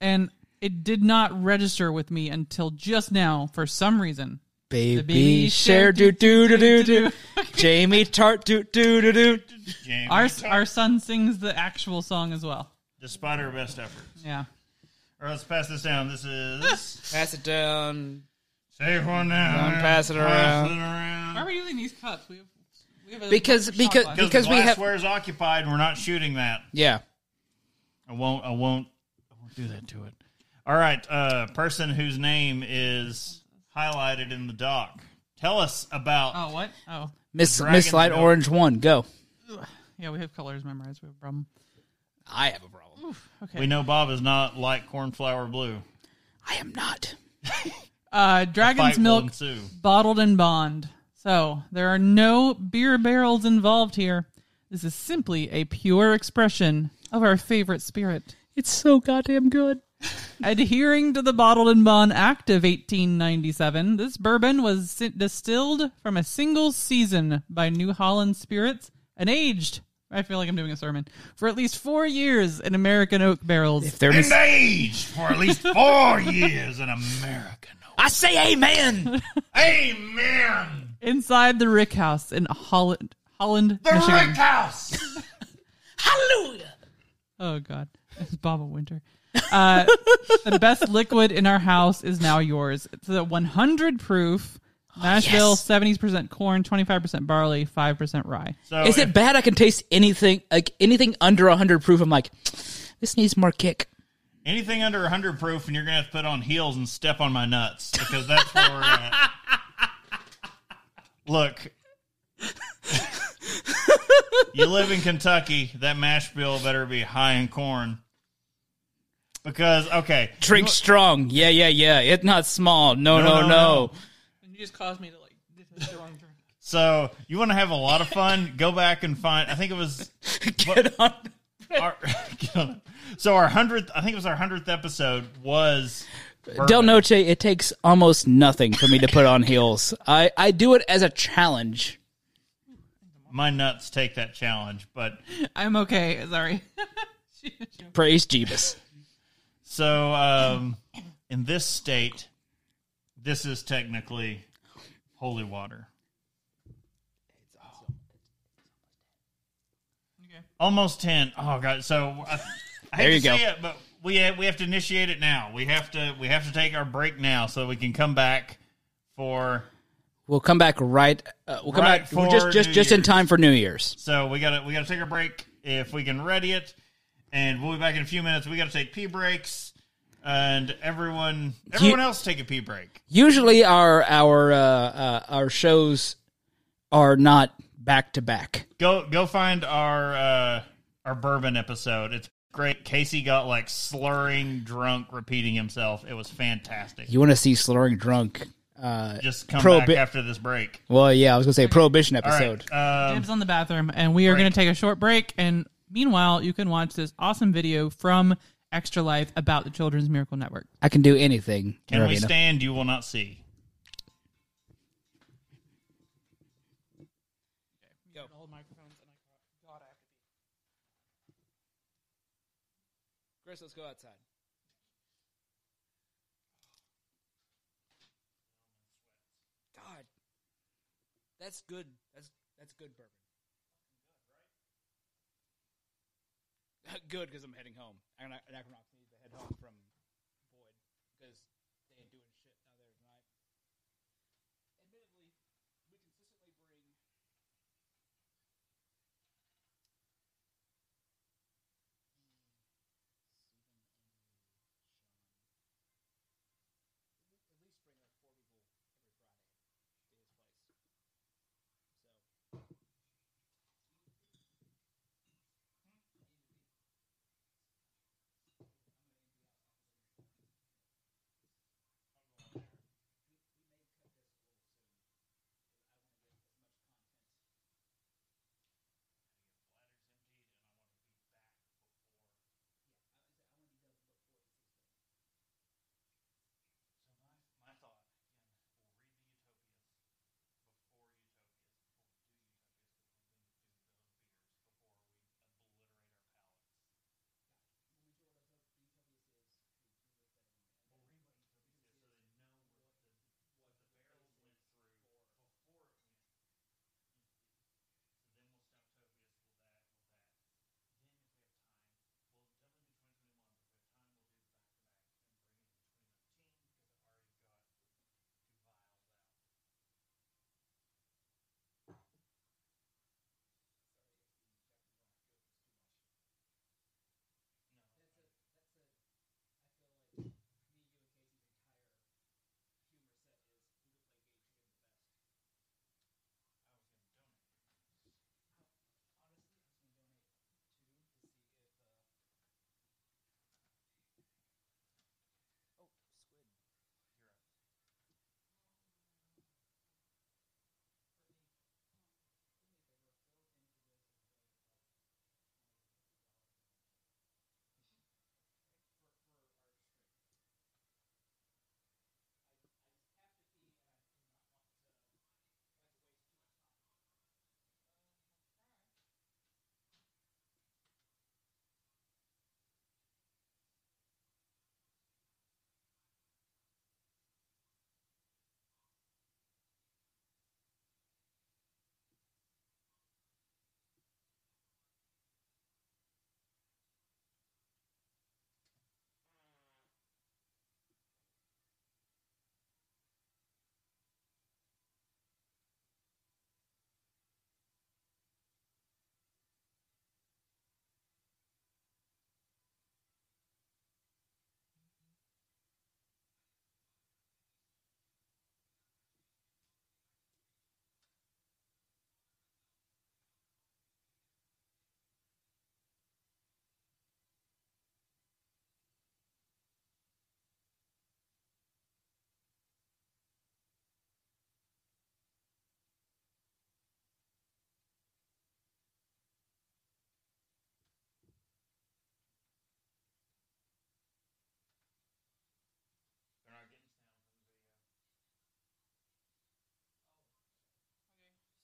and it did not register with me until just now for some reason.
Baby
baby
share
share
do do do do do Jamie Tart do do do do
Jamie,
Our our son sings the actual song as well.
despite our best efforts.
Yeah.
All right, let's pass this down. This is
Pass it down.
save one now.
Don't pass it
Pass it
around.
around.
Why are we using these cups? We have, we have a
Because-
shot
because-
glass.
because,
because
the
we have-
glassware is occupied and we're not shooting that.
Yeah.
I won't. I won't. I won't do that to it. All right. Uh, person whose name is highlighted in the doc. Tell us about.
oh what oh
Miss
Dragon's
Miss Light
Milk.
Orange 1 go.
yeah we have colors memorized we have a problem
I have a problem.
okay
We know Bob is not like cornflower blue.
I am not.
uh dragon's
Fight will
milk
ensue.
bottled and bond so there are no beer barrels involved here this is simply a pure expression of our favorite spirit
It's so goddamn good.
Adhering to the Bottled and Bond Act of 1897, this bourbon was si- distilled from a single season by New Holland Spirits and aged. I feel like I'm doing a sermon for at least four years in American oak barrels.
If they're mis-
Engaged for at least four years in America.
I say amen.
Amen.
inside the Rick House in Holland, Holland, Michigan.
House.
Hallelujah.
Oh God, it's Baba Winter. Uh, the best liquid in our house is now yours. It's a 100 proof Nashville,
yes.
70% corn, 25% barley, 5% rye.
So
Is
if-
it bad? I can taste anything like anything under hundred proof. I'm like, this needs more kick.
anything under 100 proof, and you're going to have to put on heels and step on my nuts because that's where we're at. Look, you live in Kentucky. That mash bill better be high in corn. Because, okay,
Drink strong. Yeah, yeah, yeah. It's not small. No,
no,
no, no.
no.
And you just caused me to like this is the wrong drink.
so you want to have a lot of fun, go back and find, I think it was
Get on.
our, so our 100th, I think it was our 100th episode was.
Del
bourbon.
Noche, it takes almost nothing for me to put on heels. I, I do it as a challenge.
My nuts take that challenge, but
I'm okay. Sorry.
Praise Jeebus.
So, um, in this state, this is technically holy water. Almost ten. Oh god. So I, I hate
There you
to
go.
say it, but we have, we have to initiate it now. We have to we have to take our break now so we can come back for.
We'll come back right. Uh, we'll come
Right
back we're
for
just just
New
just in
Year's.
time for New Year's.
So we gotta we gotta take a break if we can ready it, and we'll be back in a few minutes. We gotta take pee breaks, and everyone everyone else take a pee break.
Usually our our uh, uh, our shows are not back to back.
go go find our uh our bourbon episode it's great casey got like slurring drunk repeating himself it was fantastic
You want to see slurring drunk? Uh,
just come
Prohibi-
back after this break
well, yeah, I was gonna say prohibition
all right
episode.
um,
Dibs on the bathroom, and we are going to take a short break. And meanwhile, you can watch this awesome video from Extra Life about the Children's Miracle Network.
I can do anything.
can we
Ravina.
stand you will not see
Chris, let's go outside. God, that's good. That's that's good bourbon. Good because I'm heading home. I'm not, I'm not need to head home from Boyd because they ain't doing shit out there tonight. Admittedly, we consistently bring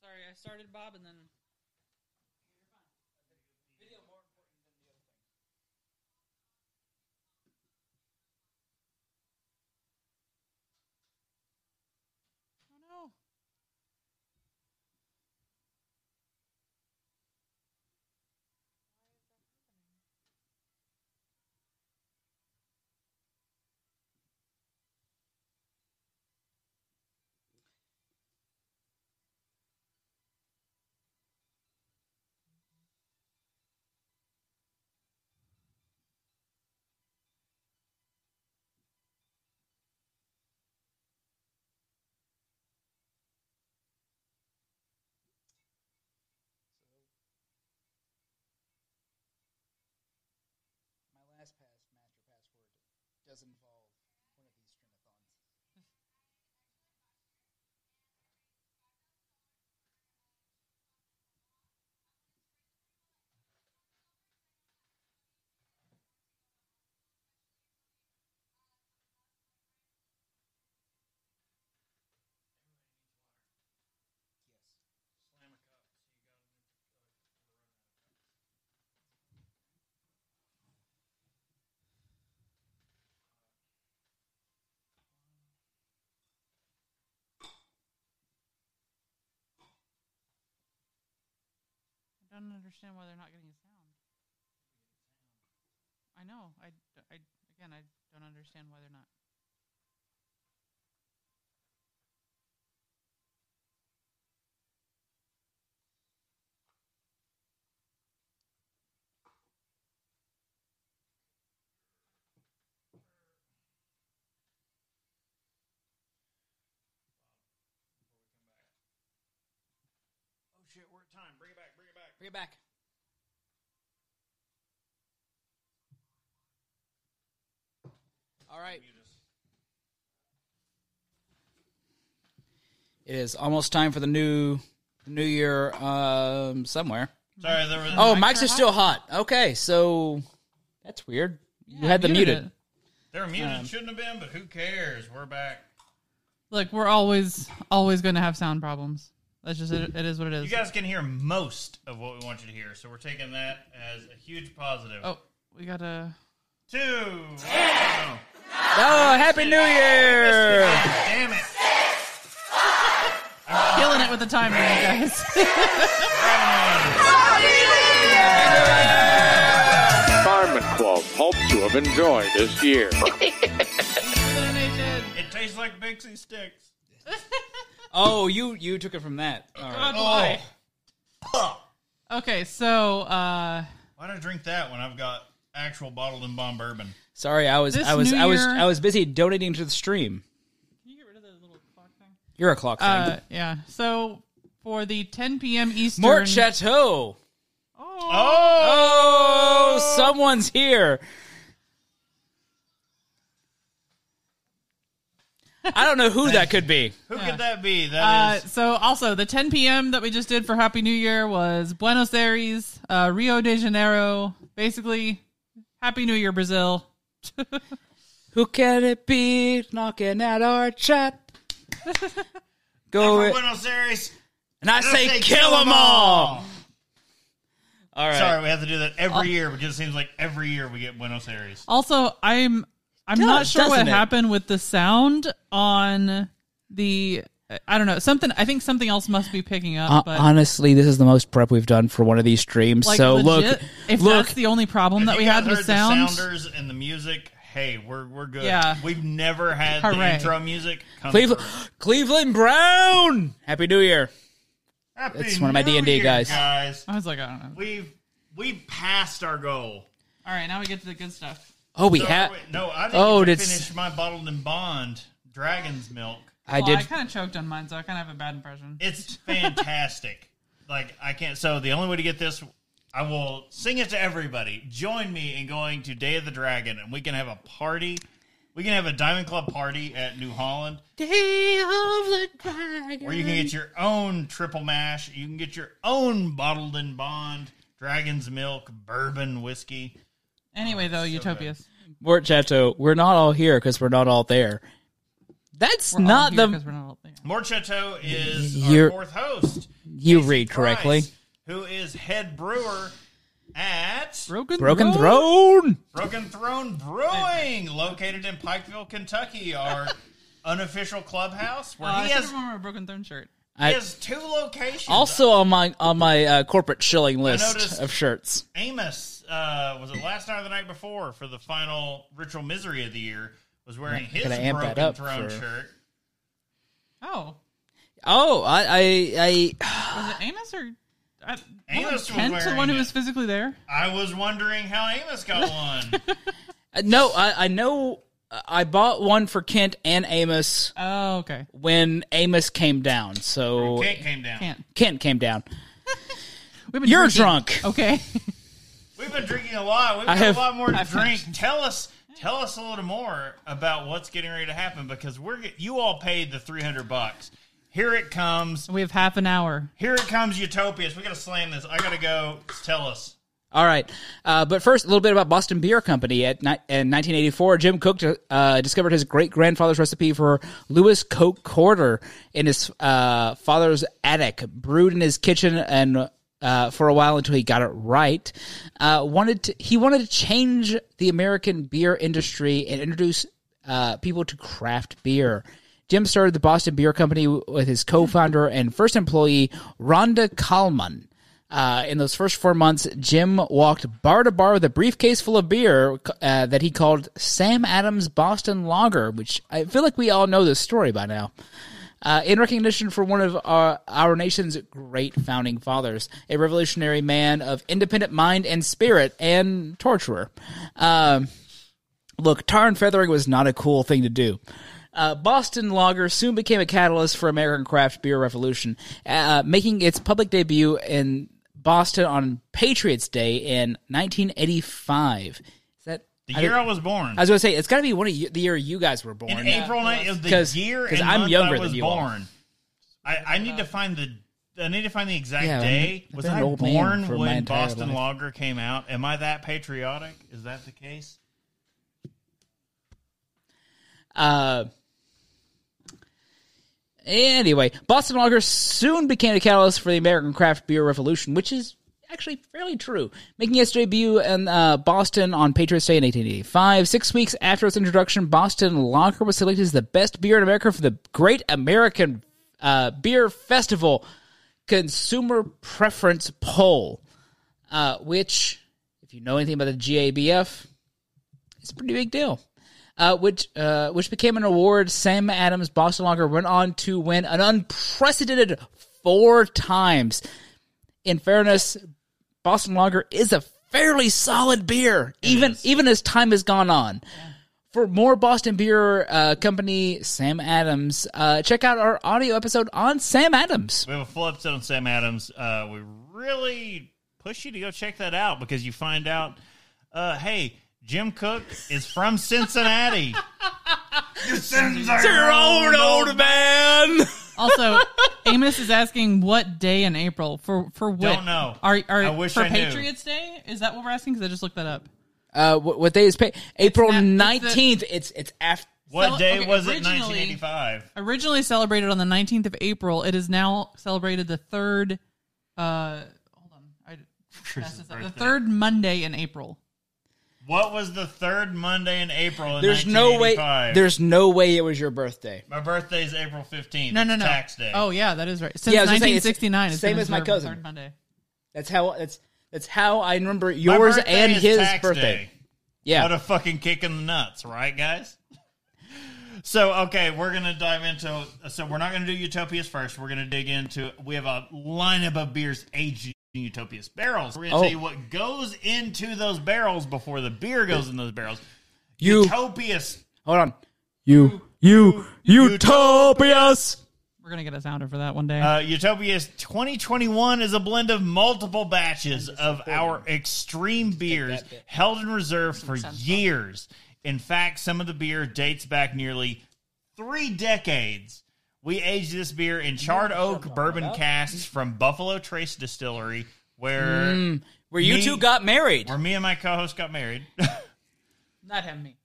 I started, Bob, and then.
Video more important than the other thing.
Oh no.
So my last pass master password does involve one of these stremathons.
Everybody needs water. Slam a cup
Yes.
so you got to run out of cups.
I don't understand why they're not getting a sound. I know. I, I again, I don't understand why they're not.
Before we come back. Oh shit, we're at time. Bring it back, bring it back.
Bring it back. All right.
Mute us.
It is almost time for the new new year um somewhere.
Sorry, there was.
Oh,
mics
mics
are
are still hot. Okay, so that's weird. you had them muted.
They were muted. Shouldn't have been, but who cares? We're back.
Look, we're always always going to have sound problems. That's just it, it is what it
You
is.
guys can hear most of what we want you to hear, so we're taking that as a huge positive.
oh, we got to
Two.
Oh, happy new year.
Damn it.
killing it with the timer, you guys.
Fireman Club hopes you have enjoyed this year.
It tastes like Bixie sticks.
Oh, you you took it from that. All right.
Oh. Huh.
Okay, so uh
Why did I drink that when I've got actual bottled and bomb bourbon?
Sorry, I was
This
I was
new
I was
year-
I was busy donating to the stream.
Can you get rid of the little clock thing?
You're a clock thing.
Uh yeah. So for the 10 p.m. Eastern
Mort Chateau.
Oh,
Oh,
Oh, someone's here. I don't know who that could be.
who could that be?
uh,
That is
so also the 10 p.m. that we just did for Happy New Year was Buenos Aires, uh, Rio de Janeiro. Basically, Happy New Year, Brazil.
Who can it be knocking at our chat? Go
from
it.
Buenos Aires.
And I say,
Say
kill them all. All right. Uh,
Sorry, we have to do that every year because it seems like every year we get Buenos Aires.
Also, I'm I'm
does,
not sure what
doesn't it?
happened with the sound on the I don't know something. I think something else must be picking up.
Uh,
but
honestly, this is the most prep we've done for one of these streams.
like
so
legit,
look,
if
look,
that's the only problem that
If
we
you guys
had with
heard
sound,
the sounders and the music. Hey, we're we're good.
Yeah.
we've never had
Hooray.
the intro music. Come
Cleveland,
through.
Cleveland Brown. Happy New Year.
Happy
That's one of my
New
D&D
Year,
guys.
Guys,
I was like, I don't know.
we've we've passed our goal.
All right, now we get to the good stuff.
Oh, we
No,
have.
wait, no, I didn't get
Oh,
to
did s-
finish my bottled and bond dragon's milk.
I
Well,
did.
I kind of choked on mine, so I kind of have a bad impression.
It's fantastic. like I can't. So the only way to get this, I will sing it to everybody. Join me in going to Day of the Dragon, and we can have a party. We can have a Diamond Club party at New Holland,
Day of the Dragon.
where you can get your own triple mash. You can get your own bottled and bond dragon's milk bourbon whiskey.
Anyway, though, Utopias.
Mort Chateau, we're not all here because we're not all there. That's
We're all
not
here
the
'cause we're not all there.
Morchetto is
You're-
our fourth host.
You
Jason
read
Price,
correctly.
Who is head brewer at
Broken,
Broken
Throne?
Throne.
Broken Throne Brewing, located in Pikeville, Kentucky, our unofficial clubhouse where
Uh, I
he
should
has,
have worn my Broken Throne shirt.
he
I,
has two locations.
also on my on my uh, corporate shilling
noticed-
list of shirts.
Amos uh, was it last night or the night before for the final Ritual Misery of the year was wearing his
Gotta amp that
Broken
up
Throne
for-
shirt.
Oh,
Oh, I I, I
was it Amos or I,
Amos was
wasn't Kent the
wearing
one who
it.
was physically there?
I was wondering how Amos got one.
Uh, No, I, I know I bought one for Kent and Amos
Oh, okay.
when Amos came down. So
Kate came down.
Kent.
Kent came down.
We've been
You're
drinking.
drunk.
Okay.
We've been drinking a lot. We've
I
got
have-
a lot more to
I've-
drink. Tell us, tell us a little more about what's getting ready to happen because we're get- you all paid the three hundred bucks. Here it comes.
we have half an hour.
Here it comes, Utopias. We gotta slam this. I gotta go. Tell us.
All right. Uh, but first, a little bit about Boston Beer Company. At ni- in 1984, Jim Cook uh, discovered his great grandfather's recipe for Lewis Coke Quarter in his uh, father's attic, brewed in his kitchen and. Uh, for a while until he got it right, uh, wanted to, he wanted to change the American beer industry and introduce uh, people to craft beer. Jim started the Boston Beer Company with his co-founder and first employee Rhonda Kalman. Uh, in those first four months, Jim walked bar to bar with a briefcase full of beer uh, that he called Sam Adams Boston Lager, which I feel like we all know this story by now. Uh, in recognition for one of our, our nation's great founding fathers, a revolutionary man of independent mind and spirit, and torturer. Um, Look, tar and feathering was not a cool thing to do. Uh, Boston Lager soon became a catalyst for American craft beer revolution, uh, making its public debut in Boston on Patriots Day in 1985. Is that
The
I
year
don't-
I was born.
I was going to say it's got to be one of you, the year you guys were born.
in April night of the
'Cause-
year
'cause
and
I'm
month
younger
I
than
was
you all.
born. I, I need to find the I need to find the exact
Yeah, I'm-
day.
I've
Was
been an
I
old man
born
for my
when
entire
Boston
life.
Lager came out? Am I that patriotic? Is that the case?
Uh, anyway, Boston Lager soon became a catalyst for the American craft beer revolution, which is actually fairly true, making its debut in uh, Boston on Patriots Day in 1885. Six weeks after its introduction, Boston Lager was selected as the best beer in America for the Great American uh, Beer Festival Consumer Preference Poll, uh, which, if you know anything about the GABF, it's a pretty big deal uh, which uh, which became an award. Sam Adams Boston Lager went on to win an unprecedented four times. In fairness, Boston Lager is a fairly solid beer, even even as time has gone on. For more Boston Beer uh, Company, Sam Adams, uh, check out our audio episode on Sam Adams.
We have a full episode on Sam Adams. Uh, we really push you to go check that out because you find out, uh, hey, Jim Cook is from Cincinnati.
Your own old man.
Also, Amos is asking what day in April for for what?
Don't know.
Are, are,
I wish
for
I knew.
Patriots Day? Is that what we're asking? Because I just looked that up.
Uh, what, what day is pay? April
not- it's the-
nineteenth. It's it's after.
What
So,
day
okay,
was it?
originally-
1985.
Originally celebrated on the 19th of April, it is now celebrated the third. Uh, hold on, I messed this up. the third Monday in April.
What was the third Monday in April? In
There's no way.
1985?
There's no way it was your birthday.
My birthday's April 15th.
No, no,
It's
no.
Tax day.
Oh yeah, that is right. Since
Yeah, I was gonna say, it's
1969, it's
same
been
as my
observed the
cousin.
Third Monday.
That's how that's that's how I remember
My
yours
birthday
and
is
his
tax
birthday.
day.
Yeah.
What a fucking kick in the nuts, right, guys? So, okay, we're going to dive into. So, we're not going to do Utopias first. We're going to dig into. We have a lineup of beers aged in Utopias barrels. We're going to
Oh.
tell you what goes into those barrels before the beer goes in those barrels.
you
Utopias.
hold on. You you utopias.
We're gonna get a sounder for that one day.
Uh, Utopias 2021 is a blend of multiple batches of our extreme beers held in reserve for years. In fact, some of the beer dates back nearly three decades. We aged this beer in charred oak bourbon casks from Buffalo Trace Distillery, where
Where you
Me-
two got married.
where me and my co-host got married.
Not him, me.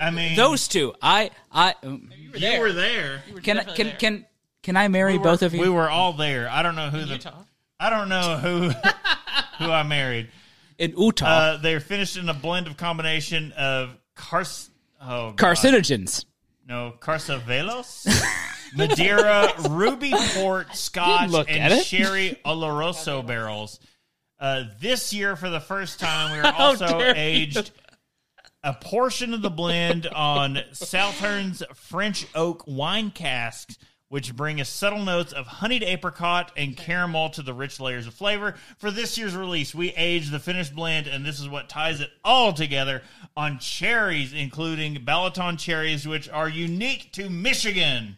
I mean,
Those two, I, I, um,
you were there.
can, I- can, can, can I marry both of you?
We were all there. I don't know who the I don't know who who I married.
in Utah.
Uh, they're finished in a blend of combination of cars. Oh, God.
Carcinogens.
No, Carcavelos, Madeira, Ruby Port, Scotch,
look at
and
it.
Sherry Oloroso barrels. Uh, this year, for the first time, we are
How
also
dare you.
aged a portion of the blend on Southern's French oak wine casks, which bring us subtle notes of honeyed apricot and caramel to the rich layers of flavor. For this year's release, we aged the finished blend, and this is what ties it all together on cherries, including Balaton cherries, which are unique to Michigan.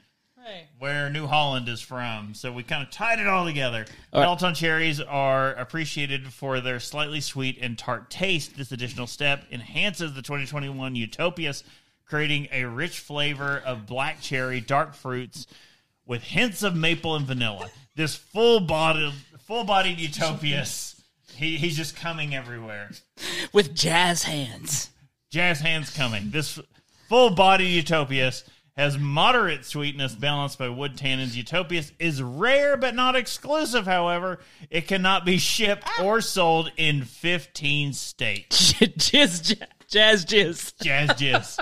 Where New Holland is from, so we kind of tied it all together. Balaton cherries are appreciated for their slightly sweet and tart taste. This additional step enhances the 2021 Utopias, creating a rich flavor of black cherry, dark fruits with hints of maple and vanilla. This full-bodied, full-bodied Utopias, he, he's just coming everywhere.
with jazz hands.
Jazz hands coming. This full body Utopias has moderate sweetness balanced by wood tannins. Utopias is rare but not exclusive, however. It cannot be shipped or sold in 15 states.
jizz, ja- jazz, jizz.
Jazz jizz.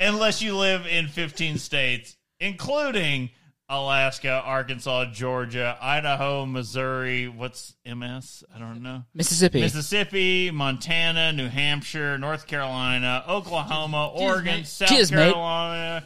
Unless you live in 15 states, including Alaska, Arkansas, Georgia, Idaho, Missouri. What's MS? I don't know.
Mississippi.
Mississippi, Montana, New Hampshire, North Carolina, Oklahoma, Oregon,
mate.
South
Cheers, mate.
Carolina,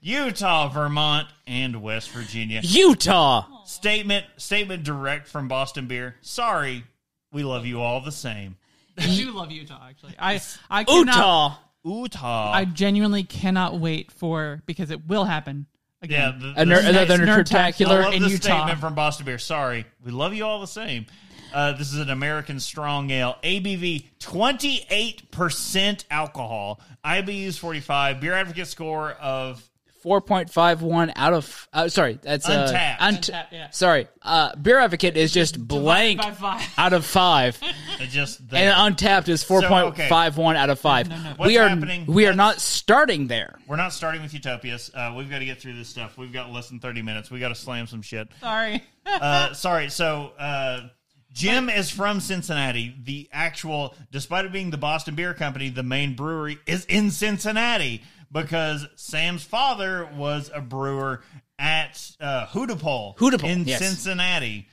Utah, Vermont, and West Virginia.
Utah.
Statement statement direct from Boston Beer. Sorry, we love you all the same.
I do love Utah. Actually, I I cannot,
Utah.
Utah.
I genuinely cannot wait for because it will happen
yeah,
again.
the, the
Another,
next
another
nerd
I
tacular
spectacular
love
in
the
Utah.
statement from Boston Beer. Sorry, we love you all the same. Uh, this is an American strong ale, ABV 28% alcohol, IBUs 45, beer advocate score of
4.51 out of. Uh, sorry, that's uh,
Untapped.
unt-
Untapped, yeah.
Sorry, uh, Beer Advocate is just blank
by five.
out of five,
it just
and
there.
Untapped is 4.51 out of five.
What's
We are
happening?
we are
That's-
not starting there.
We're not starting with Utopias. Uh, we've got to get through this stuff. We've got less than 30 minutes. we got to slam some shit.
Sorry.
Uh-huh.
Uh, sorry. So uh, Jim is from Cincinnati. The actual, despite it being the Boston Beer Company, the main brewery is in Cincinnati because Sam's father was a brewer at uh, Hootapole,
Hootapole,
in
yes.
Cincinnati.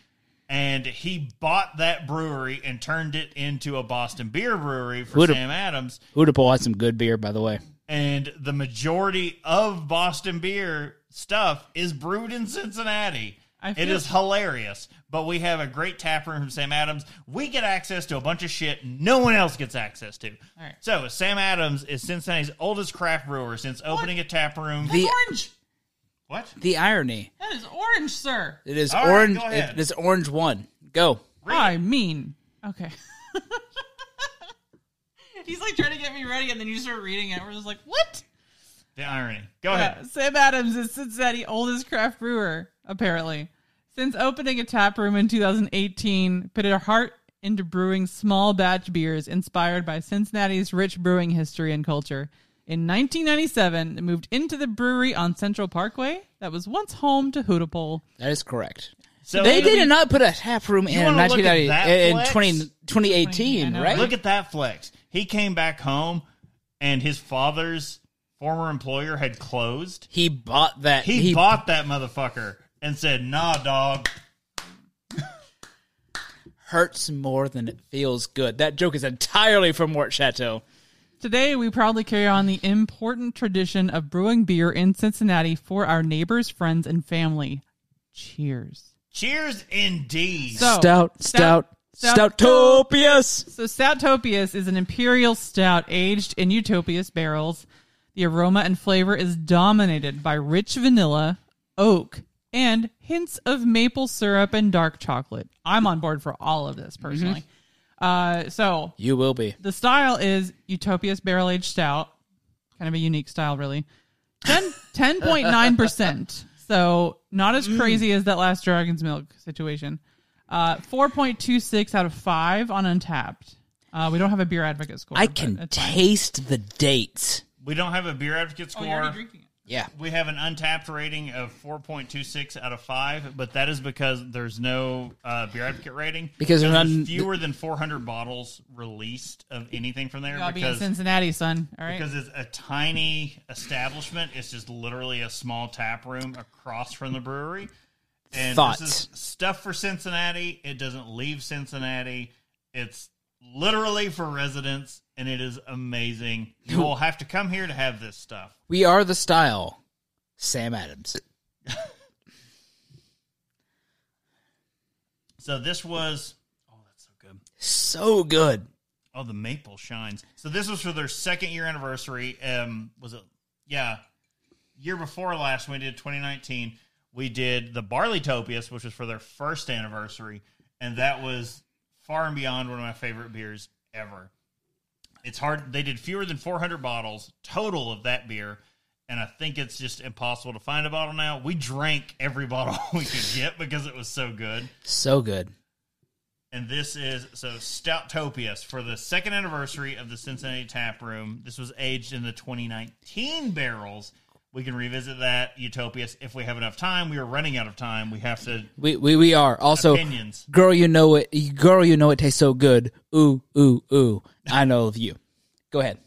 And he bought that brewery and turned it into a Boston beer brewery for
Hootap-
Sam Adams.
Utapol had some good beer, by the way.
And the majority of Boston beer stuff is brewed in Cincinnati.
I
It
feel-
is hilarious. But we have a great tap room from Sam Adams. We get access to a bunch of shit no one else gets access to.
All right.
So Sam Adams is Cincinnati's oldest craft brewer since opening a tap room.
The
orange.
what?
the irony
That is orange, sir.
it is
All right,
orange.
go ahead.
it is orange one. Go.
I mean, okay. He's like trying to get me ready, and then you start reading it. We're just like, what?
The irony. Go
Yeah,
ahead.
Sam Adams is Cincinnati's oldest craft brewer, apparently. Since opening a tap room in 2018, put her heart into brewing small batch beers inspired by Cincinnati's rich brewing history and culture. In 1997, it moved into the brewery on Central Parkway that was once home to Hootapole.
That is correct.
So
They did not put a tap room in
wanna look at
1990
that
in
flex?
20,
20, I
2018,
know.
right?
Look at that flex. He came back home and his father's former employer had closed.
he bought that.
He, bought that motherfucker and said, nah, dog.
hurts more than it feels good. That joke is entirely from Mort Chateau.
Today, we proudly carry on the important tradition of brewing beer in Cincinnati for our neighbors, friends, and family. Cheers.
Cheers indeed.
So-
stout,
stout,
stout,
stout-
stoutopius.
So Stoutopius is an imperial stout aged in Utopius barrels. The aroma and flavor is dominated by rich vanilla, oak, and hints of maple syrup and dark chocolate. I'm on board for all of this personally. Uh, so
You will be.
the style is Utopia's barrel aged stout, kind of a unique style, really. 10 10.9 percent, so not as crazy as that last Dragon's Milk situation. Uh, four point two six out of five on Untapped. Uh, we don't have a beer advocate score.
I
but
can
it's fine.
taste the dates.
We don't have a beer advocate
Oh,
score.
you're already drinking it.
Yeah.
we have an untapped rating of 4.26 out of 5, but that is because there's no uh, beer advocate rating.
Because there's
there's
none-
fewer than 400 bottles released of anything from there
You gotta be in
because,
Cincinnati, son. All right.
because it's a tiny establishment. It's just literally a small tap room across from the brewery. And
Thoughts?
this is stuff for Cincinnati. It doesn't leave Cincinnati. It's literally for residents, and it is amazing. You will have to come here to have this stuff.
We are the style. Sam Adams.
So this was
So good.
oh the maple shines. So this was for their second year anniversary. Um, was it yeah? Year before last, when we did 2019. We did the Barley Topias, which was for their first anniversary, and that was far and beyond one of my favorite beers ever. It's hard; they did fewer than 400 bottles total of that beer, and I think it's just impossible to find a bottle now. We drank every bottle we could get because it was so good.
So good.
And this is so Stouttopius for the second anniversary of the Cincinnati Tap Room. This was aged in the 2019 barrels. We can revisit that Utopias if we have enough time. We are running out of time. We have to
We we, we are. Also
opinions.
girl you know it girl you know it tastes so good. Ooh, ooh, ooh. I know of you. Go ahead.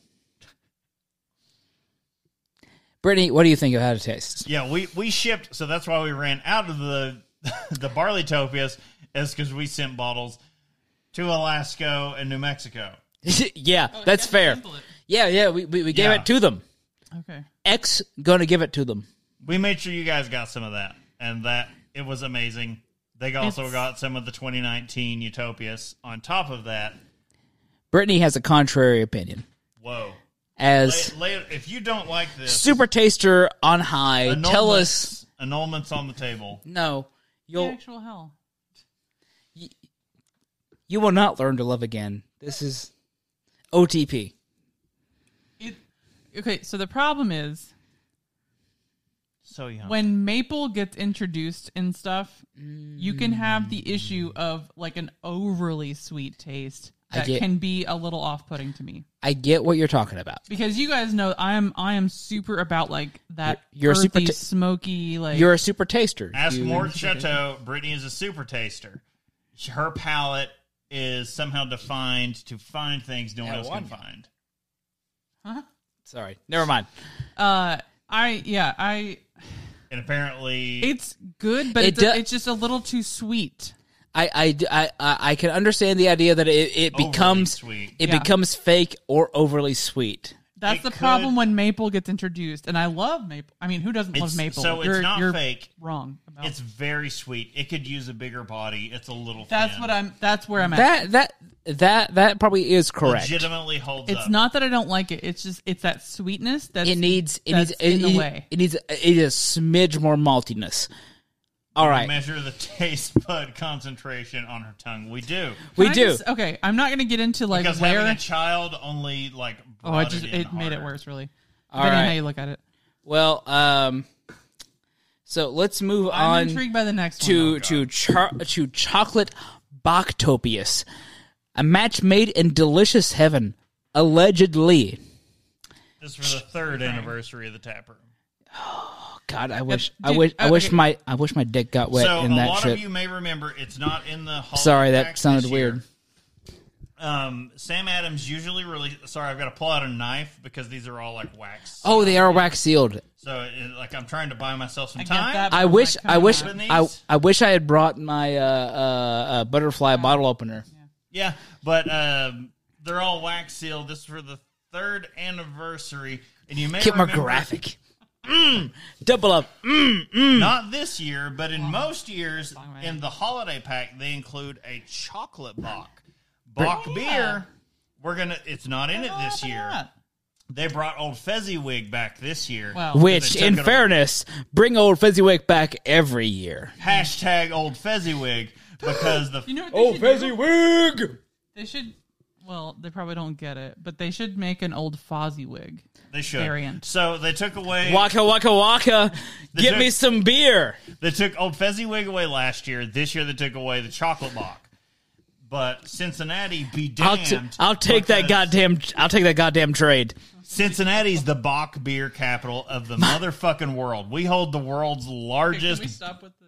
Brittany, what do you think of how it tastes?
Yeah, we we shipped, so that's why we ran out of the the barley topias is because we sent bottles to Alaska and New Mexico.
yeah, that's fair. Yeah, yeah, we, we, we gave
Yeah.
it to them.
Okay.
X gonna give it to them.
We made sure you guys got some of that, and that it was amazing. They also
It's-
got some of the 2019 Utopias on top of that.
Brittany has a contrary opinion.
Whoa.
As
Lay- lay it- if you don't like this,
super taster on high,
annulments-
tell us
annulments on the table.
no.
The
You'll
actual hell.
you will not learn to love again. This is OTP.
It, okay, so the problem is
So young.
when maple gets introduced and stuff, you can have the issue of like an overly sweet taste
I
that
get-
can be a little off-putting to me.
I get what you're talking about.
Because you guys know I'm I am super about like that
You're- you're
earthy,
super ta-
smoky like
You're a super taster.
Ask
You-
Mort Chateau. Brittany is a super taster. She- Her palate is somehow defined to find things no one
Yeah,
else
why
can
not?
find.
Sorry, never mind.
uh I yeah, I
And apparently,
it's good but
It
it's,
do-
it's just a little too sweet.
I I d- I- I- I can understand the idea that it, it
Overly
becomes
sweet.
it
Yeah.
becomes fake or overly sweet.
That's
It
the
could-
problem when maple gets introduced, and I love maple. I mean, who doesn't love
It's-
maple?
so it's
you're,
not
you're
fake.
Wrong. About
it's very sweet. It could use a bigger body. It's a little.
that's
thin.
what I'm. That's where I'm at.
That that that that probably is correct.
legitimately holds
it's
up.
not that I don't like it. It's just it's that sweetness that
It needs it
that's
needs it,
in the
it-
way.
it needs it is a smidge more maltiness. All right,
measure the taste bud concentration on her tongue. We do
we
Can I
do.
just- okay, I'm not going to get into like
because
where.
having a child only like
oh, I
brought
just
it, in
it made it
harder.
worse. Really,
All
depending on
right.
how you look at it.
Well, um, so let's move
I'm
on
intrigued by the next
Oh,
one.
to to char- to chocolate Boctopius, a match made in delicious heaven, allegedly.
This is for the third anniversary of the tap room.
Oh, God, I wish, I
dude,
wish, I
oh,
wish
okay.
my, I wish my dick got wet
so
in
a
that
lot
shit.
of you may remember it's not in the. Hall
Sorry, that
Pack
sounded
this year.
weird.
Um, Sam Adams usually really. Sorry, I've got to pull out a knife because these are all like wax.
oh, they are wax sealed.
So it, like I'm trying to buy myself some
I get
time.
that.
I
Oh my
wish, I wish,
God.
I, I wish I had brought my uh, uh, uh, butterfly bottle opener.
Yeah, but um, they're all wax sealed. This is for the third anniversary, and you may
Get more
remember,
graphic. Mm, double up.
Not this year, but in most years, in the holiday pack, they include a chocolate bock. Bock beer. We're gonna. It's not in it this year. They brought old Fezziwig back this year.
Well,
Which,
They took
in
it away.
fairness, bring old Fezziwig back every year.
Hashtag old Fezziwig because the
you know what they
Oh,
should do?
Fezziwig!
They should. Well, they probably don't get it, but they should make an old Fozzie wig.
they should.
variant.
So they took away.
Waka waka waka. Get me some beer.
They took old Fezziwig away last year. This year they took away the chocolate bock. But Cincinnati be
I'll,
damned.
t- I'll take that
because
goddamn. I'll take that goddamn trade.
Cincinnati's the Bach beer capital of the motherfucking world. We hold the world's largest
we stop with the?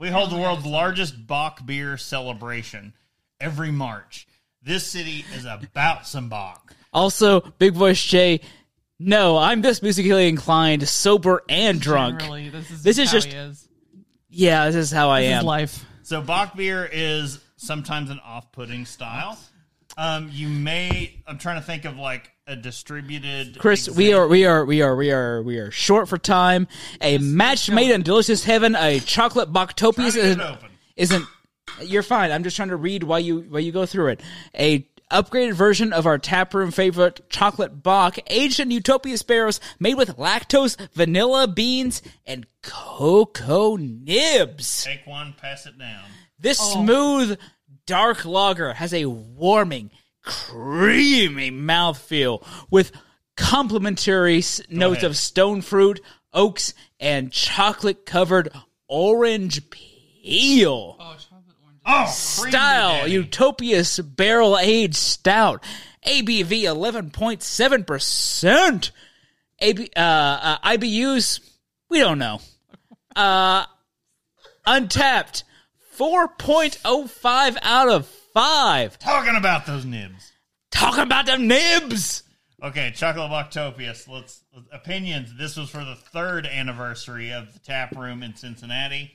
We hold the world's largest Bach beer celebration every March. This city is about some Bach.
Also, Big Voice Jay. No, I'm this musically inclined, sober and drunk.
Generally, this is
This is
how
just-
he is.
Yeah, this is how I
This is
am.
life.
So Bach beer is sometimes an off-putting style. Um, you may. I'm trying to think of like a distributed.
Chris, we are, we are, we are, we are, we are short for time. A match made in delicious heaven. A chocolate
Trying to
bocktopia
get it
isn't,
open.
isn't. You're fine. I'm just trying to read while you while you go through it. A upgraded version of our taproom favorite chocolate bock, aged in utopia sparrows, made with lactose, vanilla beans, and cocoa nibs.
Take one, pass it down.
This smooth, dark lager has a warming, creamy mouthfeel with complementary s- notes
ahead.
of stone fruit, oaks, and chocolate covered orange peel.
Oh,
Style Utopia's barrel aged stout. ABV 11.7%. AB, uh, uh, IBUs, we don't know. Uh, untapped, 4.05 out of 5.
talking about those nibs.
Talk about them nibs!
Okay, Chocolate Octopius. Let's opinions. This was for the third anniversary of the tap room in Cincinnati.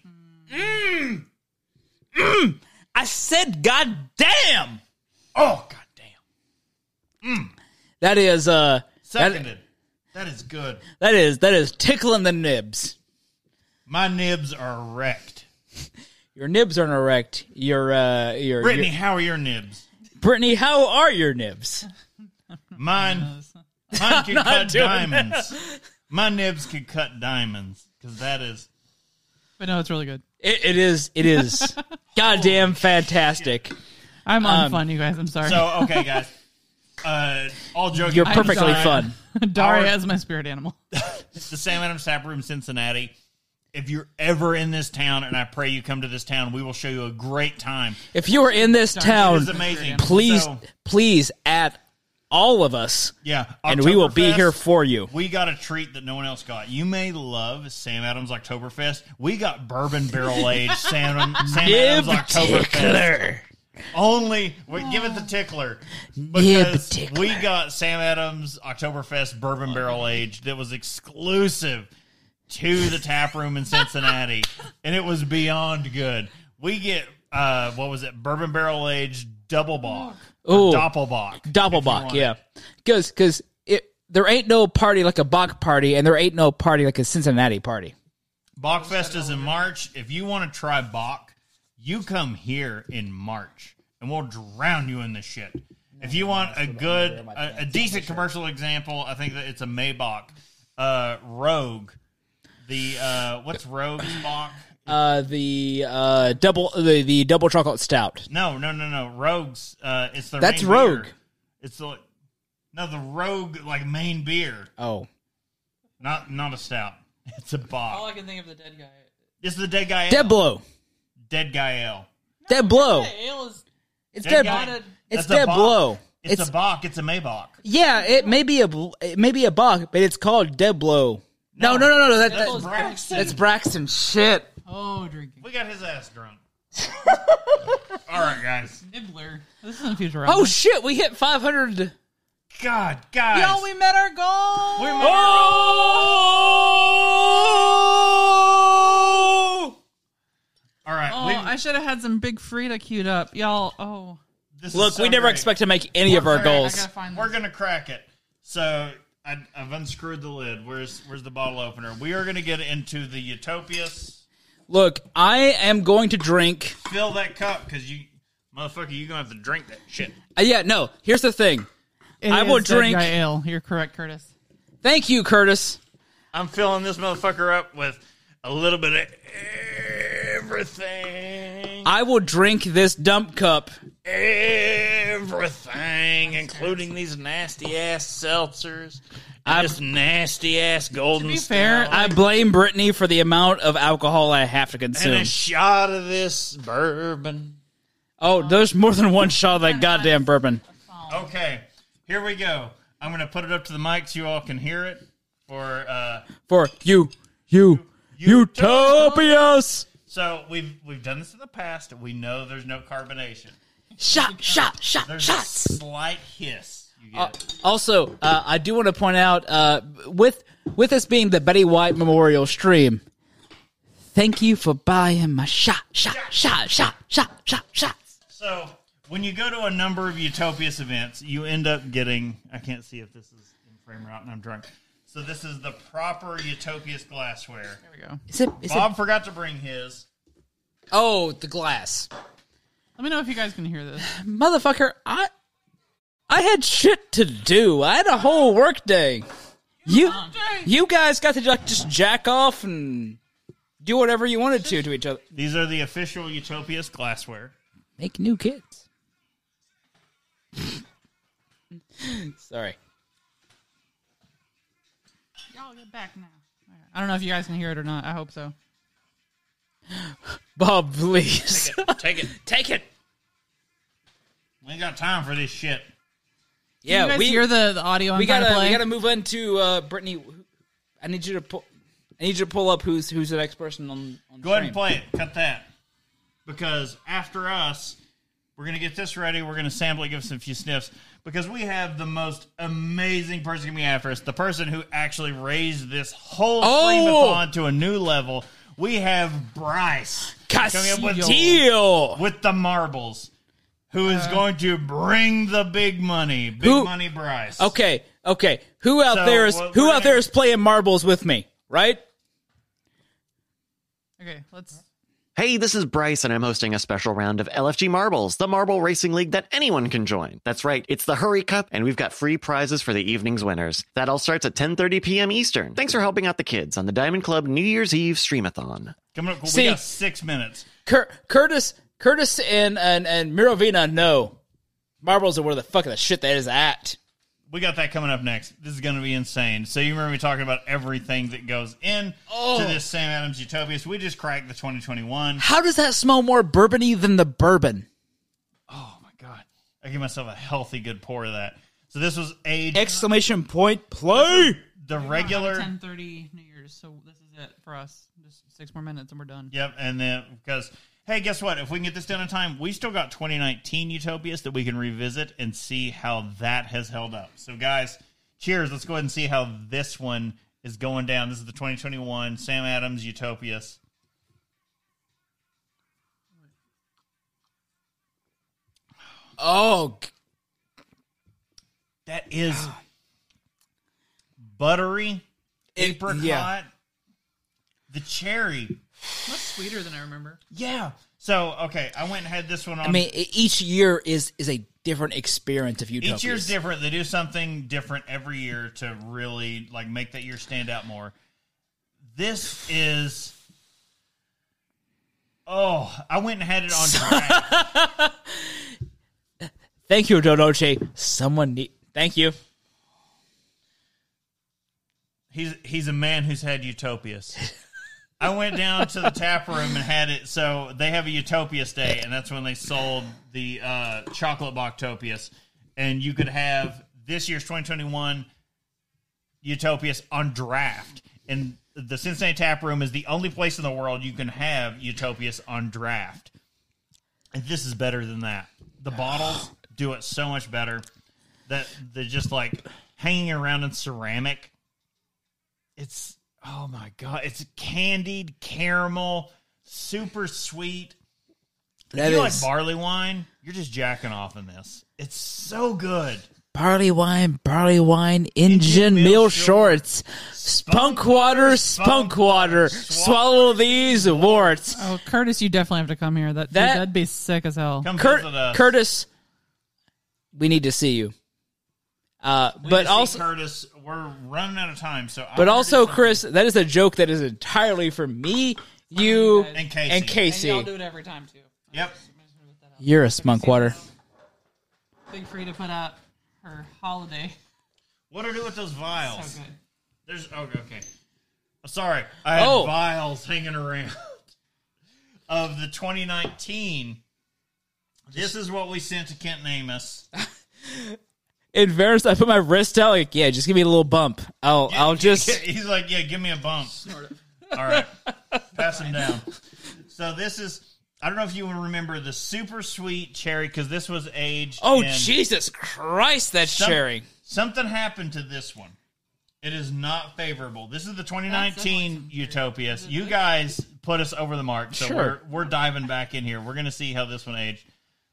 I said, God damn!
Oh, god damn.
Mm. That is, uh, that,
Seconded. that is good.
that is, that is tickling the nibs.
My nibs are wrecked.
Your nibs aren't erect. Your, uh, your,
Brittany,
your-
how are your nibs?
Brittany, how are your nibs?
Mine, mine could cut
doing
diamonds. My nibs could cut diamonds because that is
But no, it's really good.
It, it is. It is. goddamn fantastic.
I'm
Um,
unfun, you guys. I'm sorry.
so. Okay, guys. Uh, all joking.
You're
aside,
perfectly
sorry.
fun.
Daria
Our-
is my spirit animal.
It's the Sam Adams Tap Room, Cincinnati. If you're ever in this town, and I pray you come to this town, we will show you a great time.
If you are in this
It
town,
is amazing.
Um, please,
So,
please add all of us,
yeah,
and we will be
Oktoberfest.
here for you.
We got a treat that no one else got. You may love Sam Adams Oktoberfest. We got bourbon barrel aged Sam, Sam
Nib
Adams Oktoberfest.
tickler.
Only wait, give it the tickler
Nib
because
tickler.
we got Sam Adams Oktoberfest bourbon barrel aged that was exclusive to the tap room in Cincinnati, and it was beyond good. We get uh, what was it? Bourbon barrel aged double bock,
Ooh.
or doppelbock,
Doppelbach, yeah, because because it there ain't no party like a Bach party, and there ain't no party like a Cincinnati party.
Bachfest is in March. If you want to try Bach, you come here in March, and we'll drown you in this shit. If you want a good, a, a decent commercial example, I think that it's a Maybach, uh, Rogue. The uh, what's Rogue's Bach?
Uh, the uh double the the double chocolate stout.
No, no, no, no. Rogue's. Uh, it's their
That's
main
Rogue.
beer. It's the no the Rogue like main beer,
Oh,
not not a stout. It's a Bach.
can think of the dead guy.
It's the Dead Guy
dead
Ale.
blow,
Dead Guy Ale.
dead blow.
Ale is
It's
Dead
dead.
guy. That's
It's
a
dead
Bach.
blow.
It's, a Bach. It's a Maybach.
Yeah, it may be a bl- it may be a bug, but it's called Deblo. No, no, no, no, no. That,
That's
that,
Braxton.
that's Braxton. Shit.
oh drinking
We got his ass drunk. All right, guys.
nibbler. This isn't future.
Oh shit, we hit 500.
God, guys.
Yo, we met our goal.
We made-
Oh!
All right.
oh,
we-
I should have had some big Frida queued up, y'all. Oh,
this is
Look,
so
we never
great.
expect to make any of our
We're gonna-
I
goals.
gotta find.
We're
This.
gonna crack it. So I, I've unscrewed the lid. Where's Where's the bottle opener? We are gonna get into the Utopias.
Look, I am going to drink.
Fill that cup, because you, motherfucker, you gonna have to drink that shit.
Uh, yeah, no. Here's the thing. I will
Dead
drink.
Guy ale. You're correct, Curtis.
Thank you, Curtis.
I'm filling this motherfucker up with a little bit of everything.
I will drink this dump cup.
everything, including these nasty ass seltzers, and this nasty ass golden
To be fair,
Stout,
I blame Brittany for the amount of alcohol I have to
and
consume.
a shot of this bourbon.
Oh, there's more than one shot of that goddamn bourbon.
Okay, here we go. I'm going to put it up to the mic so you all can hear it. For uh,
For you, you, utopias.
so we've we've done this in the past. We know there's no carbonation.
Shot, shot, shot,
There's
shots.
a slight hiss. You get.
Also, uh, I do want to point out uh, with with this being the Betty White Memorial Stream. Thank you for buying my shot, shot, shot, shot, shot, shot, shots.
So when you go to a number of Utopias events, you end up getting. I can't see if this is in frame or not, and I'm drunk. So this is the proper Utopias glassware.
There we go.
Is it? Is it?
Bob forgot to bring his.
Oh, the glass,
Let me know if you guys can hear this.
motherfucker! I I had shit to do. I had a whole work day. You you guys got to like just jack off and do whatever you wanted to to each other.
These are the official Utopias glassware.
Make new kids. Sorry.
Y'all get back now. I don't know if you guys can hear it or not. I hope so.
Bob, please.
Take it.
Take it.
We ain't got time for this shit.
Yeah,
you guys
we
hear the, the audio I'm
we
trying
gotta
to play?
we gotta move into uh, Brittany. I need you to pull. I need you to pull up who's who's the next person on. on
Go ahead and play it. Cut that. Because after us, we're going to get this ready. We're going to sample it, give us a few sniffs. Because we have the most amazing person coming after us. The person who actually raised this whole
Oh!
streamathon to a new level. We have Bryce coming up with,
Castillo.
with the marbles, who is going to bring the big money. Big
Who-
money, Bryce.
Okay, okay. Who out
So,
there is
what
who
we're
out there
gonna-
is playing marbles with me? Right?
Okay, let's.
Hey, this is Bryce, and I'm hosting a special round of LFG Marbles, the marble racing league that anyone can join. That's right, it's the Hurry Cup, and we've got free prizes for the evening's winners. That all starts at 10:30 p.m. Eastern. Thanks for helping out the kids on the Diamond Club New Year's Eve streamathon.
Coming up,
See-
we got six minutes.
Cur- Curtis, Curtis, and and and Mirovina know marbles are where the fuck the shit that is at.
we got that coming up next. This is going to be insane. So you remember me talking about everything that goes in to this Sam Adams Utopias. We just cracked the 2021.
How does that smell more bourbony than the bourbon?
Oh my god! I gave myself a healthy good pour of that. So this was aged
Exclamation point! Play.
the regular.
Ten thirty New Year's, so this is it for us. Just six more minutes and we're done.
Yep, and then because hey, guess what? If we can get this done in time, we still got 2019 Utopias that we can revisit and see how that has held up. So guys, cheers! Let's go ahead and see how this one is going down. This is the 2021 Sam Adams Utopias.
Oh, g-
That is buttery,
It-
apricot,
yeah.
the cherry.
Much sweeter than I remember.
Yeah. So okay, I went and had this one on.
I mean, e- each year is is a different experience of Utopia.
each year's different. They do something different every year to really like make that year stand out more. This is. Oh, I went and had it on draft.
Thank you, Dodoche. Someone need. Thank you.
he's he's a man who's had utopias. I went down to the tap room and had it. So they have a Utopias day, and that's when they sold the uh, chocolate Boctopias, and you could have this year's 2021 Utopias on draft. And the Cincinnati tap room is the only place in the world you can have Utopias on draft. And this is better than that. The bottles do it so much better. That they're just like hanging around in ceramic it's oh my god it's candied caramel super sweet
That
you
is
like barley wine you're just jacking off in this it's so good
barley wine, barley wine, engine
meal
meal
shorts.
shorts, spunk water,
spunk
spunk water.
Swallow-
Swallow these warts.
Oh, Curtis, you definitely have to come here. That,
That-
that would be sick as hell.
come
Cur-
visit us
Curtis, we need to see you. Uh,
We
but
just see
also,
curtis we're running out of time so
but
I'm
also,
gonna do
Chris, that is a joke that is entirely for me, you,
something. and casey
and Casey.
it every time too.
yep
You're a spunk water.
Big free to put out her holiday.
what do i do with those vials
So good.
there's oh, okay I'm sorry i had
Oh.
vials hanging around of the 2019 This is what we sent to Kent Amos.
In Varus, I put my wrist out. Like, yeah, just give me a little bump. I'll, I'll just.
He's like, yeah, give me a bump. All right, pass him down. So this is. I don't know if you remember the super sweet cherry because this was aged.
Oh
in-
Jesus Christ, that's
Some-
sharing.
Something happened to this one. It is not favorable. This is the 2019 Utopias. You guys put us over the mark, so
Sure.
we're we're diving back in here. We're going to see how this one aged.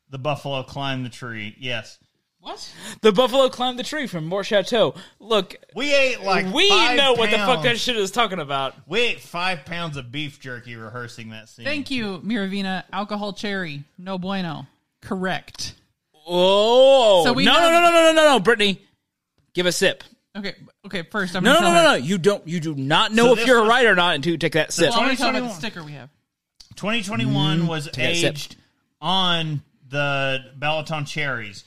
The buffalo climbed the tree. Yes,
What?
The buffalo climbed the tree from Mort Chateau. Look,
we ate like
we
five
know what the
pounds-
fuck that shit is talking about.
we ate five pounds of beef jerky rehearsing that scene.
Thank you, Miravina. Alcohol cherry. No bueno. Correct.
Oh,
So
no,
we
no,
know-
no, no, no, no, no, no, Brittany, give a sip.
Okay. Okay. First, I'm
No, no,
gonna
no,
tell
no,
her-
no. You don't. You do not know
So
if
this
you're
was-
right or not until you take that sip.
Well, I want to tell about the
2021.
sticker we have.
2021
Mm-hmm.
was
that sip.
aged on the Balaton cherries.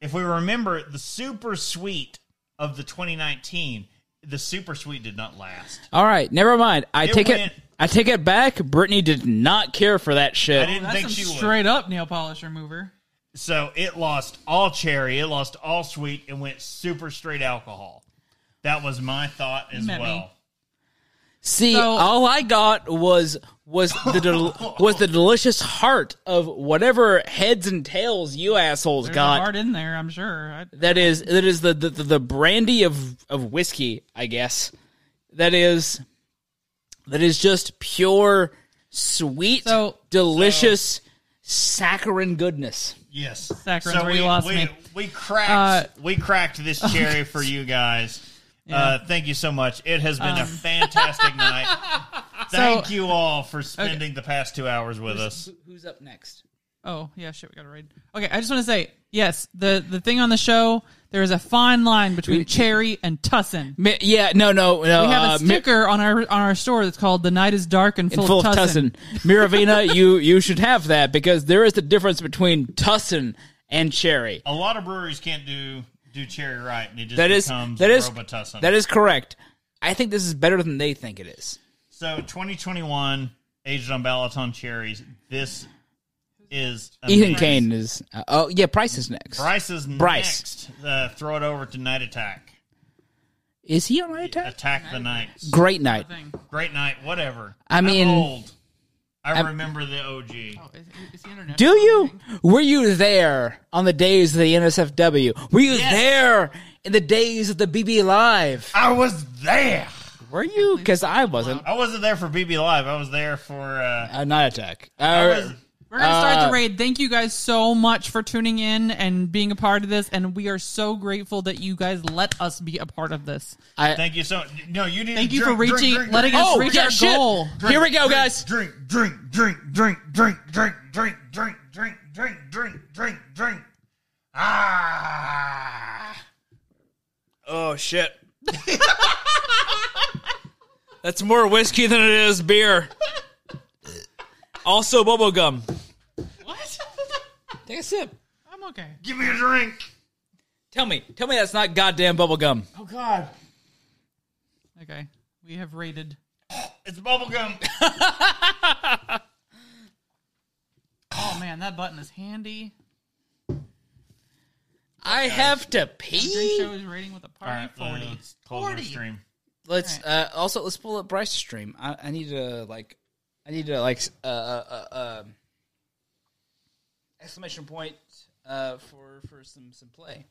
If we remember, the super sweet of the 2019, the super sweet did not last.
All right, never mind. I
It
take
went-
it. I take it back. Brittany did not care for that
I
shit.
didn't
Oh, That's
think
some
she would.
straight up nail polish remover.
So it lost all cherry, it lost all sweet, and went super straight alcohol. That was my thought as
Met me.
well.
See,
So-
all I got was was the del- was the delicious heart of whatever heads and tails you assholes
There's a
got.
heart in there, I'm sure. I,
That is that is the the, the the brandy of of whiskey, I guess. That is that is just pure sweet,
So-
delicious saccharine goodness.
Yes,
Saccharin's where you lost
we,
me. Uh,
We cracked, we cracked this cherry for you guys. Uh, thank you so much. It has been
Um.
a fantastic night. Thank you all for spending the past two hours with us.
Who's up next?
Oh yeah, shit, we gotta read. Okay, I just want to say yes. The the thing on the show, there is a fine line between cherry and tussin.
Mi- yeah, no, no, no.
We have
uh,
a
Mi-
sticker on our on our store that's called "The night is dark and full,
full
of
of
tussin."
tussin. Miravina, you you should have that because there is the difference between tussin and cherry.
A lot of breweries can't do do cherry right, and it just
That is
becomes
that is
Robitussin.
that is correct. I think this is better than they think it is.
so. 2021 aged on Balaton cherries. This is
Ethan
amazing.
Kane is. Uh, oh yeah, Price is next.
Bryce is
Bryce.
next. Uh, throw it over to Night Attack.
Is he on right attack?
Attack the night.
Great night.
Thing.
Great night. Whatever.
I
I'm
mean-
old. I remember the OG.
Is, is the internet
Do you? Were you there on the days of the NSFW? Were you there in the days of the BB Live?
I was there.
Were you? Because I wasn't.
I wasn't there for BB Live. I was there for. Uh,
Uh, night attack.
I
Uh,
was-
We're gonna start
Uh,
the raid. Thank you guys so much for tuning in and being a part of this, and we are so grateful that you guys let us be a part of this.
I,
thank you so. No, you didn't.
Thank you
drink,
for reaching,
drink, drink,
letting
drink,
us
Oh,
reach
yeah,
our
shit.
goal.
Here we go,
drink,
guys.
Drink, drink, drink, drink, drink, drink, drink, drink, drink, drink, drink, drink, drink. Ah.
Oh shit. That's more whiskey than it is beer. Also, bubble gum.
What?
Take a sip.
I'm okay.
Give me a drink.
Tell me, tell me that's not goddamn bubble gum.
Oh God,
Okay, we have raided.
it's bubblegum.
Oh man, that button is handy.
I have to
Drink
pee.
show is rating with a
All
party
right,
forty.
uh,
let's close our stream.
Let's uh, also let's pull up Bryce's stream. I, I need to like, I need to like uh, uh, uh, uh, exclamation point uh, for for some some play.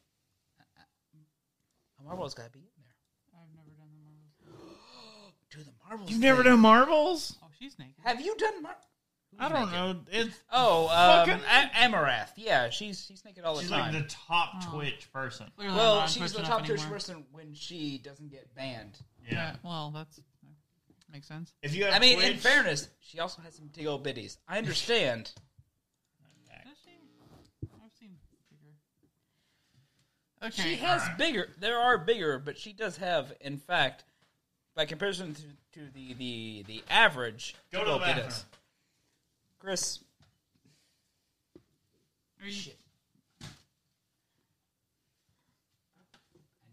Uh, uh, Marvel's got to be in there. I've never done the marbles. Do the marbles.
You've never done marbles?
Oh, she's naked.
Have you done mar-
I don't know. It's
Oh, um,
Fucking-
A- Amarath. Yeah, she's she's naked all the
she's
time.
like the top Twitch person.
Clearly Oh, I'm
well,
not
she's
twitching
the
up
top tier
anymore.
person when she doesn't get banned.
Yeah.
Yeah, well, that's makes sense.
If you have
I mean, in
Twitch,
fairness, she also has some big old biddies. I understand.
Does she? I've seen bigger. Okay.
she has bigger. There are bigger, but she does have, in fact, by comparison to, to the, the the average.
Go
big
to the
old
bathroom.
biddies. Chris.
Are you-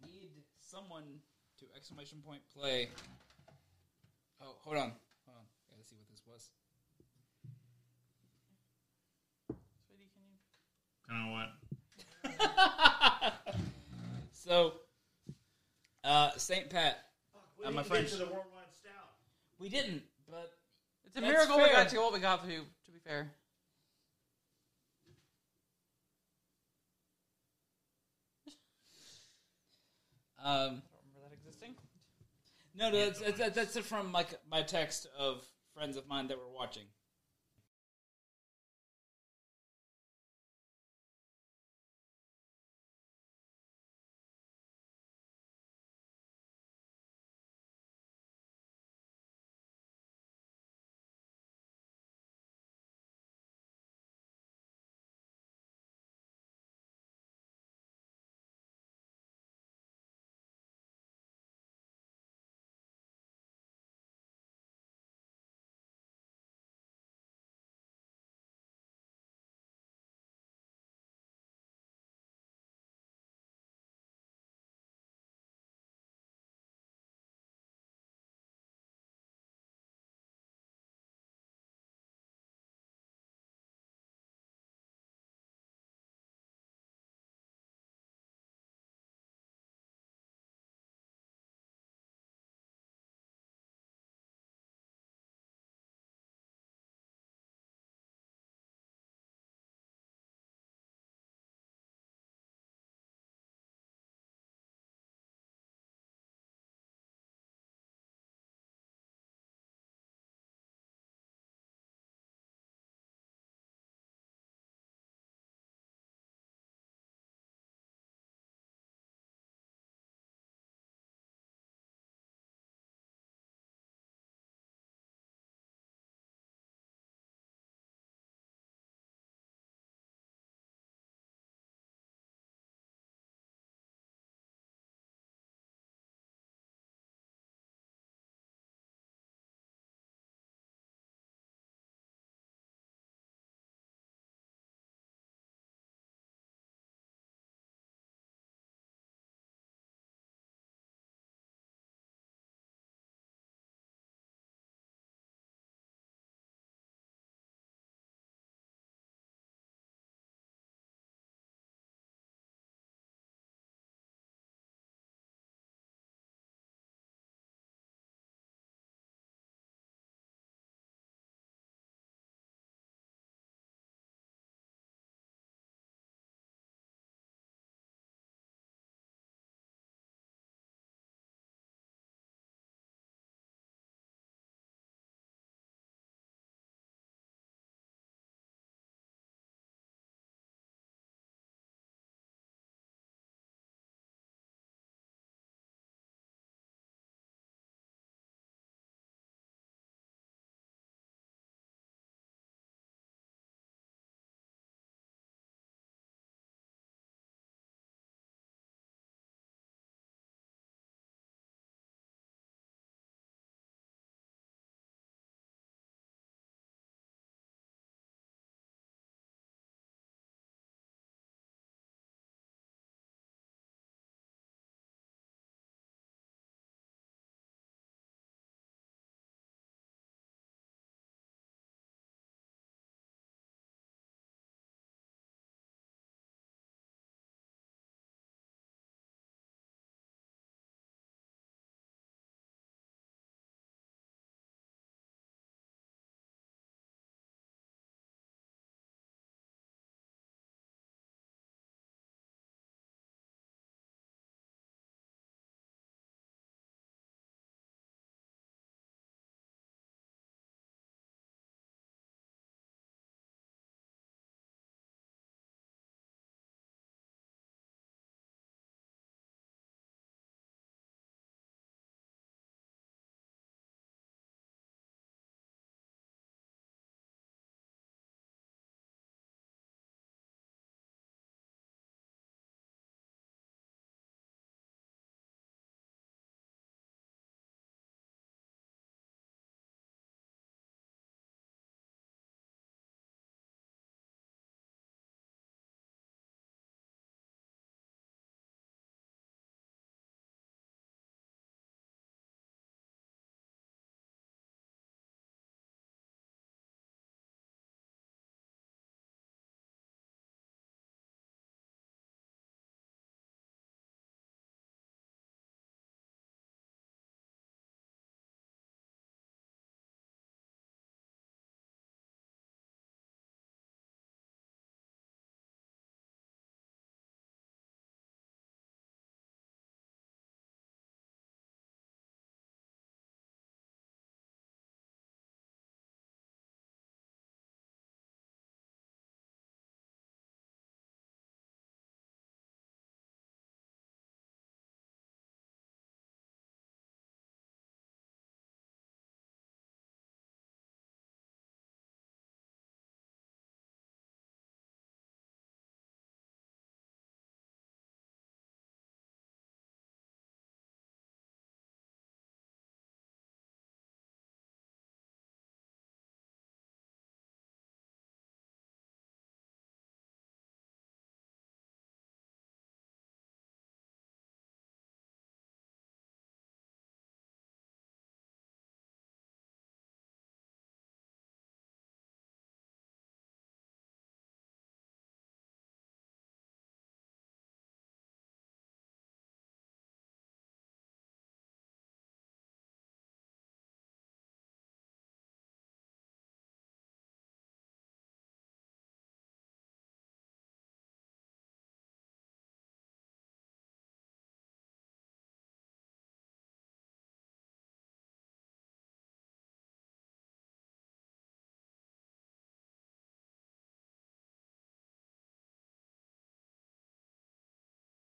I need someone to exclamation point play. Oh, hold on. Hold on. Gotta see what this was.
Sweetie, can you
I don't know what.
So, uh, St. Pat. Uh, my friend.
the worldwide stout.
We didn't, but
It's a
That's
miracle we
fair.
got to what we got to. To be fair,
um,
remember that existing?
no, no, that's, that's, that's it from like my text of friends of mine that were watching.